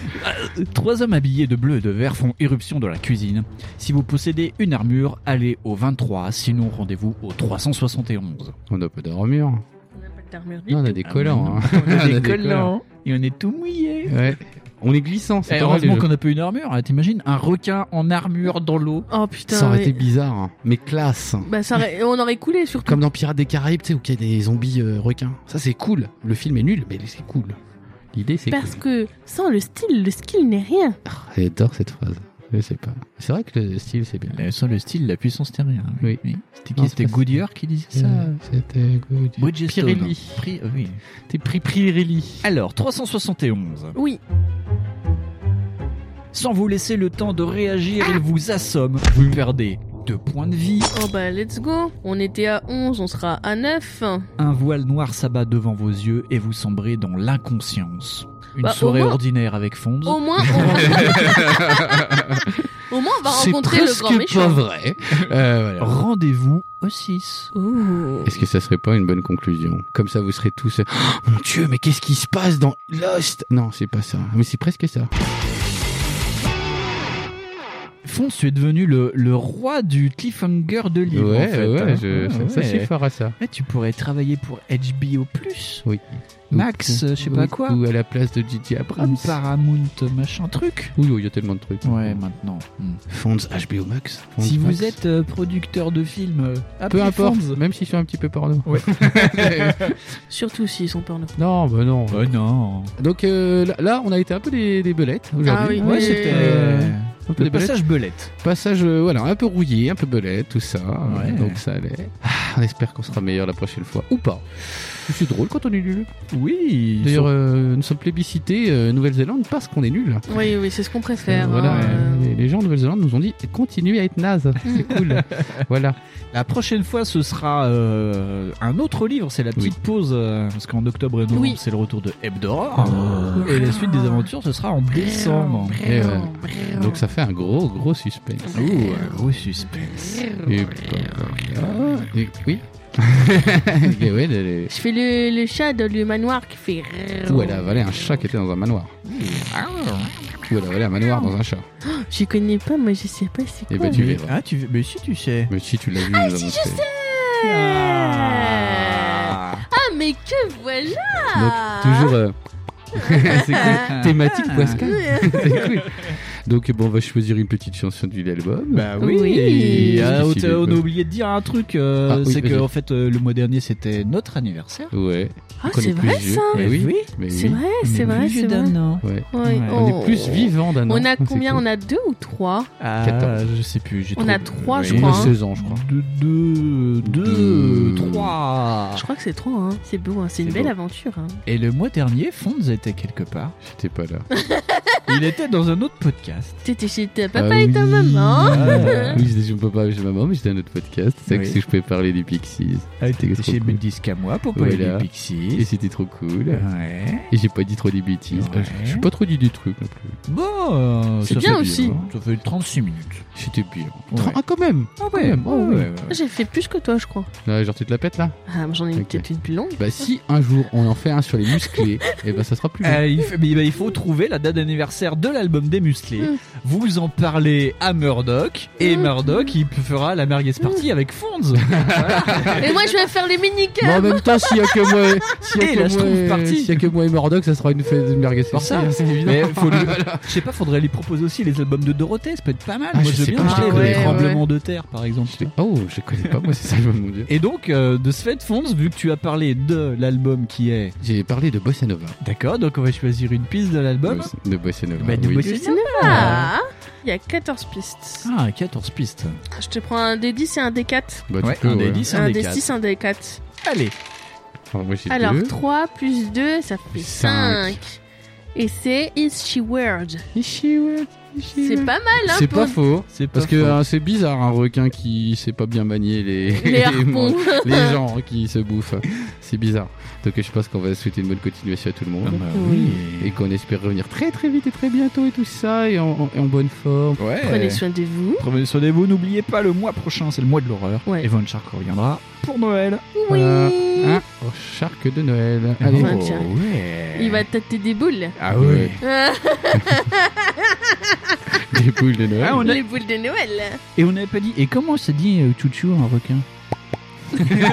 [SPEAKER 8] Trois hommes habillés de bleu et de vert font éruption dans la cuisine. Si vous possédez une armure, allez au 23, sinon rendez-vous au 371.
[SPEAKER 3] On n'a pas d'armure.
[SPEAKER 2] On n'a pas d'armure du
[SPEAKER 3] Non, on a
[SPEAKER 2] tout.
[SPEAKER 3] des collants. hein.
[SPEAKER 8] On
[SPEAKER 3] a
[SPEAKER 8] est
[SPEAKER 3] des
[SPEAKER 8] collants et on est tout mouillé. Eh,
[SPEAKER 3] Ouais. On est glissant, c'est pas mal,
[SPEAKER 8] heureusement
[SPEAKER 3] le jeu.
[SPEAKER 8] qu'on n'a Euh, pas une armure. hein. T'imagines un requin en armure dans l'eau
[SPEAKER 2] Oh putain.
[SPEAKER 3] Ça aurait
[SPEAKER 2] ouais.
[SPEAKER 3] été bizarre, hein. mais classe.
[SPEAKER 2] Bah, ça aurait- On aurait coulé surtout.
[SPEAKER 3] Comme dans Pirates des Caraïbes, tu sais, où il y a des zombies euh, requins. Ça, c'est cool. Le film est nul, mais c'est cool. L'idée, c'est cool.
[SPEAKER 2] Parce que sans le style, le skill n'est rien.
[SPEAKER 3] J'adore cette phrase. Je sais pas. C'est vrai que le style, c'est bien.
[SPEAKER 8] Sans le style, la puissance terrienne.
[SPEAKER 3] Oui.
[SPEAKER 8] C'était
[SPEAKER 3] Non,
[SPEAKER 8] qui C'était
[SPEAKER 3] c'est pas-
[SPEAKER 8] Goodyear qui disait ça
[SPEAKER 3] Euh, C'était good.
[SPEAKER 8] Bridgestone.
[SPEAKER 3] Pirelli.
[SPEAKER 8] Pri- euh, oui.
[SPEAKER 3] T'es pris Pirelli.
[SPEAKER 8] Alors, 371.
[SPEAKER 2] Oui.
[SPEAKER 8] Sans vous laisser le temps de réagir, il vous assomme. Vous perdez deux points de vie.
[SPEAKER 2] Oh bah, let's go. On était à 11, on sera à 9.
[SPEAKER 8] Un voile noir s'abat devant vos yeux et vous sombrez dans l'inconscience. Une
[SPEAKER 2] Bah, au
[SPEAKER 8] soirée
[SPEAKER 2] moins-
[SPEAKER 8] ordinaire avec Fonz.
[SPEAKER 2] Au moins, on... Au moins, on va
[SPEAKER 3] C'est
[SPEAKER 2] rencontrer le
[SPEAKER 3] presque
[SPEAKER 2] grand méchant.
[SPEAKER 3] pas vrai. Euh, voilà.
[SPEAKER 8] Rendez-vous au 6.
[SPEAKER 2] Ouh.
[SPEAKER 3] Est-ce que ça serait pas une bonne conclusion Comme ça, vous serez tous. euh, Oh, mon Dieu, mais qu'est-ce qui se passe dans Lost Non, c'est pas ça. Mais c'est presque ça.
[SPEAKER 8] Fonz, tu es devenu le, le roi du cliffhanger de livre. en fait, hein. Ah, ouais.
[SPEAKER 3] fort à ça.
[SPEAKER 8] Ouais, tu pourrais travailler pour HBO+. Plus.
[SPEAKER 3] Oui.
[SPEAKER 8] Max, euh, je sais pas quoi.
[SPEAKER 3] Ou à la place de Gigi Abrams.
[SPEAKER 8] Ou Paramount machin truc.
[SPEAKER 3] Oui, oui, il y a tellement de trucs.
[SPEAKER 8] Ouais, maintenant. Hmm.
[SPEAKER 3] Fonds HBO Max. Fonds
[SPEAKER 8] Si
[SPEAKER 3] Max.
[SPEAKER 8] vous êtes euh, producteur de films, euh,
[SPEAKER 3] Peu
[SPEAKER 8] appelez
[SPEAKER 3] importe,
[SPEAKER 8] Fonz.
[SPEAKER 3] même si je suis un petit peu porno.
[SPEAKER 2] Surtout s'ils sont porno.
[SPEAKER 3] non, bah non.
[SPEAKER 8] Oh non.
[SPEAKER 3] Donc euh, là- là, on a été un peu des, des belettes aujourd'hui.
[SPEAKER 2] Ah oui,
[SPEAKER 8] Ouais,
[SPEAKER 2] mais-
[SPEAKER 8] c'était
[SPEAKER 3] Euh, Un peu des
[SPEAKER 8] le
[SPEAKER 3] belettes.
[SPEAKER 8] passage belette.
[SPEAKER 3] Passage, euh, voilà, un peu rouillé, un peu belette, tout ça.
[SPEAKER 8] Ouais.
[SPEAKER 3] Donc ça allait. Ah, on espère qu'on sera meilleur la prochaine fois. Ou pas. C'est drôle quand on est nul.
[SPEAKER 8] Oui.
[SPEAKER 3] D'ailleurs, euh, nous sommes plébiscités euh, Nouvelle-Zélande parce qu'on est nul. Euh,
[SPEAKER 2] Oui, oui, c'est ce qu'on préfère.
[SPEAKER 3] voilà,
[SPEAKER 2] hein.
[SPEAKER 3] les, les gens en Nouvelle-Zélande nous ont dit continuez à être naze, c'est cool. voilà.
[SPEAKER 8] La prochaine fois, ce sera euh, un autre livre. C'est la petite pause. euh, parce qu'en octobre et novembre,
[SPEAKER 2] Oui.
[SPEAKER 8] c'est le retour de Hebdor. Et la suite des aventures, ce sera en décembre.
[SPEAKER 3] Et ouais. Donc ça fait un gros, gros suspense.
[SPEAKER 8] Ouh, un gros suspense.
[SPEAKER 3] Et voilà. Et- oui. Et ouais, le- le-
[SPEAKER 2] Je fais le, le chat dans le manoir qui fait.
[SPEAKER 3] Ou elle a avalé un chat qui était dans un manoir.
[SPEAKER 8] Ah.
[SPEAKER 3] Ou elle a avalé un manoir dans un chat.
[SPEAKER 2] Je connais pas, moi je sais pas c'est
[SPEAKER 3] Et
[SPEAKER 2] quoi.
[SPEAKER 3] ben tu verras.
[SPEAKER 8] Ah, tu veux- Mais si tu sais.
[SPEAKER 3] Mais si tu l'as vu, euh, nous l'avons fait.
[SPEAKER 8] Ah.
[SPEAKER 2] Ah, mais que voilà
[SPEAKER 3] Donc, toujours. euh, c'est cool. Thématique
[SPEAKER 2] Ah,
[SPEAKER 3] Pascal. C'est cool. Donc, bon, on va choisir une petite chanson de l'album.
[SPEAKER 8] Bah oui,
[SPEAKER 2] Oui.
[SPEAKER 8] et, ah, on,
[SPEAKER 3] Difficile,
[SPEAKER 8] t'a- on a
[SPEAKER 3] oui.
[SPEAKER 8] oublié de dire un truc, euh,
[SPEAKER 3] Ah oui,
[SPEAKER 8] c'est que
[SPEAKER 3] vas-y.
[SPEAKER 8] en fait euh, le mois dernier c'était notre anniversaire. Eh
[SPEAKER 3] Ouais.
[SPEAKER 2] Ah,
[SPEAKER 3] On est
[SPEAKER 2] c'est
[SPEAKER 3] plus
[SPEAKER 2] vrai
[SPEAKER 3] vieux.
[SPEAKER 2] ça
[SPEAKER 3] Mais oui. Mais
[SPEAKER 2] C'est
[SPEAKER 3] oui.
[SPEAKER 2] vrai,
[SPEAKER 8] On est
[SPEAKER 2] c'est
[SPEAKER 8] plus
[SPEAKER 2] vrai,
[SPEAKER 8] vieux
[SPEAKER 2] c'est vrai.
[SPEAKER 8] d'un an.
[SPEAKER 3] Ouais.
[SPEAKER 2] Ouais.
[SPEAKER 8] Ouais.
[SPEAKER 3] On
[SPEAKER 2] Oh.
[SPEAKER 3] est plus vivant d'un an.
[SPEAKER 2] On a
[SPEAKER 3] C'est
[SPEAKER 2] combien
[SPEAKER 3] cool.
[SPEAKER 2] On a deux ou trois
[SPEAKER 8] Ah,
[SPEAKER 3] 14.
[SPEAKER 8] je sais plus. j'ai
[SPEAKER 2] On
[SPEAKER 8] trop-
[SPEAKER 2] a trois, je
[SPEAKER 8] Oui.
[SPEAKER 3] On
[SPEAKER 2] crois.
[SPEAKER 3] a
[SPEAKER 2] hein.
[SPEAKER 3] 16 ans, je crois.
[SPEAKER 8] Deux, deux, deux, trois.
[SPEAKER 2] Je crois que c'est trois, hein. c'est beau, hein. c'est une
[SPEAKER 3] Ah. C'est
[SPEAKER 2] belle
[SPEAKER 3] beau.
[SPEAKER 2] aventure. hein.
[SPEAKER 8] Et le mois dernier, Fonz était quelque part.
[SPEAKER 3] J'étais pas là.
[SPEAKER 8] Il était dans un autre podcast.
[SPEAKER 2] T'étais chez ta papa
[SPEAKER 3] Ah
[SPEAKER 2] et ta
[SPEAKER 3] oui.
[SPEAKER 2] maman. hein.
[SPEAKER 8] Ah.
[SPEAKER 3] Oui, j'étais chez mon papa, chez ma maman, mais j'étais à un autre podcast. C'est vrai que
[SPEAKER 8] Oui.
[SPEAKER 3] si je pouvais parler des Pixies.
[SPEAKER 8] Ah,
[SPEAKER 3] C'était
[SPEAKER 8] T'étais
[SPEAKER 3] trop
[SPEAKER 8] chez
[SPEAKER 3] cool.
[SPEAKER 8] Mundisca moi pour parler
[SPEAKER 3] Voilà.
[SPEAKER 8] des
[SPEAKER 3] Et
[SPEAKER 8] Pixies.
[SPEAKER 3] c'était trop cool.
[SPEAKER 8] Ouais.
[SPEAKER 3] Et j'ai pas dit trop des bêtises.
[SPEAKER 8] Ouais.
[SPEAKER 3] Je suis pas trop dit des trucs non plus.
[SPEAKER 8] Bon, euh,
[SPEAKER 2] C'est
[SPEAKER 8] ça
[SPEAKER 2] bien
[SPEAKER 8] fait
[SPEAKER 2] aussi.
[SPEAKER 8] hein. Ça fait 36 minutes.
[SPEAKER 3] C'était bien.
[SPEAKER 8] Ouais.
[SPEAKER 3] Ah, quand même
[SPEAKER 8] Ah
[SPEAKER 3] ouais, ah ouais.
[SPEAKER 2] J'ai fait plus que toi, je crois.
[SPEAKER 3] Ah, Genre, tu te la pètes là
[SPEAKER 2] Ah, mais j'en ai
[SPEAKER 3] Ok.
[SPEAKER 2] peut-être une plus longue.
[SPEAKER 3] Bah, si un jour on en fait un sur les musclés, et bah ça sera plus long.
[SPEAKER 8] Euh, il, faut, mais, bah, il faut trouver la date d'anniversaire de l'album des musclés. Vous en parlez à Murdoch et
[SPEAKER 2] Mm.
[SPEAKER 8] Murdoch il fera la merguez party avec Fonz.
[SPEAKER 2] Et moi, je vais faire les mini
[SPEAKER 3] Mais en même temps, s'il y a que moi, s'il y a
[SPEAKER 8] Et
[SPEAKER 3] que
[SPEAKER 8] la Schtroumpf
[SPEAKER 3] moi,
[SPEAKER 8] partie.
[SPEAKER 3] s'il y a que moi et Murdoch, ça sera une fête de merguez party,
[SPEAKER 8] ça.
[SPEAKER 3] hein, c'est évident.
[SPEAKER 8] Mais faut lui- Je sais pas, faudrait lui proposer aussi les albums de Dorothée, ça peut être pas mal.
[SPEAKER 3] Ah,
[SPEAKER 8] Moi
[SPEAKER 3] je
[SPEAKER 8] je veux
[SPEAKER 3] sais
[SPEAKER 8] bien
[SPEAKER 3] pas,
[SPEAKER 8] parler
[SPEAKER 3] je
[SPEAKER 8] des
[SPEAKER 3] connais pas.
[SPEAKER 8] tremblements de terre par exemple.
[SPEAKER 3] J'étais- Oh, je connais pas moi, c'est ça le mon dieu.
[SPEAKER 8] Et donc euh, de ce fait Fonz, vu que tu as parlé de l'album qui est
[SPEAKER 3] J'ai parlé de Bossa Nova.
[SPEAKER 8] D'accord, donc on va choisir une piste de l'album.
[SPEAKER 3] De Bossa Nova.
[SPEAKER 8] Bah, de
[SPEAKER 3] oui.
[SPEAKER 8] Bossa-
[SPEAKER 2] Ah Il y a 14 pistes.
[SPEAKER 8] Ah, 14 pistes.
[SPEAKER 2] Je te prends un des 10 et un des 4.
[SPEAKER 3] Bah, tu
[SPEAKER 8] Ouais,
[SPEAKER 3] peux,
[SPEAKER 8] un
[SPEAKER 3] ouais.
[SPEAKER 8] des 10,
[SPEAKER 2] Un
[SPEAKER 8] un des
[SPEAKER 2] des
[SPEAKER 8] 4.
[SPEAKER 2] 6, un des 4.
[SPEAKER 8] Allez,
[SPEAKER 3] Enfin, moi j'ai
[SPEAKER 2] Alors,
[SPEAKER 3] deux.
[SPEAKER 2] 3 plus 2, ça fait
[SPEAKER 3] Cinq.
[SPEAKER 2] 5. Et c'est Is She Weird C'est
[SPEAKER 3] C'est
[SPEAKER 2] pas mal, hein
[SPEAKER 3] Mm. C'est
[SPEAKER 2] pour
[SPEAKER 3] pas faux.
[SPEAKER 8] c'est pas
[SPEAKER 3] Parce que
[SPEAKER 8] faux.
[SPEAKER 3] euh, c'est bizarre un requin qui sait pas bien manier les,
[SPEAKER 2] les harpons.
[SPEAKER 3] les gens hein, qui se bouffent. C'est bizarre. Donc je pense qu'on va souhaiter une bonne continuation à tout le monde.
[SPEAKER 8] Ah, bah,
[SPEAKER 2] oui.
[SPEAKER 3] Et qu'on espère revenir très très vite et très bientôt et tout ça et en, en- et en bonne forme.
[SPEAKER 8] Ouais.
[SPEAKER 2] Prenez soin de vous.
[SPEAKER 8] Prenez soin de vous, n'oubliez pas le mois prochain, c'est le mois de l'horreur.
[SPEAKER 2] Ouais.
[SPEAKER 8] Et Von Shark reviendra pour Noël.
[SPEAKER 3] Voilà. Hein Au charque de Noël.
[SPEAKER 8] Ah,
[SPEAKER 3] Allez.
[SPEAKER 2] Von Shark.
[SPEAKER 8] Oh, ouais.
[SPEAKER 2] Ah, Il va tâter des boules.
[SPEAKER 8] Ah ouais.
[SPEAKER 3] Des poules de Noël.
[SPEAKER 8] Ah, on a-
[SPEAKER 2] Les boules de Noël.
[SPEAKER 8] Et on n'avait pas dit. Et comment ça dit euh, chouchou un requin